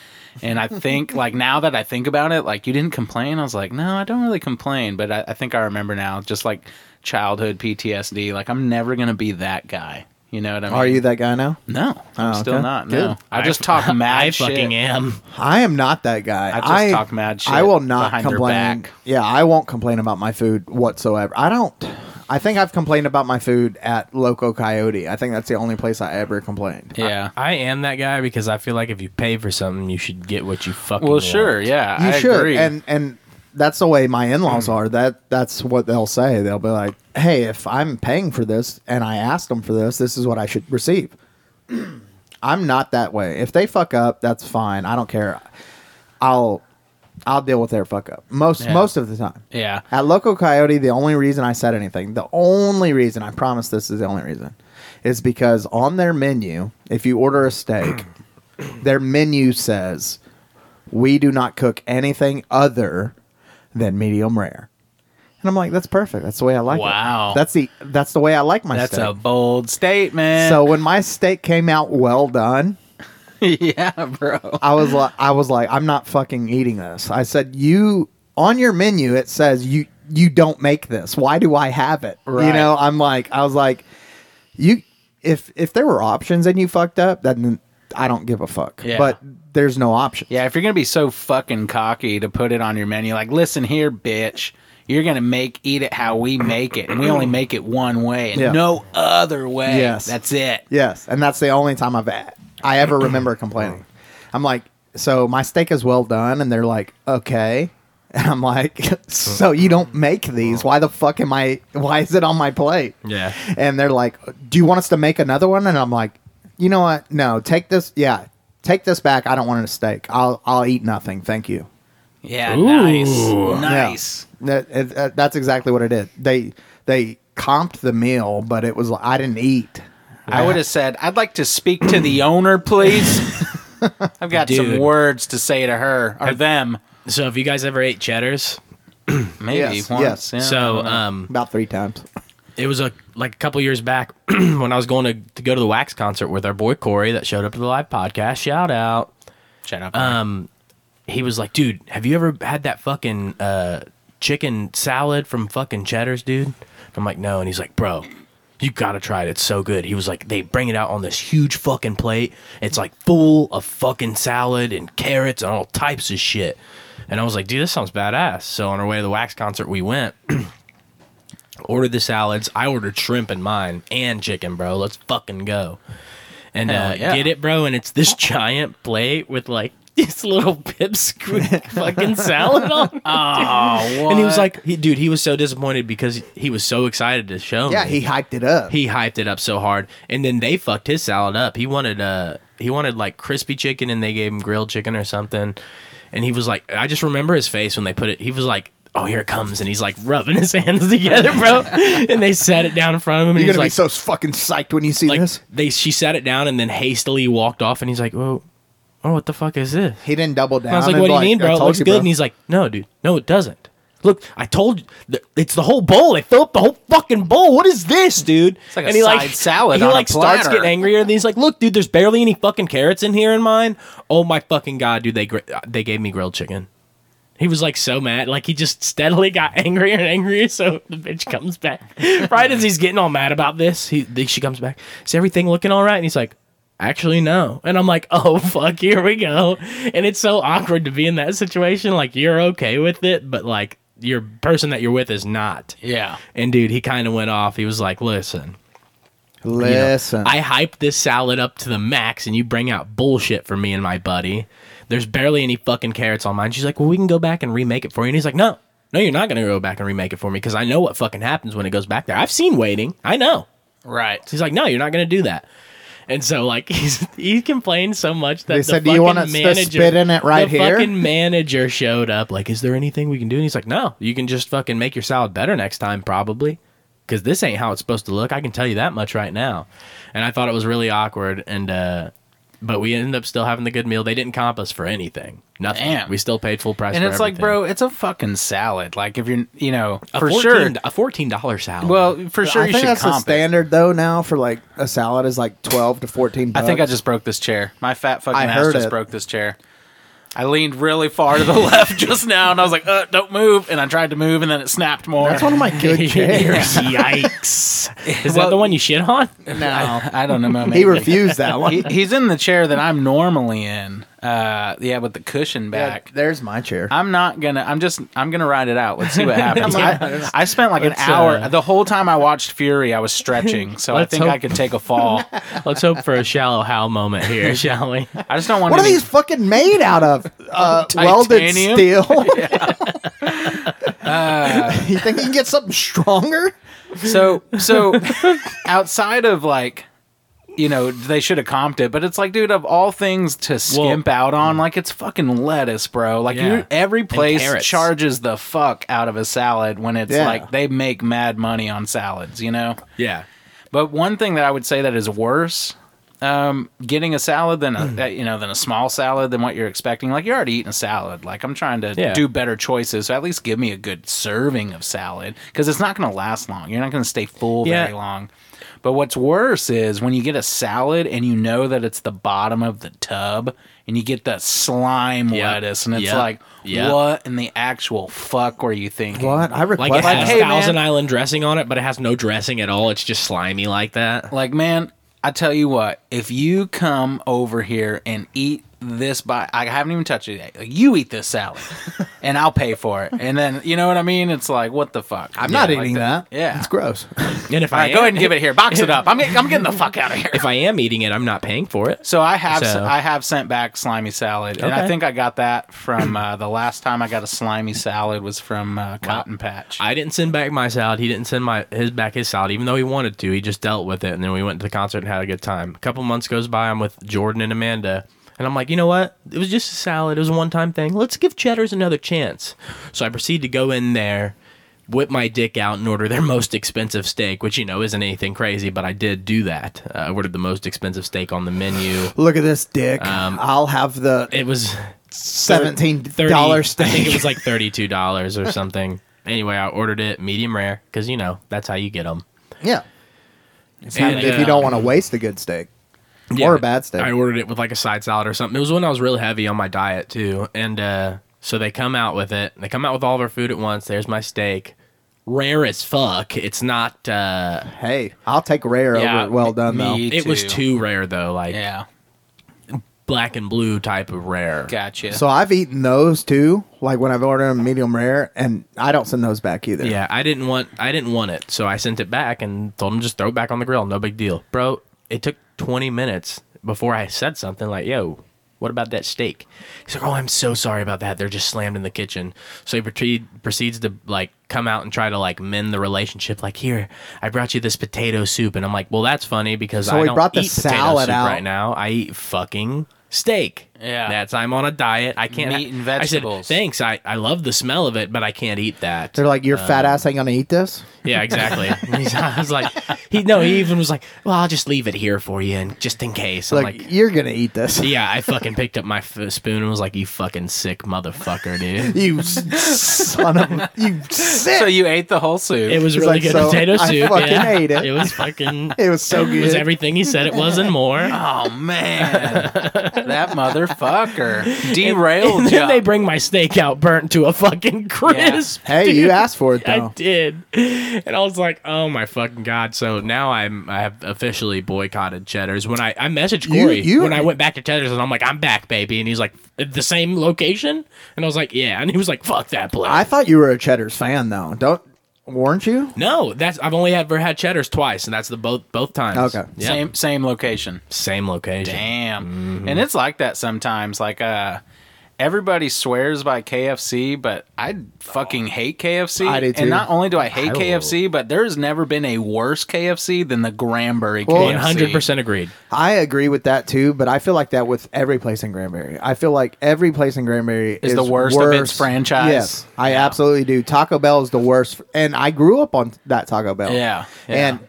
Speaker 3: And I think, like now that I think about it, like you didn't complain. I was like, no, I don't really complain. But I, I think I remember now, just like childhood PTSD. Like I'm never gonna be that guy. You know what I mean?
Speaker 2: Are you that guy now?
Speaker 3: No, I'm
Speaker 2: Oh,
Speaker 3: still
Speaker 2: okay.
Speaker 3: not.
Speaker 2: Good.
Speaker 3: No, I just talk mad
Speaker 4: I
Speaker 3: shit.
Speaker 4: fucking am.
Speaker 2: I am not that guy.
Speaker 3: I just talk mad shit
Speaker 2: I will not
Speaker 3: behind your
Speaker 2: complain.
Speaker 3: back.
Speaker 2: Yeah, I won't complain about my food whatsoever. I don't. I think I've complained about my food at Loco Coyote. I think that's the only place I ever complained.
Speaker 3: Yeah.
Speaker 4: I am that guy because I feel like if you pay for something, you should get what you fucking.
Speaker 3: Well,
Speaker 4: want.
Speaker 3: sure, yeah,
Speaker 2: you
Speaker 3: I
Speaker 2: should
Speaker 3: agree. Mm.
Speaker 2: and and that's the way my in-laws are that that's what they'll say they'll be like hey if i'm paying for this and i asked them for this this is what i should receive i'm not that way if they fuck up that's fine i don't care i'll i'll deal with their fuck up most
Speaker 3: Yeah.
Speaker 2: most of the time
Speaker 3: yeah,
Speaker 2: at Loco Coyote, the only reason I said anything, the only reason, I promise this is the only reason, is because on their menu, if you order a steak, their menu says, we do not cook anything other than medium rare. And I'm like, that's perfect. That's the way I like it.
Speaker 3: Wow.
Speaker 2: That's the that's the way I like my
Speaker 3: that's a
Speaker 2: steak.
Speaker 3: bold statement.
Speaker 2: so when my steak came out well done,
Speaker 3: yeah, bro.
Speaker 2: I was like, I was like, I'm not fucking eating this. I said, you on your menu it says you you don't make this. Why do I have it? You
Speaker 3: Right.
Speaker 2: know, I'm like, I was like, you. If if there were options and you fucked up, then I don't give a fuck.
Speaker 3: Yeah.
Speaker 2: But there's no option.
Speaker 3: Yeah, if you're gonna be so fucking cocky to put it on your menu, like, listen here, bitch, you're gonna make eat it how we make it, and we only make it one way and
Speaker 2: Yeah.
Speaker 3: no other way.
Speaker 2: Yes.
Speaker 3: that's it.
Speaker 2: Yes, and that's the only time I've I ever remember complaining. I'm like, so my steak is well done, and they're like, okay. And I'm like, so you don't make these?
Speaker 3: Oh.
Speaker 2: Why the fuck am I? Why is it on my plate?
Speaker 4: Yeah.
Speaker 2: And they're like, do you want us to make another one? And I'm like, you know what? No, take this. Yeah, take this back. I don't want a steak. I'll I'll eat nothing. Thank you.
Speaker 3: Yeah,
Speaker 4: Ooh.
Speaker 3: nice,
Speaker 4: Yeah.
Speaker 2: Yeah.
Speaker 3: nice.
Speaker 2: That- it- that- that's exactly what it is. They they comped the meal, but it was like I didn't eat.
Speaker 3: I would have said, I'd like to speak to the owner, please. I've got some
Speaker 4: Dude.
Speaker 3: words to say to her or them.
Speaker 4: So have you guys ever ate cheddars?
Speaker 3: Maybe
Speaker 2: Yes,
Speaker 3: once.
Speaker 2: yes.
Speaker 3: yeah, I
Speaker 4: so
Speaker 3: don't know.
Speaker 4: um,
Speaker 2: About three times.
Speaker 4: it was a like a couple years back when I was going to, to go to the Wax concert with our boy Corey that showed up to the live podcast. Shout out.
Speaker 3: shut up.
Speaker 4: Um, he was like, dude, have you ever had that fucking uh chicken salad from fucking Cheddar's, dude? I'm like, no, and he's like, bro. You gotta try it. It's so good. He was like, they bring it out on this huge fucking plate. It's like full of fucking salad and carrots and all types of shit. And I was like, dude, this sounds badass. So on our way to the wax concert, we went, ordered the salads. I ordered shrimp in mine and chicken, bro. Let's fucking go. And
Speaker 3: Hell
Speaker 4: uh,
Speaker 3: yeah.
Speaker 4: get it, bro. And it's this giant plate with like this little pipsqueak fucking salad on.
Speaker 3: oh,
Speaker 4: And he was
Speaker 3: what?
Speaker 4: like, he, dude, he was so disappointed because he was so excited to show
Speaker 2: Yeah,
Speaker 4: me
Speaker 2: he hyped it up.
Speaker 4: Oh, he hyped it up so hard and then they fucked his salad up he wanted uh he wanted like crispy chicken and they gave him grilled chicken or something and he was like i just remember his face when they put it he was like oh here it comes and he's like rubbing his hands together bro and they set it down in front of him and
Speaker 2: You're
Speaker 4: he's
Speaker 2: gonna be so
Speaker 4: like
Speaker 2: fucking psyched when you see
Speaker 4: like
Speaker 2: this.
Speaker 4: they she sat it down and then hastily walked off and he's like oh oh what the fuck is this
Speaker 2: He didn't double down.
Speaker 4: I was like,
Speaker 2: and
Speaker 4: "What do you mean,
Speaker 2: I
Speaker 4: bro? It
Speaker 2: told
Speaker 4: looks
Speaker 2: you,
Speaker 4: good."
Speaker 2: bro.
Speaker 4: And he's like, "No, dude, no, it doesn't. Look, I told you, th- it's the whole bowl. They fill up the whole fucking bowl. What is this, dude?" It's
Speaker 3: like a side salad
Speaker 4: He
Speaker 3: on a
Speaker 4: like starts
Speaker 3: platter.
Speaker 4: getting angrier, and he's like, "Look, dude, there's barely any fucking carrots in here in mine. Oh my fucking god, dude, they gr- they gave me grilled chicken." He was like so mad, like he just steadily got angrier and angrier. So the bitch comes back right as he's getting all mad about this. He the- she comes back. Is everything looking all right? And he's like, actually no. And I'm like, oh fuck, here we go. And it's so awkward to be in that situation. Like you're okay with it, but like your person that you're with is not.
Speaker 3: yeah.
Speaker 4: And dude, he kind of went off. He was like, listen,
Speaker 2: "Listen,
Speaker 4: I hyped this salad up to the max, and you bring out bullshit for me and my buddy. There's barely any fucking carrots on mine. She's like, well, we can go back and remake it for you. And he's like, no, no, you're not gonna go back and remake it for me because I know what fucking happens when it goes back there. I've seen waiting. I know.
Speaker 3: Right.
Speaker 4: He's like, no, you're not gonna do that. And so like he's he complained so much that
Speaker 2: They
Speaker 4: the
Speaker 2: said, "Do you want
Speaker 4: fucking
Speaker 2: us to
Speaker 4: manager,
Speaker 2: spit in it right
Speaker 4: the
Speaker 2: here?"
Speaker 4: Fucking manager showed up. Like, is there anything we can do? And he's like, no, you can just fucking make your salad better next time, probably. Because this ain't how it's supposed to look. I can tell you that much right now. And I thought it was really awkward. And uh, but we ended up still having the good meal. They didn't comp us for anything. Nothing.
Speaker 3: Damn.
Speaker 4: We still paid full price.
Speaker 3: And
Speaker 4: for
Speaker 3: it's like,
Speaker 4: everything.
Speaker 3: bro, it's a fucking salad. Like if you're, you know,
Speaker 4: a
Speaker 3: for
Speaker 4: 14,
Speaker 3: sure.
Speaker 4: a fourteen dollar salad.
Speaker 3: Well, for sure
Speaker 2: I
Speaker 3: you
Speaker 2: think
Speaker 3: should
Speaker 2: that's the
Speaker 3: comp it.
Speaker 2: standard though now for like a salad is like twelve to fourteen.
Speaker 3: I
Speaker 2: Bucks.
Speaker 3: think I just broke this chair. Uh, My fat fucking
Speaker 2: I
Speaker 3: ass
Speaker 2: heard
Speaker 3: just
Speaker 2: it.
Speaker 3: broke this chair. I leaned really far to the left just now, and I was like, uh, "Don't move!" And I tried to move, and then it snapped more.
Speaker 2: that's one of my good chairs.
Speaker 4: yikes! Is
Speaker 3: Well-
Speaker 4: that the one you shit on?
Speaker 3: I, I don't know, man.
Speaker 2: he refused that one.
Speaker 3: He- he's in the chair that I'm normally in. Uh, yeah, with the cushion
Speaker 2: Yeah,
Speaker 3: back.
Speaker 2: there's my chair.
Speaker 3: I'm not gonna. I'm just. I'm gonna ride it out. Let's see what happens.
Speaker 2: Yeah.
Speaker 3: I, I spent like an
Speaker 4: Let's,
Speaker 3: hour.
Speaker 4: uh,
Speaker 3: the whole time I watched Fury, I was stretching, so I
Speaker 4: Let's
Speaker 3: think I
Speaker 4: hope-
Speaker 3: could take a fall.
Speaker 4: Let's hope for a shallow Hal moment here, shall we?
Speaker 3: I just don't want.
Speaker 2: what are
Speaker 3: any-
Speaker 2: these fucking made out of? Uh, welded
Speaker 3: Titanium?
Speaker 2: steel.
Speaker 4: Uh,
Speaker 2: you think you can get something stronger?
Speaker 3: So so outside of like you know, they should have comped it, but it's like, dude, of all things to skimp out on, like it's fucking lettuce, bro. Like
Speaker 4: mm. Yeah.
Speaker 3: you every place
Speaker 4: carrots.
Speaker 3: charges the fuck out of a salad when it's
Speaker 2: Yeah.
Speaker 3: like they make mad money on salads, you know?
Speaker 4: Yeah.
Speaker 3: But one thing that I would say that is worse um, getting a salad than a
Speaker 4: Hmm.
Speaker 3: that, you know than a small salad than what you're expecting. Like you're already eating a salad. Like I'm trying to
Speaker 4: Yeah.
Speaker 3: do better choices. So at least give me a good serving of salad because it's not going to last long. You're not going to stay full
Speaker 4: Yeah.
Speaker 3: very long. But what's worse is when you get a salad and you know that it's the bottom of the tub and you get that slime
Speaker 4: Yep.
Speaker 3: lettuce, and it's
Speaker 4: Yep.
Speaker 3: like,
Speaker 4: Yep.
Speaker 3: what in the actual fuck were you thinking?
Speaker 2: What? I
Speaker 4: Like
Speaker 2: requested
Speaker 4: it
Speaker 3: Like,
Speaker 4: has
Speaker 3: hey, man.
Speaker 4: Thousand Island dressing on it, but it has no dressing at all. It's just slimy like that.
Speaker 3: Like, man, I tell you what, if you come over here and eat this by I haven't even touched it yet. Like, you eat this salad and I'll pay for it. And then you know what I mean? It's like, what the fuck?
Speaker 2: I'm not
Speaker 3: Yeah, like
Speaker 2: eating that.
Speaker 3: Yeah.
Speaker 2: It's gross.
Speaker 4: And if
Speaker 3: All
Speaker 4: I
Speaker 3: right,
Speaker 4: am,
Speaker 3: go ahead and give it here. Box it up. I'm, get- I'm getting the fuck out of here.
Speaker 4: if I am eating it, I'm not paying for it.
Speaker 3: So I have
Speaker 4: So-
Speaker 3: I have sent back slimy salad, and I
Speaker 4: Okay.
Speaker 3: think I got that from uh, the last time I got a slimy salad was from uh, Cotton Patch.
Speaker 4: I didn't send back my salad. He didn't send my his back his salad, even though he wanted to. He just dealt with it, and then we went to the concert and had a good time. A couple months goes by. I'm with Jordan and Amanda, and I'm like, you know what? It was just a salad. It was a one time thing. Let's give Cheddar's another chance. So I proceed to go in there, whip my dick out, and order their most expensive steak, which you know isn't anything crazy, but I did do that. Uh, I ordered the most expensive steak on the menu.
Speaker 2: Look at this dick. I'll have the
Speaker 4: It was
Speaker 2: seventeen
Speaker 4: Um, thirty
Speaker 2: dollar
Speaker 4: I
Speaker 2: steak.
Speaker 4: think it was like thirty two dollars or something. Anyway, I ordered it medium rare because you know that's how you get them.
Speaker 2: yeah. It's not-
Speaker 4: And,
Speaker 2: if
Speaker 4: uh,
Speaker 2: you don't want to waste a good steak or a bad steak,
Speaker 4: I ordered it with like a side salad or something. It was when I was really heavy on my diet too, and uh, so they come out with it. They come out with all of our food at once. There's my steak, rare as fuck. It's not. Uh,
Speaker 2: hey, I'll take rare
Speaker 4: Yeah,
Speaker 2: over well done
Speaker 3: me-
Speaker 2: though.
Speaker 3: Me
Speaker 4: it was
Speaker 3: too.
Speaker 4: too rare though, like
Speaker 3: yeah,
Speaker 4: black and blue type of rare.
Speaker 3: gotcha.
Speaker 2: So I've eaten those too, like when I've ordered them medium rare, and I don't send those back either.
Speaker 4: Yeah, I didn't want I didn't want it, so I sent it back and told him just throw it back on the grill, no big deal, bro. It took twenty minutes before I said something like, "Yo, what about that steak?" He's like, "Oh, I'm so sorry about that. They're just slammed in the kitchen." So he proceed, proceeds to like come out and try to like mend the relationship. Like, here, I brought you this potato soup, and I'm like, "Well, that's funny because
Speaker 2: So
Speaker 4: I
Speaker 2: he
Speaker 4: don't
Speaker 2: brought the
Speaker 4: eat potato
Speaker 2: salad
Speaker 4: soup
Speaker 2: out.
Speaker 4: right now. I eat fucking." Steak.
Speaker 3: Yeah.
Speaker 4: that's I'm on a diet. I can't
Speaker 3: Meat and
Speaker 4: I said,
Speaker 3: vegetables.
Speaker 4: Thanks. I, I love the smell of it, but I can't eat that.
Speaker 2: They're like, your
Speaker 4: Uh,
Speaker 2: fat ass ain't gonna eat this.
Speaker 4: Yeah, exactly. He's, I was like, he no, he even was like, well, I'll just leave it here for you, and just in case. I'm
Speaker 2: Like,
Speaker 4: like,
Speaker 2: you're gonna eat this.
Speaker 4: yeah, I fucking picked up my f- spoon and was like, you fucking sick motherfucker, dude.
Speaker 2: You s- son of a- you sick.
Speaker 3: So you ate the whole soup.
Speaker 4: It was
Speaker 2: He's
Speaker 4: really
Speaker 2: like,
Speaker 4: good
Speaker 2: "So
Speaker 4: potato
Speaker 2: I
Speaker 4: soup.
Speaker 2: fucking
Speaker 4: yeah.
Speaker 2: ate it."
Speaker 4: It was fucking.
Speaker 2: it was so good.
Speaker 4: It was everything he said it was and more.
Speaker 3: Oh man, that motherfucker derailed
Speaker 4: and
Speaker 3: you.
Speaker 4: then they bring my steak out burnt to a fucking crisp.
Speaker 2: hey,
Speaker 4: dude.
Speaker 2: you asked for it
Speaker 4: I
Speaker 2: though.
Speaker 4: did, and I was like, "Oh my fucking god!" So now I'm I have officially boycotted Cheddar's. When I I messaged
Speaker 2: You-
Speaker 4: Corey
Speaker 2: you-
Speaker 4: when I went back to Cheddar's, and I'm like, "I'm back, baby," and he's like, "At "The same location?" And I was like, "Yeah," and he was like, "Fuck that place."
Speaker 2: I thought you were a Cheddar's fan though. Don't weren't you?
Speaker 4: no, that's I've only ever had Cheddar's twice, and that's the both both times.
Speaker 2: Okay.
Speaker 4: Yeah. same
Speaker 3: Same same location.
Speaker 4: same location.
Speaker 3: Damn. And it's like that sometimes. Like uh everybody swears by KFC, but I fucking hate KFC.
Speaker 2: I do too.
Speaker 3: And not only do I hate
Speaker 4: I will-
Speaker 3: KFC, but there's never been a worse KFC than the Granbury
Speaker 2: Well,
Speaker 3: KFC.
Speaker 4: One hundred percent agreed.
Speaker 2: I agree with that too, but I feel like that with every place in Granbury. I feel like every place in Granbury is,
Speaker 3: the worst of its franchise.
Speaker 2: Yes, I absolutely do. Taco Bell is the worst, and I grew up on that Taco Bell.
Speaker 3: Yeah, yeah.
Speaker 2: and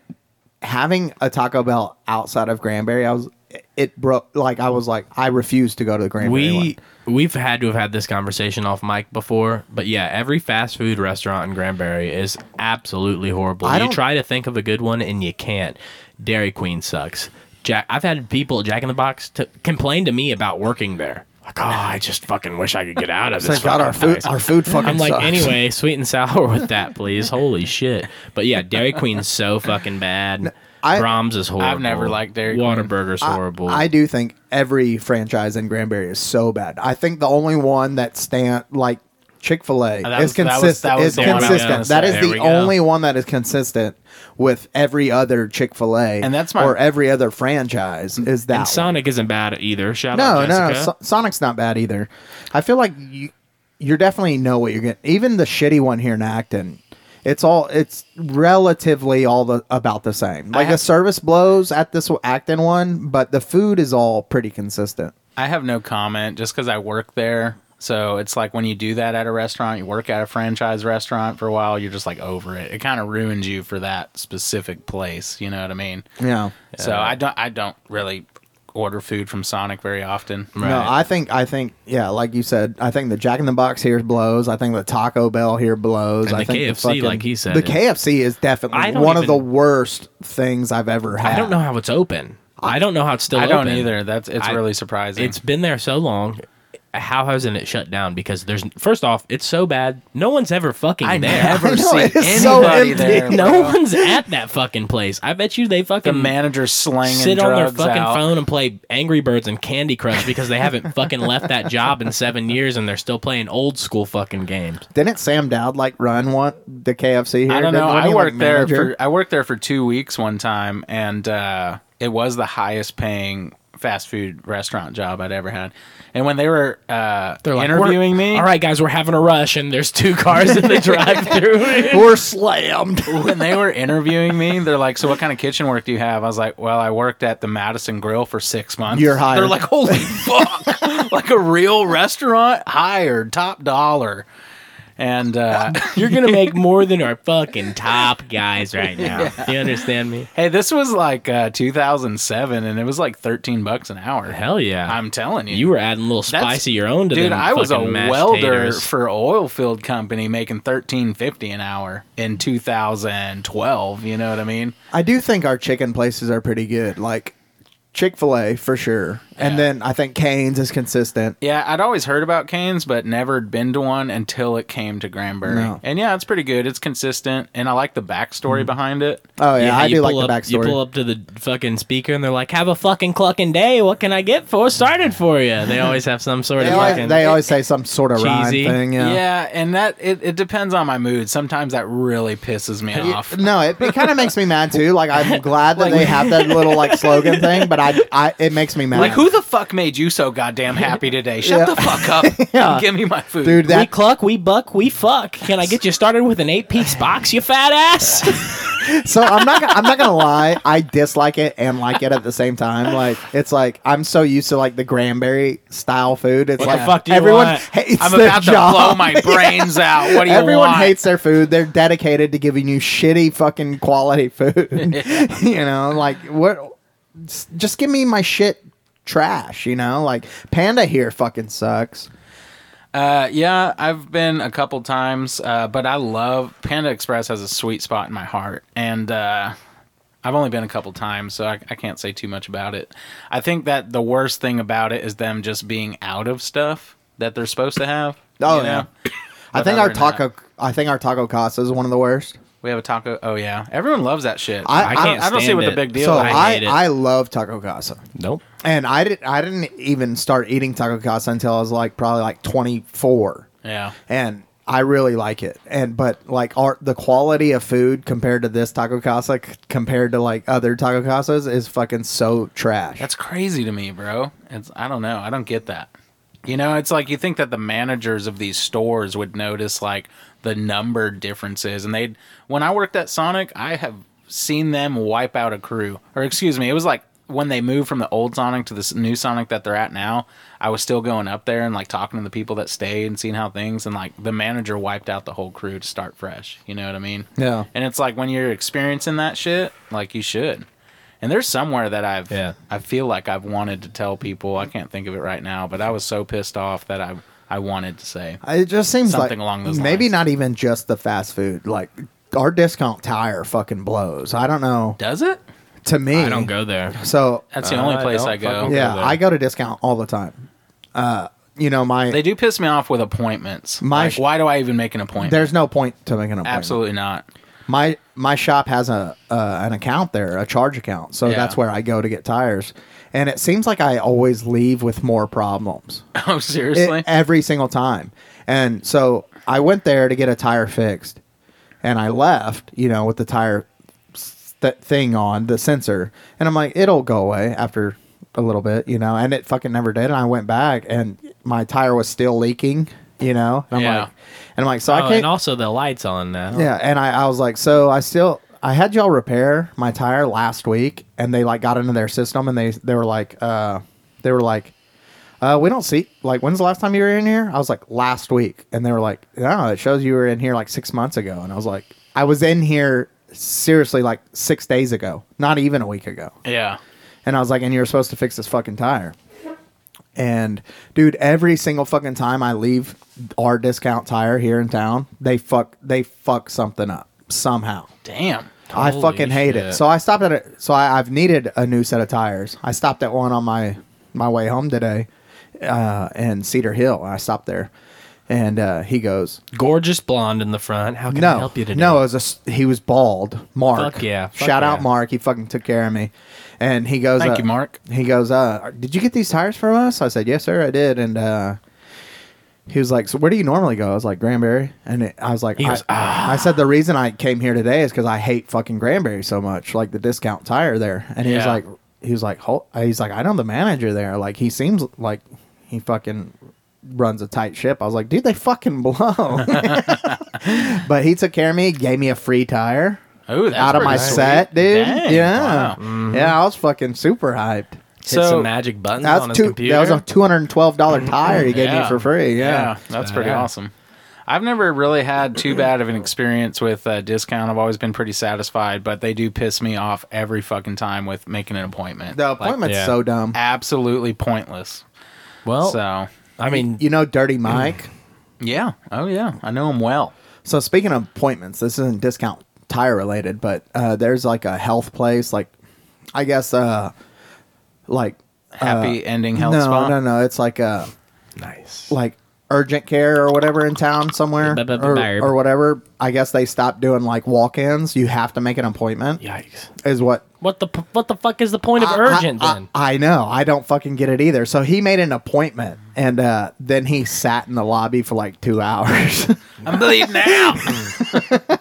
Speaker 2: having a Taco Bell outside of Granbury, I was it broke. Like I was like, I refuse to go to the Granbury. one.
Speaker 4: We we've had to have had this conversation off mic before, but yeah, every fast food restaurant in Granbury is absolutely horrible.
Speaker 2: I
Speaker 4: you
Speaker 2: don't-
Speaker 4: try to think of a good one and you can't. Dairy Queen sucks. Jack, I've had people at Jack in the Box to complain to me about working there. Like, oh, I just fucking wish I could get out of this.
Speaker 2: Thank God our
Speaker 4: fucking
Speaker 2: food,
Speaker 4: place."
Speaker 2: our food fucking.
Speaker 4: I'm like,
Speaker 2: sucks.
Speaker 4: anyway, sweet and sour with that, please. Holy shit! But yeah, Dairy Queen's so fucking bad.
Speaker 2: I-
Speaker 4: Brahms is horrible.
Speaker 3: I've never liked Dairy Queen.
Speaker 4: Whataburger's horrible.
Speaker 2: I do think every franchise in Granbury is so bad. I think the only one that stand like Chick Fil A
Speaker 3: that
Speaker 2: is
Speaker 3: was- that was-
Speaker 2: consistent.
Speaker 3: that was
Speaker 2: Is
Speaker 3: the one I was
Speaker 4: gonna
Speaker 2: consistent. That
Speaker 4: say.
Speaker 2: is
Speaker 4: There we
Speaker 2: the
Speaker 4: go.
Speaker 2: only one that is consistent with every other Chick Fil A,
Speaker 3: And that's my-
Speaker 2: or every other franchise is that.
Speaker 4: and Sonic isn't bad either. Shout
Speaker 2: one.
Speaker 4: out
Speaker 2: no, no,
Speaker 4: Jessica.
Speaker 2: So- Sonic's not bad either. I feel like you, you definitely know what you're getting. Even the shitty one here in Acton. It's all it's relatively all the about the same. Like the
Speaker 3: have-
Speaker 2: service blows at this Acton one, but the food is all pretty consistent.
Speaker 3: I have no comment just because I work there. So it's like when you do that at a restaurant, you work at a franchise restaurant for a while, you're just like over it. It kind of ruins you for that specific place. You know what I mean?
Speaker 2: Yeah.
Speaker 3: So I don't I don't really order food from Sonic very often.
Speaker 2: No, I think I think yeah, like you said, I think the Jack in the Box here blows. I think the Taco Bell here blows.
Speaker 4: And
Speaker 2: I
Speaker 4: the
Speaker 2: think
Speaker 4: KFC, like he said,
Speaker 2: the
Speaker 4: is-
Speaker 2: KFC is definitely
Speaker 4: I don't
Speaker 2: one of the
Speaker 4: even-
Speaker 2: worst things I've ever had.
Speaker 4: I don't know how it's open. I don't know how it's still.
Speaker 3: I don't
Speaker 4: open.
Speaker 3: either. That's it's
Speaker 4: I-
Speaker 3: really surprising.
Speaker 4: It's been there so long. How hasn't it shut down? Because there's first off, it's so bad. No one's ever fucking
Speaker 3: I
Speaker 4: there.
Speaker 3: never
Speaker 2: know,
Speaker 3: see
Speaker 2: it's so
Speaker 3: anybody
Speaker 2: empty.
Speaker 3: there.
Speaker 4: no
Speaker 3: bro.
Speaker 4: one's at that fucking place. I bet you they
Speaker 3: the
Speaker 4: fucking
Speaker 3: manager slanging
Speaker 4: sit on their
Speaker 3: drugs
Speaker 4: fucking
Speaker 3: out.
Speaker 4: phone and play Angry Birds and Candy Crush because they haven't fucking left that job in seven years and they're still playing old school fucking games.
Speaker 2: Didn't Sam Dowd like run what the KFC here?
Speaker 3: I don't know.
Speaker 2: Didn't- wasn't
Speaker 3: I
Speaker 2: he, like,
Speaker 3: worked there
Speaker 2: E manager?
Speaker 3: for I worked there for two weeks one time, and uh, it was the highest paying fast food restaurant job I'd ever had. And when they were uh,
Speaker 4: They're like
Speaker 3: interviewing
Speaker 4: "We're-
Speaker 3: me,
Speaker 4: All right, guys, we're having a rush and there's two cars in the drive-through.
Speaker 2: We're slammed.
Speaker 3: when they were interviewing me, they're like, "So what kind of kitchen work do you have?" I was like, "Well, I worked at the Madison Grill for six months."
Speaker 2: You're hired.
Speaker 3: They're like, "Holy fuck!" like a real restaurant hired, top dollar, and uh,
Speaker 4: You're gonna make more than our fucking top guys right now. You understand me?
Speaker 3: hey, this was like uh, 2007, and it was like 13 bucks an hour.
Speaker 4: Hell yeah!
Speaker 3: I'm telling you,
Speaker 4: you were adding a little
Speaker 3: That's-
Speaker 4: spice of your own to
Speaker 3: dude.
Speaker 4: them
Speaker 3: I was a
Speaker 4: fucking mashed
Speaker 3: welder
Speaker 4: taters.
Speaker 3: for an oil field company making 13.50 an hour in 2012. You know what I mean?
Speaker 2: I do think our chicken places are pretty good. Like Chick Fil A for sure, and then I think Canes is consistent.
Speaker 3: Yeah, I'd always heard about Canes, but never had been to one until it came to Granbury.
Speaker 2: No.
Speaker 3: And yeah, it's pretty good. It's consistent, and I like the backstory behind it.
Speaker 2: Oh yeah, I
Speaker 4: you
Speaker 2: do like
Speaker 4: pull
Speaker 2: the
Speaker 4: up- You
Speaker 2: backstory.
Speaker 4: pull up to the fucking speaker and they're like, "Have a fucking clucking day. What can I get for started for you?" They always have some sort
Speaker 2: they,
Speaker 4: of
Speaker 2: always,
Speaker 4: fucking.
Speaker 2: they always say some sort of rhyme
Speaker 4: Cheesy.
Speaker 2: thing.
Speaker 3: Yeah,
Speaker 2: Yeah.
Speaker 3: and that it, it depends on my mood. Sometimes that really pisses me off.
Speaker 2: No, it, it kind of makes me mad too. Like I'm glad that they have that little like slogan thing, but I, I it makes me mad.
Speaker 3: Like, who the fuck made you so goddamn happy today? Shut
Speaker 2: Yeah.
Speaker 3: the fuck up
Speaker 2: Yeah.
Speaker 3: and give me my food.
Speaker 2: dude?
Speaker 4: we
Speaker 2: That
Speaker 4: cluck, we buck, we fuck. Can I get you started with an eight-piece box, you fat ass?
Speaker 2: so I'm not gonna- I'm not gonna lie. I dislike it and like it at the same time. Like it's like I'm so used to like the cranberry style food. It's
Speaker 4: What the
Speaker 2: like
Speaker 4: fuck do you
Speaker 2: everyone
Speaker 4: want?
Speaker 2: hates
Speaker 3: I'm
Speaker 2: their
Speaker 3: about to
Speaker 2: job.
Speaker 3: blow my brains out. What do you
Speaker 2: Everyone
Speaker 3: want?
Speaker 2: hates their food. They're dedicated to giving you shitty fucking quality food. you know, like what? s- Just give me my shit trash. You know, like Panda here fucking sucks.
Speaker 3: Uh, yeah, I've been a couple times, uh, but I love Panda Express has a sweet spot in my heart, and uh, I've only been a couple times, so I, I can't say too much about it. I think that the worst thing about it is them just being out of stuff that they're supposed to have.
Speaker 2: Oh,
Speaker 3: you know?
Speaker 2: I
Speaker 3: But
Speaker 2: think
Speaker 3: other
Speaker 2: our
Speaker 3: than that-
Speaker 2: taco. I think our taco casa is one of the worst.
Speaker 3: We have a taco. Oh yeah, everyone loves that shit.
Speaker 2: I- I-
Speaker 3: can't. I, don't see
Speaker 4: stand
Speaker 3: what the
Speaker 4: it.
Speaker 3: big deal.
Speaker 2: so
Speaker 3: is.
Speaker 2: I
Speaker 4: hate it.
Speaker 2: I love taco casa.
Speaker 4: nope.
Speaker 2: And I didn't I didn't even start eating taco casa until I was like probably like 24.
Speaker 3: yeah.
Speaker 2: And I really like it. And but like our the quality of food compared to this taco casa c- compared to like other taco casas is fucking so trash.
Speaker 3: That's crazy to me, bro. It's I don't know. I don't get that. You know, it's like you think that the managers of these stores would notice like the number differences and they'd when I worked at Sonic, I have seen them wipe out a crew. Or excuse me, it was like when they moved from the old Sonic to this new Sonic that they're at now, I was still going up there and like talking to the people that stayed and seeing how things and like the manager wiped out the whole crew to start fresh. You know what I mean?
Speaker 2: Yeah.
Speaker 3: And it's like when you're experiencing that shit, like you should. And there's somewhere that I've
Speaker 4: Yeah.
Speaker 3: I feel like I've wanted to tell people. I can't think of it right now, but I was so pissed off that I I wanted to say.
Speaker 2: It just seems
Speaker 3: Something
Speaker 2: like
Speaker 3: along those
Speaker 2: maybe
Speaker 3: lines.
Speaker 2: not even just the fast food. Like our discount tire fucking blows. I don't know.
Speaker 3: Does it?
Speaker 2: To me,
Speaker 4: I don't go there.
Speaker 2: So
Speaker 3: That's the only
Speaker 4: I
Speaker 3: place
Speaker 4: don't
Speaker 3: I, go.
Speaker 4: fucking-
Speaker 2: yeah,
Speaker 4: there.
Speaker 2: I go to discount all the time. Uh, you know my
Speaker 3: They do piss me off with appointments.
Speaker 2: My
Speaker 3: like,
Speaker 2: sh-
Speaker 3: why do I even make an appointment?
Speaker 2: there's no point to making an appointment.
Speaker 3: Absolutely not.
Speaker 2: my my shop has a uh, an account there, a charge account. So
Speaker 3: Yeah.
Speaker 2: that's where I go to get tires. And it seems like I always leave with more problems
Speaker 3: Oh,
Speaker 2: It-
Speaker 3: seriously?
Speaker 2: every single time. And so I went there to get a tire fixed, and I left, you know, with the tire th- thing on the sensor, and I'm like, it'll go away after a little bit, you know, and it fucking never did. And I went back, and my tire was still leaking, you know, and I'm
Speaker 3: Yeah.
Speaker 2: like, and I'm like, so I
Speaker 4: Oh,
Speaker 2: can't.
Speaker 4: and also the lights on uh, now.
Speaker 2: Yeah, and I, I was like, so I still I had y'all repair my tire last week, and they like got into their system, and they they were like, uh, they were like, uh, we don't see like when's the last time you were in here? I was like last week, and they were like, no, it shows you were in here like six months ago, and I was like, I was in here seriously like six days ago, not even a week ago.
Speaker 3: yeah.
Speaker 2: And I was like, and you were supposed to fix this fucking tire. And dude, every single fucking time I leave our discount tire here in town, they fuck they fuck something up somehow.
Speaker 3: Damn.
Speaker 2: I
Speaker 4: Holy
Speaker 2: fucking hate it.
Speaker 4: shit.
Speaker 2: So I stopped at a, so I, I've needed a new set of tires. I stopped at one on my my way home today, uh, in Cedar Hill. I stopped there, and uh, he goes,
Speaker 4: Gorgeous blonde in the front. How can I
Speaker 2: "No,
Speaker 4: help you today?
Speaker 2: no." It was a s he was bald, Mark.
Speaker 4: Fuck yeah, fuck
Speaker 2: Shout out
Speaker 4: yeah.
Speaker 2: Mark. He fucking took care of me, and he goes,
Speaker 3: Thank
Speaker 2: uh,
Speaker 3: you, Mark.
Speaker 2: He goes, uh, "Did you get these tires from us?" I said, "Yes, sir, I did." And uh, he was like, "So where do you normally go?" I was like, "Granbury," and it, I was like, I,
Speaker 4: goes,
Speaker 3: ah.
Speaker 2: "I said the reason I came here today is because I hate fucking Granbury so much, like the discount tire there." And he was
Speaker 4: Yeah.
Speaker 2: like, "He was like, Hol-, uh, he's like, I know the manager there. Like, he seems like he fucking." runs a tight ship. I was like, dude, they fucking blow. but he took care of me, gave me a free tire
Speaker 3: Oh, that's
Speaker 2: out of my
Speaker 3: pretty sweet.
Speaker 2: set, dude.
Speaker 3: Dang,
Speaker 2: yeah, Mm-hmm.
Speaker 3: wow. Mm-hmm.
Speaker 2: yeah, I was fucking super hyped.
Speaker 4: Hit
Speaker 3: So-
Speaker 4: some magic buttons on
Speaker 2: That's
Speaker 4: his
Speaker 2: two.
Speaker 4: computer.
Speaker 2: That was a two hundred and twelve dollar tire he gave me
Speaker 3: Mm-hmm. Yeah.
Speaker 2: for free. Yeah.
Speaker 3: that's pretty
Speaker 4: Yeah.
Speaker 3: awesome. I've never really had too bad of an experience with uh, discount. I've always been pretty satisfied, but they do piss me off every fucking time with making an appointment.
Speaker 2: the
Speaker 3: Like,
Speaker 2: appointment's
Speaker 4: yeah.
Speaker 2: so dumb.
Speaker 3: absolutely pointless.
Speaker 2: Oh.
Speaker 4: well,
Speaker 3: So
Speaker 4: I mean, mm.
Speaker 2: You know, Dirty Mike.
Speaker 3: yeah, oh yeah, I know him well.
Speaker 2: so speaking of appointments, this isn't discount tire related, but uh, there's like a health place, like I guess, uh, like
Speaker 3: Happy ending
Speaker 2: Uh, no,
Speaker 3: health spa.
Speaker 2: no, no, it's like a
Speaker 4: nice.
Speaker 2: like urgent care or whatever in town somewhere
Speaker 4: B- b- b-
Speaker 2: or,
Speaker 4: barb.
Speaker 2: or whatever. I guess they stopped doing like walk-ins. You have to make an appointment.
Speaker 4: Yikes.
Speaker 2: Is what
Speaker 4: What the what the fuck is the point of
Speaker 2: I-
Speaker 4: urgent
Speaker 2: I, I-
Speaker 4: then?
Speaker 2: I, know. I don't fucking get it either. So he made an appointment and uh, then he sat in the lobby for like two hours.
Speaker 3: I'm bleeding out.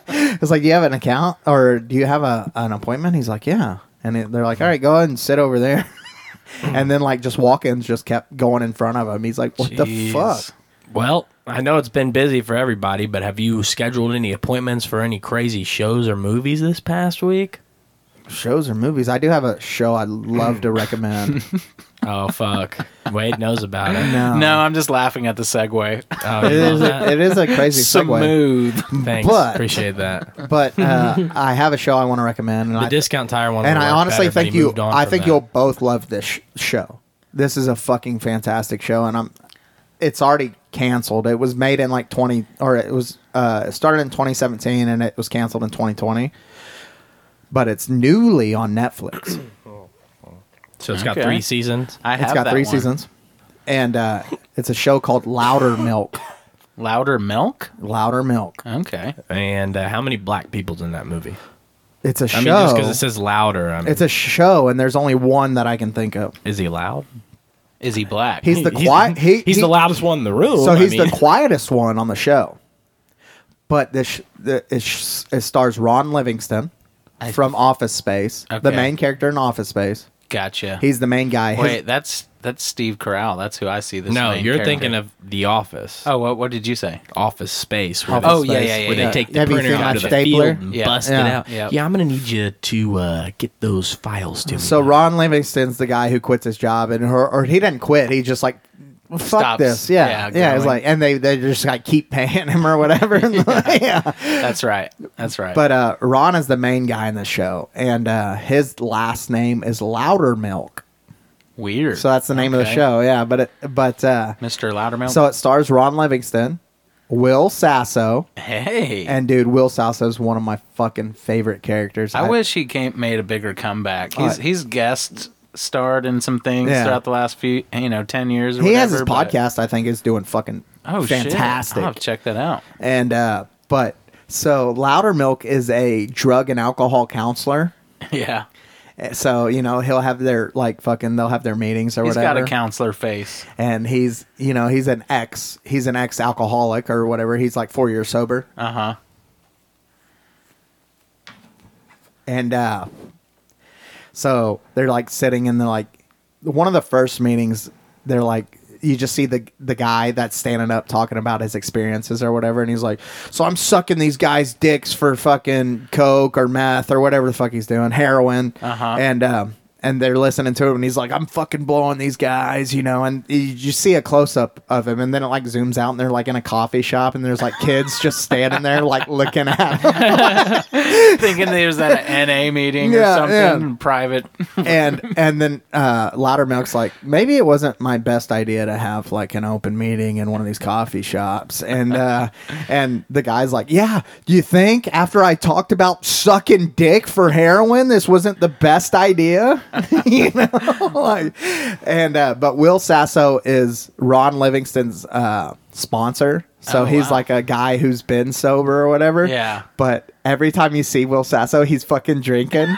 Speaker 2: it's like, you have an account or do you have a, an appointment? He's like, yeah. And it, they're like, all right, go ahead and sit over there. and then like just walk-ins just kept going in front of him. He's like, what the
Speaker 3: Jeez.
Speaker 2: fuck?
Speaker 4: well, I know it's been busy for everybody, but have you scheduled any appointments for any crazy shows or movies this past week?
Speaker 2: Shows or movies? I do have a show I'd love to recommend.
Speaker 4: Oh fuck. Wade knows about it.
Speaker 2: No,
Speaker 3: No, I'm just laughing at the segue.
Speaker 4: Oh,
Speaker 2: It
Speaker 4: you know
Speaker 2: is, a,
Speaker 4: that?
Speaker 2: it is a crazy segue,
Speaker 3: Smooth.
Speaker 4: Thanks.
Speaker 2: but-
Speaker 4: Appreciate that.
Speaker 2: but uh, I have a show I want to recommend, and
Speaker 4: The
Speaker 2: I,
Speaker 4: discount tire one.
Speaker 2: and
Speaker 4: would
Speaker 2: I
Speaker 4: work
Speaker 2: honestly
Speaker 4: better, but
Speaker 2: think
Speaker 4: he
Speaker 2: you,
Speaker 4: moved on
Speaker 2: I
Speaker 4: from
Speaker 2: think
Speaker 4: that.
Speaker 2: you'll both love this sh- show. This is a fucking fantastic show, and I'm, it's already canceled. It was made in like 20, or it was uh, it started in 2017, and it was canceled in 2020. But it's newly on Netflix.
Speaker 4: So it's got
Speaker 3: Okay.
Speaker 4: three seasons.
Speaker 3: I have
Speaker 2: It's got
Speaker 3: that
Speaker 2: three
Speaker 3: one.
Speaker 2: seasons, and uh, it's a show called Louder Milk.
Speaker 3: Louder milk.
Speaker 2: Louder Milk.
Speaker 3: Okay.
Speaker 4: And uh, how many black people's in that movie?
Speaker 2: It's a show.
Speaker 4: I mean, just because it says louder. I mean,
Speaker 2: It's a show, and there's only one that I can think of.
Speaker 4: is he loud?
Speaker 3: Is he black?
Speaker 2: He's the quiet. he,
Speaker 4: he's
Speaker 2: he-
Speaker 4: the loudest one in the room.
Speaker 2: So he's
Speaker 4: I mean,
Speaker 2: the quietest one on the show. But this sh- the, it, sh- it stars Ron Livingston from Office Space, the
Speaker 3: Okay.
Speaker 2: main character in Office Space.
Speaker 3: gotcha.
Speaker 2: He's the main guy. His-
Speaker 3: Wait, that's that's Steve Corral. That's who I see this.
Speaker 4: no,
Speaker 3: main
Speaker 4: you're
Speaker 3: character.
Speaker 4: thinking of The Office.
Speaker 3: Oh, what, what did you say?
Speaker 4: Office Space. Where
Speaker 2: Office
Speaker 4: they,
Speaker 3: Oh, yeah,
Speaker 2: Space.
Speaker 3: yeah, yeah,
Speaker 4: Where
Speaker 3: yeah.
Speaker 4: they take the
Speaker 2: Have you
Speaker 4: printer
Speaker 2: seen my
Speaker 4: out of the
Speaker 2: stapler?
Speaker 4: field and
Speaker 3: Yeah.
Speaker 4: bust it
Speaker 2: Yeah.
Speaker 4: out.
Speaker 3: Yeah.
Speaker 4: Yeah, I'm gonna need you to uh, get those files to me.
Speaker 2: So Ron Livingston's the guy who quits his job, and or, or he didn't quit. He just like. Fuck
Speaker 3: Stops.
Speaker 2: this, yeah,
Speaker 3: Yeah,
Speaker 2: yeah. It's
Speaker 3: going.
Speaker 2: like, and they they just like keep paying him or whatever. yeah.
Speaker 3: That's right. That's right.
Speaker 2: But uh, Ron is the main guy in the show, and uh, his last name is Louder Milk.
Speaker 3: weird.
Speaker 2: So that's the name of the
Speaker 3: Okay.
Speaker 2: show. Yeah, but it, but uh,
Speaker 3: Mr. Loudermilk.
Speaker 2: so it stars Ron Livingston, Will Sasso,
Speaker 3: hey,
Speaker 2: and dude, Will Sasso is one of my fucking favorite characters.
Speaker 3: I wish he came made a bigger comeback. He's
Speaker 2: Uh,
Speaker 3: he's guest starred in some things
Speaker 2: Yeah.
Speaker 3: throughout the last few you know ten years. Or
Speaker 2: he has his
Speaker 3: whatever, but-
Speaker 2: podcast. I think is doing fucking
Speaker 3: Oh, shit.
Speaker 2: fantastic.
Speaker 3: I'll check that out.
Speaker 2: And uh, but so Louder Milk is a drug and alcohol counselor.
Speaker 3: Yeah,
Speaker 2: So you know he'll have their like fucking they'll have their meetings or
Speaker 3: he's
Speaker 2: whatever.
Speaker 3: got a counselor face.
Speaker 2: and he's you know he's an ex he's an ex alcoholic or whatever he's like four years sober
Speaker 3: Uh huh.
Speaker 2: and uh so they're like sitting in the like one of the first meetings they're like you just see the the guy that's standing up talking about his experiences or whatever and he's like so i'm sucking these guys dicks for fucking coke or meth or whatever the fuck he's doing heroin
Speaker 3: Uh-huh.
Speaker 2: and um and they're listening to him, and he's like, "I'm fucking blowing these guys," you know. And you, you see a close up of him, and then it like zooms out, and they're like in a coffee shop, and there's like kids just standing there, like looking at him.
Speaker 3: Thinking there's that NA meeting
Speaker 2: Yeah,
Speaker 3: or something private.
Speaker 2: And and then uh, Loudermilk's like, maybe it wasn't my best idea to have like an open meeting in one of these coffee shops. And uh, and the guy's like, yeah, do you think after I talked about sucking dick for heroin, this wasn't the best idea? you know, like, and uh, but Will Sasso is Ron Livingston's uh, sponsor. So
Speaker 3: Oh,
Speaker 2: he's
Speaker 3: wow.
Speaker 2: like a guy who's been sober or whatever.
Speaker 3: Yeah.
Speaker 2: But every time you see Will Sasso, he's fucking drinking.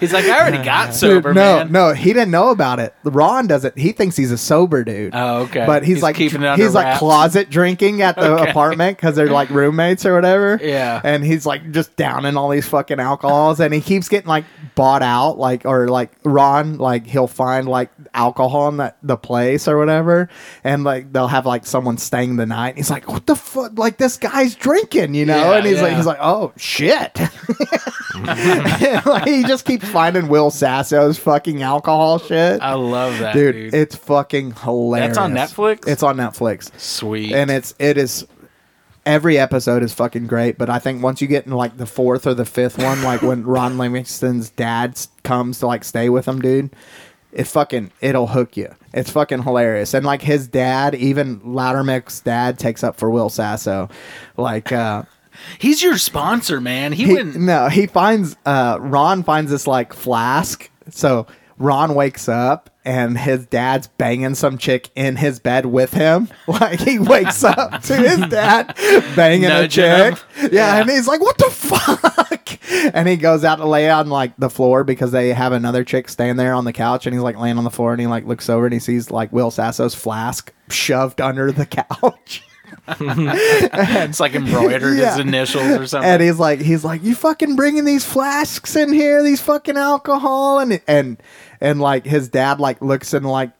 Speaker 3: He's like, I already got
Speaker 2: Dude,
Speaker 3: sober,
Speaker 2: no,
Speaker 3: man.
Speaker 2: no, he didn't know about it. Ron doesn't. He thinks he's a sober dude.
Speaker 3: Oh, okay.
Speaker 2: But he's,
Speaker 3: He's
Speaker 2: like
Speaker 3: keeping it under
Speaker 2: he's like
Speaker 3: wraps.
Speaker 2: closet drinking at the
Speaker 3: Okay.
Speaker 2: apartment because they're like roommates or whatever.
Speaker 3: Yeah.
Speaker 2: And he's like just downing all these fucking alcohols, and he keeps getting like bought out, like or like Ron, like he'll find like alcohol in that the place or whatever, and like they'll have like someone staying the night. he's like, what the fuck? Like this guy's drinking, you know?
Speaker 3: Yeah,
Speaker 2: and he's like,
Speaker 3: yeah.
Speaker 2: he's like, oh shit. like, he just keeps finding Will Sasso's fucking alcohol shit.
Speaker 3: I love that,
Speaker 2: dude,
Speaker 3: dude.
Speaker 2: it's fucking hilarious.
Speaker 3: That's on Netflix?
Speaker 2: It's on Netflix.
Speaker 3: Sweet.
Speaker 2: And it's it is every episode is fucking great, but I think once you get in like the fourth or the fifth one, like when Ron Livingston's dad s- comes to like stay with him, dude, it fucking it'll hook you. It's fucking hilarious. And like his dad, even Loudermilk's dad takes up for Will Sasso. Like uh
Speaker 3: he's your sponsor, man. He,
Speaker 2: he-
Speaker 3: wouldn't.
Speaker 2: no, he finds uh, Ron finds this like flask. So Ron wakes up and his dad's banging some chick in his bed with him. Like he wakes up to his dad banging a
Speaker 3: Nudging
Speaker 2: chick.
Speaker 3: him.
Speaker 2: Yeah, and he's like, "What the fuck?" And he goes out to lay on like the floor because they have another chick staying there on the couch, and he's like laying on the floor, and he like looks over and he sees like Will Sasso's flask shoved under the couch.
Speaker 3: It's like embroidered
Speaker 2: Yeah.
Speaker 3: his initials or something.
Speaker 2: And he's like, he's like, you fucking bringing these flasks in here, these fucking alcohol, and and and like his dad like looks in like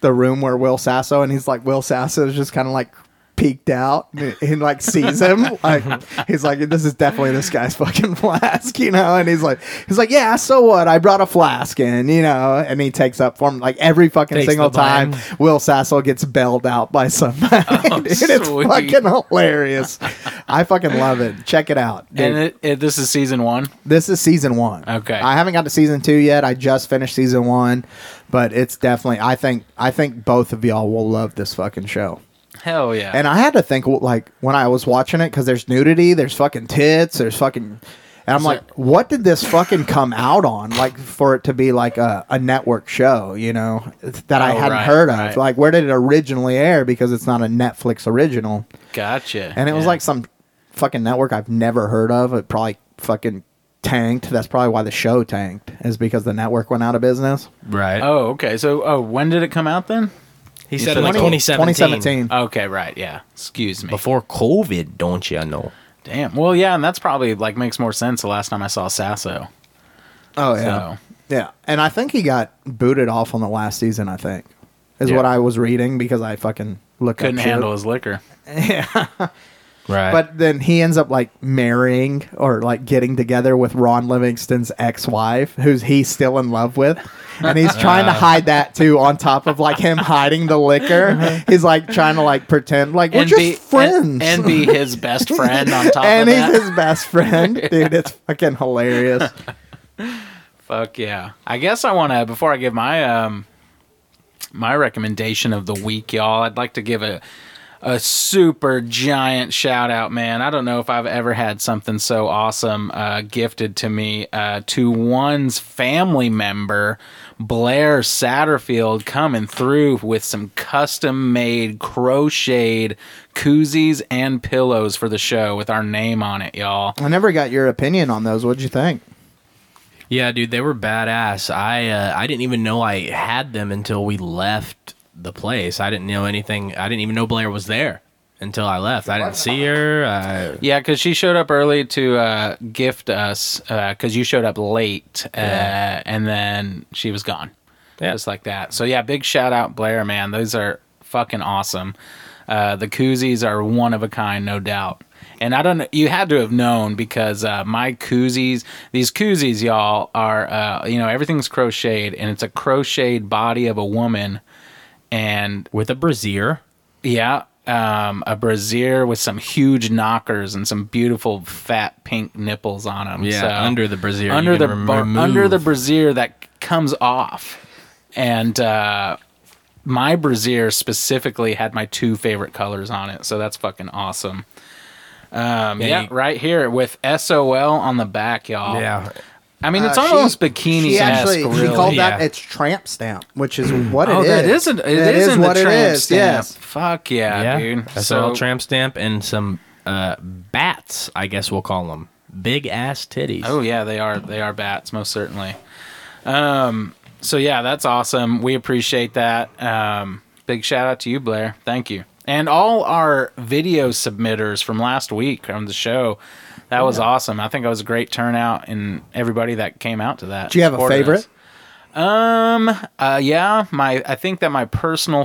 Speaker 2: the room where Will Sasso, and he's like, Will Sasso's just kind of like peeked out and, and, like sees him like he's like this is definitely this guy's fucking flask you know and he's like he's like yeah so what i brought a flask in you know and he takes up for him like every fucking
Speaker 4: Takes the
Speaker 2: single time
Speaker 4: blame.
Speaker 2: will sasso gets bailed out by somebody dude, it's
Speaker 3: sweet.
Speaker 2: fucking hilarious. I fucking love it. Check it out. dude.
Speaker 3: And it, it, this is season one.
Speaker 2: this is season one.
Speaker 3: Okay.
Speaker 2: I haven't got to season two yet. I just finished season one, but it's definitely. I think. I think both of y'all will love this fucking show.
Speaker 3: Hell yeah.
Speaker 2: And I had to think like when I was watching it because there's nudity, there's fucking tits, there's fucking. And I'm like, what did this fucking come out on? Like for it to be like a, a network show, you know, that I
Speaker 3: Oh,
Speaker 2: hadn't
Speaker 3: right,
Speaker 2: heard of.
Speaker 3: right.
Speaker 2: Like where did it originally air? Because it's not a Netflix original.
Speaker 3: gotcha.
Speaker 2: And it was
Speaker 3: Yeah.
Speaker 2: like some fucking network I've never heard of. It probably fucking tanked. That's probably why the show tanked, is because the network went out of business.
Speaker 4: Right.
Speaker 3: Oh, okay. So, oh, when did it come out then?
Speaker 4: he said
Speaker 3: said
Speaker 4: in like
Speaker 2: 20
Speaker 4: 2017.
Speaker 2: 2017.
Speaker 3: Okay, right. Yeah. Excuse me.
Speaker 4: Before COVID, don't you know?
Speaker 3: Damn. Well, yeah, and that's probably like makes more sense. The last time I saw Sasso.
Speaker 2: oh,
Speaker 3: So,
Speaker 2: yeah. Yeah. And I think he got booted off on the last season, I think, is
Speaker 3: Yeah.
Speaker 2: what I was reading because I fucking looked
Speaker 3: couldn't
Speaker 2: up shit.
Speaker 3: handle his liquor.
Speaker 4: Right.
Speaker 2: But then he ends up like marrying or like getting together with Ron Livingston's ex-wife, who's he's still in love with, and he's trying to
Speaker 3: Uh.
Speaker 2: hide that too. On top of like him hiding the liquor, he's like trying to like pretend like we're just friends,
Speaker 3: Uh-huh. And, and be his best friend on top
Speaker 2: And
Speaker 3: of
Speaker 2: he's
Speaker 3: that.
Speaker 2: his best friend, dude. It's fucking hilarious.
Speaker 3: Fuck yeah. I guess I want to before I give my um my recommendation of the week, y'all. I'd like to give a a super giant shout out, man. I don't know if I've ever had something so awesome uh, gifted to me uh, to one's family member, Blair Satterfield, coming through with some custom made crocheted koozies and pillows for the show with our name on it, y'all.
Speaker 2: I never got your opinion on those. What'd you think?
Speaker 4: Yeah, dude, they were badass. I uh, I didn't even know I had them until we left the place. I didn't know anything. I didn't even know Blair was there until I left. I didn't see her. uh, I,
Speaker 3: Yeah, because she showed up early to uh, gift us because you showed up late, uh, and then she was gone,
Speaker 4: Yeah.
Speaker 3: just like that. So yeah, big shout out Blair, man. Those are fucking awesome. Uh, the koozies are one of a kind, no doubt. And I don't know, you had to have known because uh, my koozies, these koozies, y'all, are, uh, you know, everything's crocheted and it's a crocheted body of a woman. And
Speaker 4: with a brassiere.
Speaker 3: yeah, um, a brassiere with some huge knockers and some beautiful fat pink nipples on them.
Speaker 4: Yeah,
Speaker 3: so,
Speaker 4: under the brassiere.
Speaker 3: under
Speaker 4: you
Speaker 3: the
Speaker 4: can
Speaker 3: bar-
Speaker 4: remove-
Speaker 3: under the brassiere that comes off, and uh, my brassiere specifically had my two favorite colors on it, so that's fucking awesome. Um, yeah,
Speaker 4: you-
Speaker 3: right here with SOL on the back, y'all.
Speaker 4: yeah.
Speaker 3: I mean it's
Speaker 2: Uh, she-
Speaker 3: almost bikini
Speaker 2: She actually she
Speaker 3: really.
Speaker 2: called that
Speaker 4: Yeah.
Speaker 2: it's tramp stamp, which is what it is.
Speaker 3: oh, that is an, it
Speaker 2: That
Speaker 3: is in
Speaker 2: what
Speaker 3: the
Speaker 2: it
Speaker 3: tramp
Speaker 2: is,
Speaker 3: stamp.
Speaker 2: Yes.
Speaker 3: Fuck yeah,
Speaker 4: yeah.
Speaker 3: dude.
Speaker 4: I saw a tramp stamp and some uh, bats, I guess we'll call them. Big ass titties.
Speaker 3: Oh yeah, they are they are bats most certainly. Um, so yeah, that's awesome. We appreciate that. Um, big shout out to you, Blair. Thank you, and all our video submitters from last week on the show. That was awesome. I think it was a great turnout and everybody that came out to that.
Speaker 2: Do you have a
Speaker 3: supported
Speaker 2: favorite?
Speaker 3: us. Um. Uh. Yeah. My. I think that my personal
Speaker 2: You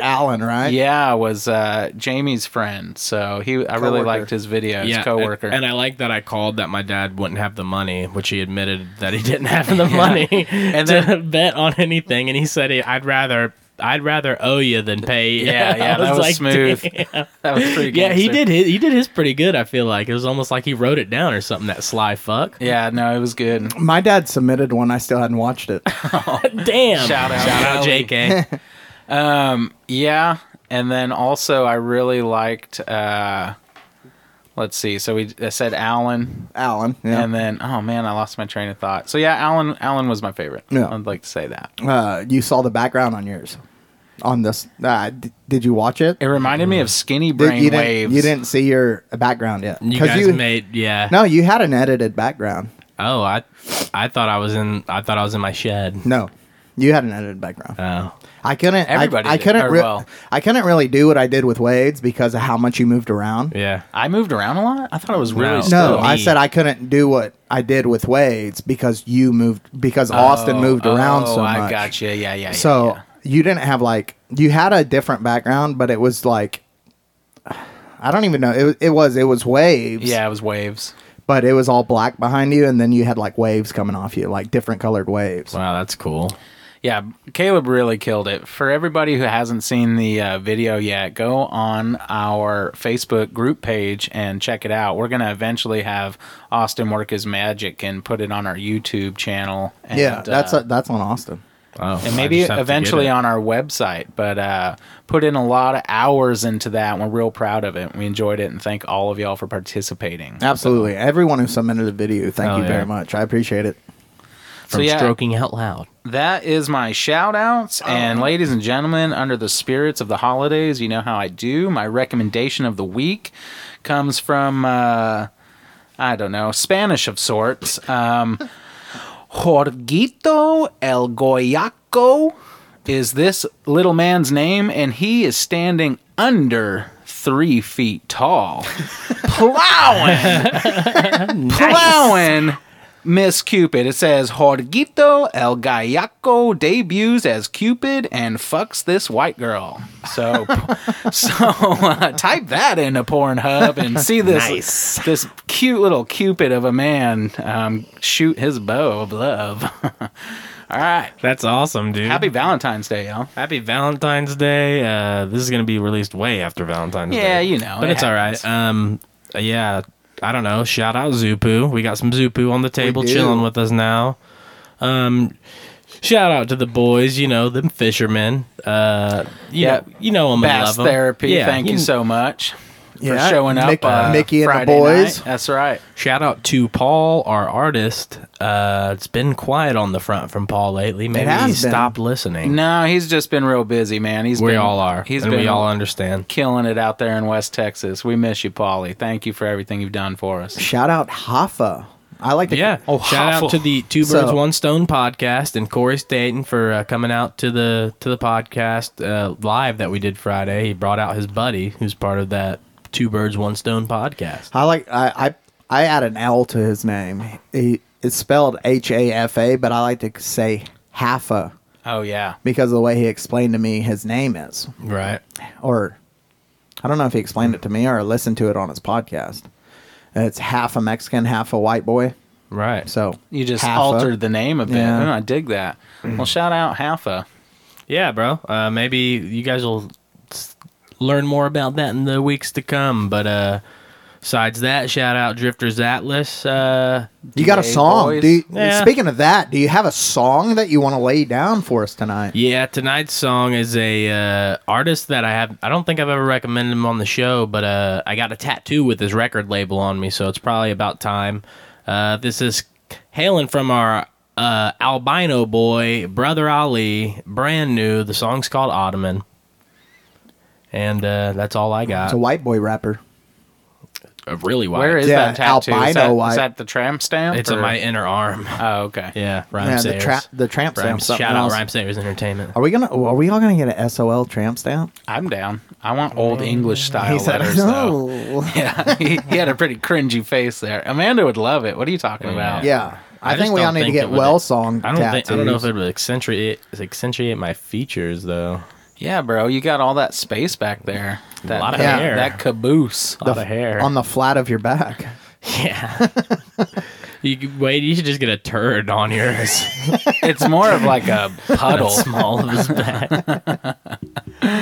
Speaker 2: like Alan, right?
Speaker 3: yeah, was uh, Jamie's friend. So he, I really
Speaker 2: Coworker.
Speaker 3: liked his videos.
Speaker 4: yeah,
Speaker 3: coworker.
Speaker 4: And, and I like that I called that my dad wouldn't have the money, which he admitted that he didn't have the money and to
Speaker 3: then-
Speaker 4: bet on anything. And he said, he, "I'd rather, I'd rather owe you than pay." you."
Speaker 3: yeah, yeah,
Speaker 4: I
Speaker 3: that was,
Speaker 4: like,
Speaker 3: smooth.
Speaker 4: "Damn."
Speaker 3: That was pretty.
Speaker 4: Yeah, he
Speaker 3: gangster.
Speaker 4: did. His, he did his pretty good. I feel like it was almost like he wrote it down or something. That sly fuck.
Speaker 3: Yeah, no, it was good.
Speaker 2: My dad submitted one. I still hadn't watched it.
Speaker 4: Damn.
Speaker 3: Shout out,
Speaker 4: Shout out,
Speaker 3: Golly.
Speaker 4: J.K.
Speaker 3: Um, Yeah, and then also I really liked. uh Let's see. So we I said Alan,
Speaker 2: Alan. Yeah.
Speaker 3: and then oh man, I lost my train of thought. So yeah, Alan, Alan was my favorite.
Speaker 2: Yeah.
Speaker 3: I'd like to say that.
Speaker 2: uh, you saw the background on yours. On this, uh, d- did you watch it?
Speaker 3: It reminded me of Skinny
Speaker 2: Did-
Speaker 3: Brain
Speaker 2: you,
Speaker 3: Waves.
Speaker 2: didn't, you didn't see your background yet.
Speaker 4: you
Speaker 2: 'Cause
Speaker 4: guys made yeah.
Speaker 2: no, you had an edited background.
Speaker 4: Oh, I, I thought I was in. I thought I was in my shed.
Speaker 2: No, you had an edited background.
Speaker 4: Oh.
Speaker 2: I couldn't. I-
Speaker 3: Everybody
Speaker 2: I,
Speaker 3: did,
Speaker 2: couldn't.
Speaker 3: or
Speaker 2: re-
Speaker 3: well.
Speaker 2: I couldn't really do what I did with Wade's because of how much you moved around.
Speaker 4: Yeah.
Speaker 3: I moved around a lot. I thought it was really
Speaker 4: No.
Speaker 3: still
Speaker 2: No, I
Speaker 3: me.
Speaker 2: said I couldn't do what I did with Wade's because you moved because Austin moved around
Speaker 3: Oh,
Speaker 2: so much.
Speaker 3: I got you. Yeah, yeah. yeah
Speaker 2: So
Speaker 3: yeah.
Speaker 2: you didn't have like you had a different background, but it was like I don't even know. It was- it was it was waves.
Speaker 3: yeah, it was waves.
Speaker 2: But it was all black behind you, and then you had like waves coming off you, like different colored waves.
Speaker 4: Wow, that's cool.
Speaker 3: Yeah, Caleb really killed it. For everybody who hasn't seen the uh, video yet, go on our Facebook group page and check it out. We're going to eventually have Austin work his magic and put it on our YouTube channel. And,
Speaker 2: yeah, that's
Speaker 3: uh,
Speaker 2: a, that's on Austin.
Speaker 4: Oh,
Speaker 3: and maybe eventually on our website, but uh, put in a lot of hours into that. We're real proud of it. We enjoyed it and thank all of y'all for participating.
Speaker 2: Absolutely, everyone who submitted a video, thank
Speaker 4: Oh,
Speaker 2: you
Speaker 4: yeah.
Speaker 2: very much. I appreciate it.
Speaker 4: from
Speaker 3: yeah.
Speaker 4: stroking out loud.
Speaker 3: That is my shout outs. And ladies and gentlemen, under the spirits of the holidays, you know how I do. My recommendation of the week comes from, uh, I don't know, Spanish of sorts. Um, Jorgito El Goyaco is this little man's name, and he is standing under three feet tall, plowing, plowing Miss Cupid. It says Jorgito El Gallaco debuts as Cupid and fucks this white girl. So, so uh, type that into Pornhub and see this this cute little Cupid of a man um, shoot his bow of love. All right,
Speaker 4: That's awesome, dude.
Speaker 3: happy Valentine's Day, y'all.
Speaker 4: Happy Valentine's Day. Uh, this is gonna be released way after Valentine's Day.
Speaker 3: Yeah, you know,
Speaker 4: but
Speaker 3: it
Speaker 4: it's all right. Um, yeah, I don't know. Shout out Zupu. We got some Zupu on the table
Speaker 2: do.
Speaker 4: chilling with us now. Um, shout out to the boys. You know, them fishermen. Uh, you
Speaker 3: Yep.
Speaker 4: know, you know them. and
Speaker 3: Bass
Speaker 4: love 'em.
Speaker 3: therapy.
Speaker 4: Yeah,
Speaker 3: thank you,
Speaker 4: kn-
Speaker 3: so much
Speaker 2: Yeah,
Speaker 3: for showing up.
Speaker 2: Mick-
Speaker 3: uh,
Speaker 2: Mickey and the
Speaker 3: Friday
Speaker 2: boys.
Speaker 3: night. That's right.
Speaker 4: Shout out to Paul, our artist. Uh, it's been quiet on the front from Paul lately. Maybe
Speaker 2: has
Speaker 4: he
Speaker 2: been.
Speaker 4: stopped listening.
Speaker 3: No, he's just been real busy, man. He's
Speaker 4: we
Speaker 3: been,
Speaker 4: all are.
Speaker 3: He's
Speaker 4: and
Speaker 3: been
Speaker 4: we all understand.
Speaker 3: killing it out there in West Texas. We miss you, Paulie. Thank you for everything you've done for us.
Speaker 2: Shout out Hoffa. I like to
Speaker 4: Yeah.
Speaker 3: Oh,
Speaker 4: shout
Speaker 3: awful.
Speaker 4: out to the Two
Speaker 2: So-
Speaker 4: Birds One Stone podcast and Corey Staten for uh, coming out to the to the podcast uh, live that we did Friday. He brought out his buddy who's part of that Two Birds One Stone podcast.
Speaker 2: I like I I, I add an L to his name. He, it's spelled H A F A, but I like to say Haffa
Speaker 3: Oh yeah.
Speaker 2: because of the way he explained to me his name is,
Speaker 4: Right.
Speaker 2: or I don't know if he explained it to me or I listened to it on his podcast. It's half a Mexican, half a white boy.
Speaker 4: Right.
Speaker 2: So
Speaker 3: You just
Speaker 2: half a-
Speaker 3: altered the name a bit.
Speaker 2: Yeah. Mm.
Speaker 3: Oh, I dig that. Well, shout out Halfa.
Speaker 4: Yeah, bro. Uh, maybe you guys will s- learn more about that in the weeks to come. But uh, besides that, shout out Drifters Atlas. Uh,
Speaker 2: You got a
Speaker 3: Yay,
Speaker 2: song.
Speaker 3: boys.
Speaker 2: Do you,
Speaker 4: Yeah.
Speaker 2: Speaking of that, do you have a song that you want to lay down for us tonight?
Speaker 4: yeah, tonight's song is a uh, artist that I have. I don't think I've ever recommended him on the show, but uh, I got a tattoo with his record label on me, so it's probably about time. Uh, this is hailing from our uh, albino boy, Brother Ali, brand new. The song's called Ottoman. And uh, that's all I got.
Speaker 2: It's a white boy rapper.
Speaker 4: Uh, really wide.
Speaker 3: Where is
Speaker 2: Yeah,
Speaker 3: that tattoo?
Speaker 2: albino
Speaker 3: is, that,
Speaker 2: white.
Speaker 3: is that the tramp stamp?
Speaker 4: It's on
Speaker 3: or-
Speaker 4: my inner arm.
Speaker 3: Oh, okay.
Speaker 4: Yeah, Rhyme
Speaker 2: Yeah, the
Speaker 4: Sayers.
Speaker 2: trap, the tramp
Speaker 4: Rhyme-
Speaker 2: stamp. something
Speaker 4: shout out
Speaker 2: else.
Speaker 4: Rhyme Sayers Entertainment.
Speaker 2: Are we gonna? Are we all gonna get an SOL tramp stamp?
Speaker 3: I'm down. I want old English style letters. though. Yeah, he, he had a pretty cringy face there. Amanda would love it. What are you talking about?
Speaker 2: Yeah, I,
Speaker 4: I just
Speaker 2: think we
Speaker 4: don't
Speaker 2: all need to
Speaker 4: think
Speaker 2: get
Speaker 4: it would-
Speaker 2: well song.
Speaker 4: I don't think I don't know if
Speaker 2: tattoos.
Speaker 4: it would accentuate accentuate my features though.
Speaker 3: Yeah, bro, you got all that space back there. That,
Speaker 4: lot of
Speaker 3: that,
Speaker 4: hair.
Speaker 3: That caboose.
Speaker 4: A lot of hair.
Speaker 2: on the flat of your back.
Speaker 4: yeah. you could- wait. You should just get a turd on yours.
Speaker 3: It's more of like a puddle.
Speaker 4: Small of his back.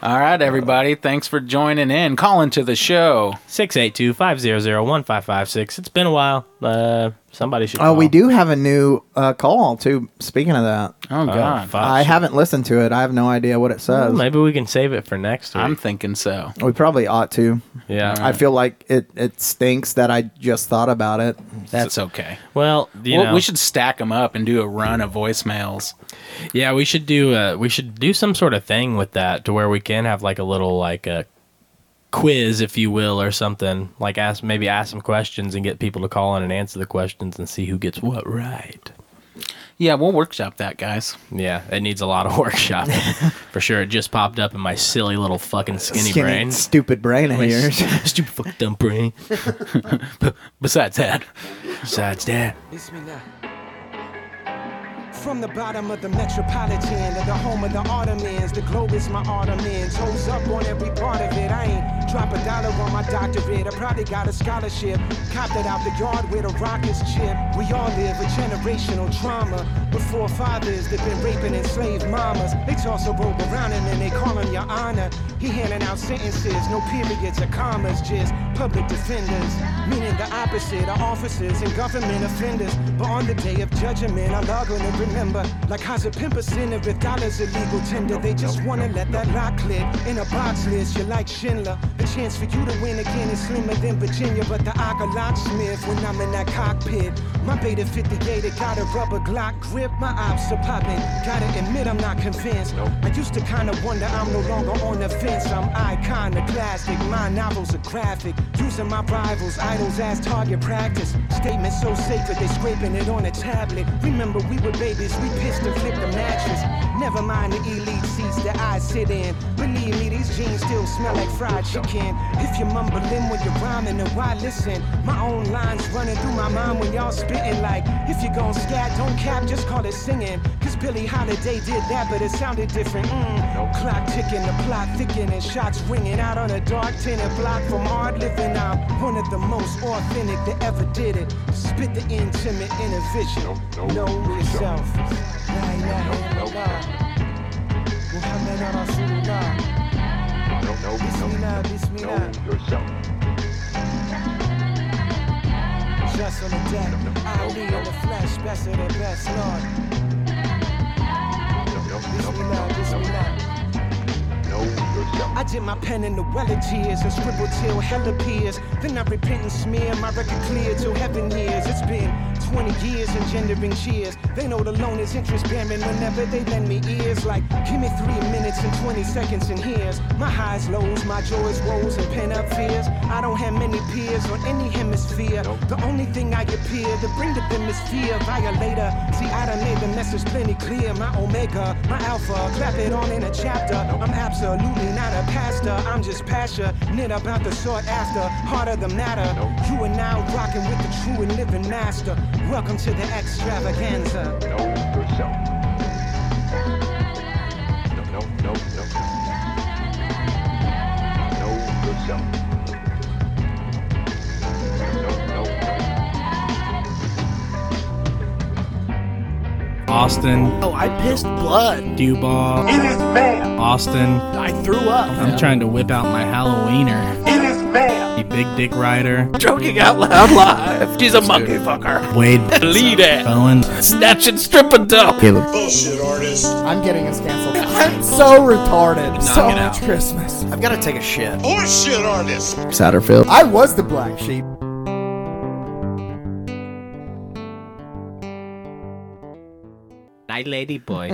Speaker 3: All right, everybody. Thanks for joining in. Calling to the show.
Speaker 4: Six eight two five zero zero one five five six. It's been a while. Uh, somebody should.
Speaker 2: Oh, we
Speaker 4: call.
Speaker 2: do have a new uh, call too. Speaking of that,
Speaker 3: Oh, God.
Speaker 4: fuck.
Speaker 2: I haven't listened to it. I have no idea what it
Speaker 4: Well,
Speaker 2: says.
Speaker 4: maybe we can save it for next week.
Speaker 3: I'm thinking so.
Speaker 2: we probably ought to.
Speaker 4: yeah.
Speaker 2: I feel like it. It stinks that I just thought about it.
Speaker 3: That's okay.
Speaker 4: well, you
Speaker 3: Well,
Speaker 4: know,
Speaker 3: we should stack them up and do a run of voicemails.
Speaker 4: Yeah, we should do uh we should do some sort of thing with that to where we can have like a little like a quiz, if you will, or something. Like ask maybe ask some questions and get people to call in and answer the questions and see who gets what right.
Speaker 3: Yeah, we'll workshop that, guys.
Speaker 4: Yeah, it needs a lot of workshop for sure. It just popped up in my silly little fucking skinny, brain.
Speaker 2: stupid brain of yours.
Speaker 4: Stupid fucking dumb brain.
Speaker 3: Besides that,
Speaker 4: Besides that.
Speaker 5: Bismillah. From the bottom of the metropolitan, to the home of the Ottomans, the globe is my Ottomans. Holds up on every part of it. I ain't drop a dollar on my doctorate. I probably got a scholarship. Copped it out the yard with a rockets chip. We all live with generational trauma. With forefathers that been raping enslaved mamas. They toss a robe around him and they call him your honor. He handing out sentences, no periods or commas, just public defenders. Meaning the opposite of officers and government offenders. But on the day of judgment, I log on and remember. Like how's a pimp a sinner if dollars illegal tender? They just wanna let that lock clip in a box list. You're like Schindler. The chance for you to win again is slimmer than Virginia, but the Ock a locksmith when I'm in that cockpit. My beta 58, it got a rubber Glock grip. My ops are popping. Gotta admit, I'm not convinced. I used to kinda wonder I'm no longer on the fence. I'm iconoclastic. My novels are graphic. Using my rivals, idols as target practice. Statements so sacred, they scraping it on a tablet. Remember, we were babies, we pissed and flipped the mattress. Never mind the elite seats that I sit in. Believe me, these jeans still smell like fried chicken. If you're mumbling when you're rhyming, then why listen? My own lines running through my mind when y'all spitting like, if you gon' scat, don't cap, just call it singing. Cause Billie Holiday did that, but it sounded different. Mm. Clock ticking, the plot thickening, shots ringing out on a dark tenant block from hard living. I'm one of the most authentic that ever did it. Spit the intimate inner vision. Know yourself. La ilaha illallah. Muhammad Rasulullah. Bismillah, Bismillah. Just on the deck, Ali in the flesh, best of the best, Lord. Bismillah, Bismillah. I did my pen in the well of tears and scribbled till hell appears. Then I repent and smear my record clear till heaven hears. It's been 20 years engendering cheers. They know the loan is interest bearing whenever they lend me ears. Like, give me three minutes and 20 seconds and here's my highs, lows, my joys, woes, and pent up fears. I don't have many peers on any hemisphere. The only thing I appear to bring to them is fear. Violator, see, I done made the message plenty clear. My omega, my alpha, clap it on in a chapter. I'm absolutely not a pastor, I'm just passionate about the sought after, heart of the matter. You and I rocking with the true and living master. Welcome to the extravaganza.
Speaker 6: Nope. Nope, nope, nope.
Speaker 4: Austin,
Speaker 1: Oh, I pissed blood.
Speaker 4: Dubois,
Speaker 6: It is man.
Speaker 4: Austin.
Speaker 1: I threw up.
Speaker 4: I'm trying to whip out my Halloweener.
Speaker 6: It is man.
Speaker 4: The Big Dick Rider,
Speaker 1: Joking out loud live. She's a monkey fucker.
Speaker 4: Wade
Speaker 2: Lead it.
Speaker 4: Bowen,
Speaker 2: Snatch and strip and dump.
Speaker 7: I'm getting us canceled. I'm so retarded.
Speaker 2: So it much out.
Speaker 7: Christmas. I've got to take a shit.
Speaker 6: Bullshit artist.
Speaker 7: Satterfield. I was the black sheep.
Speaker 1: Night lady boy.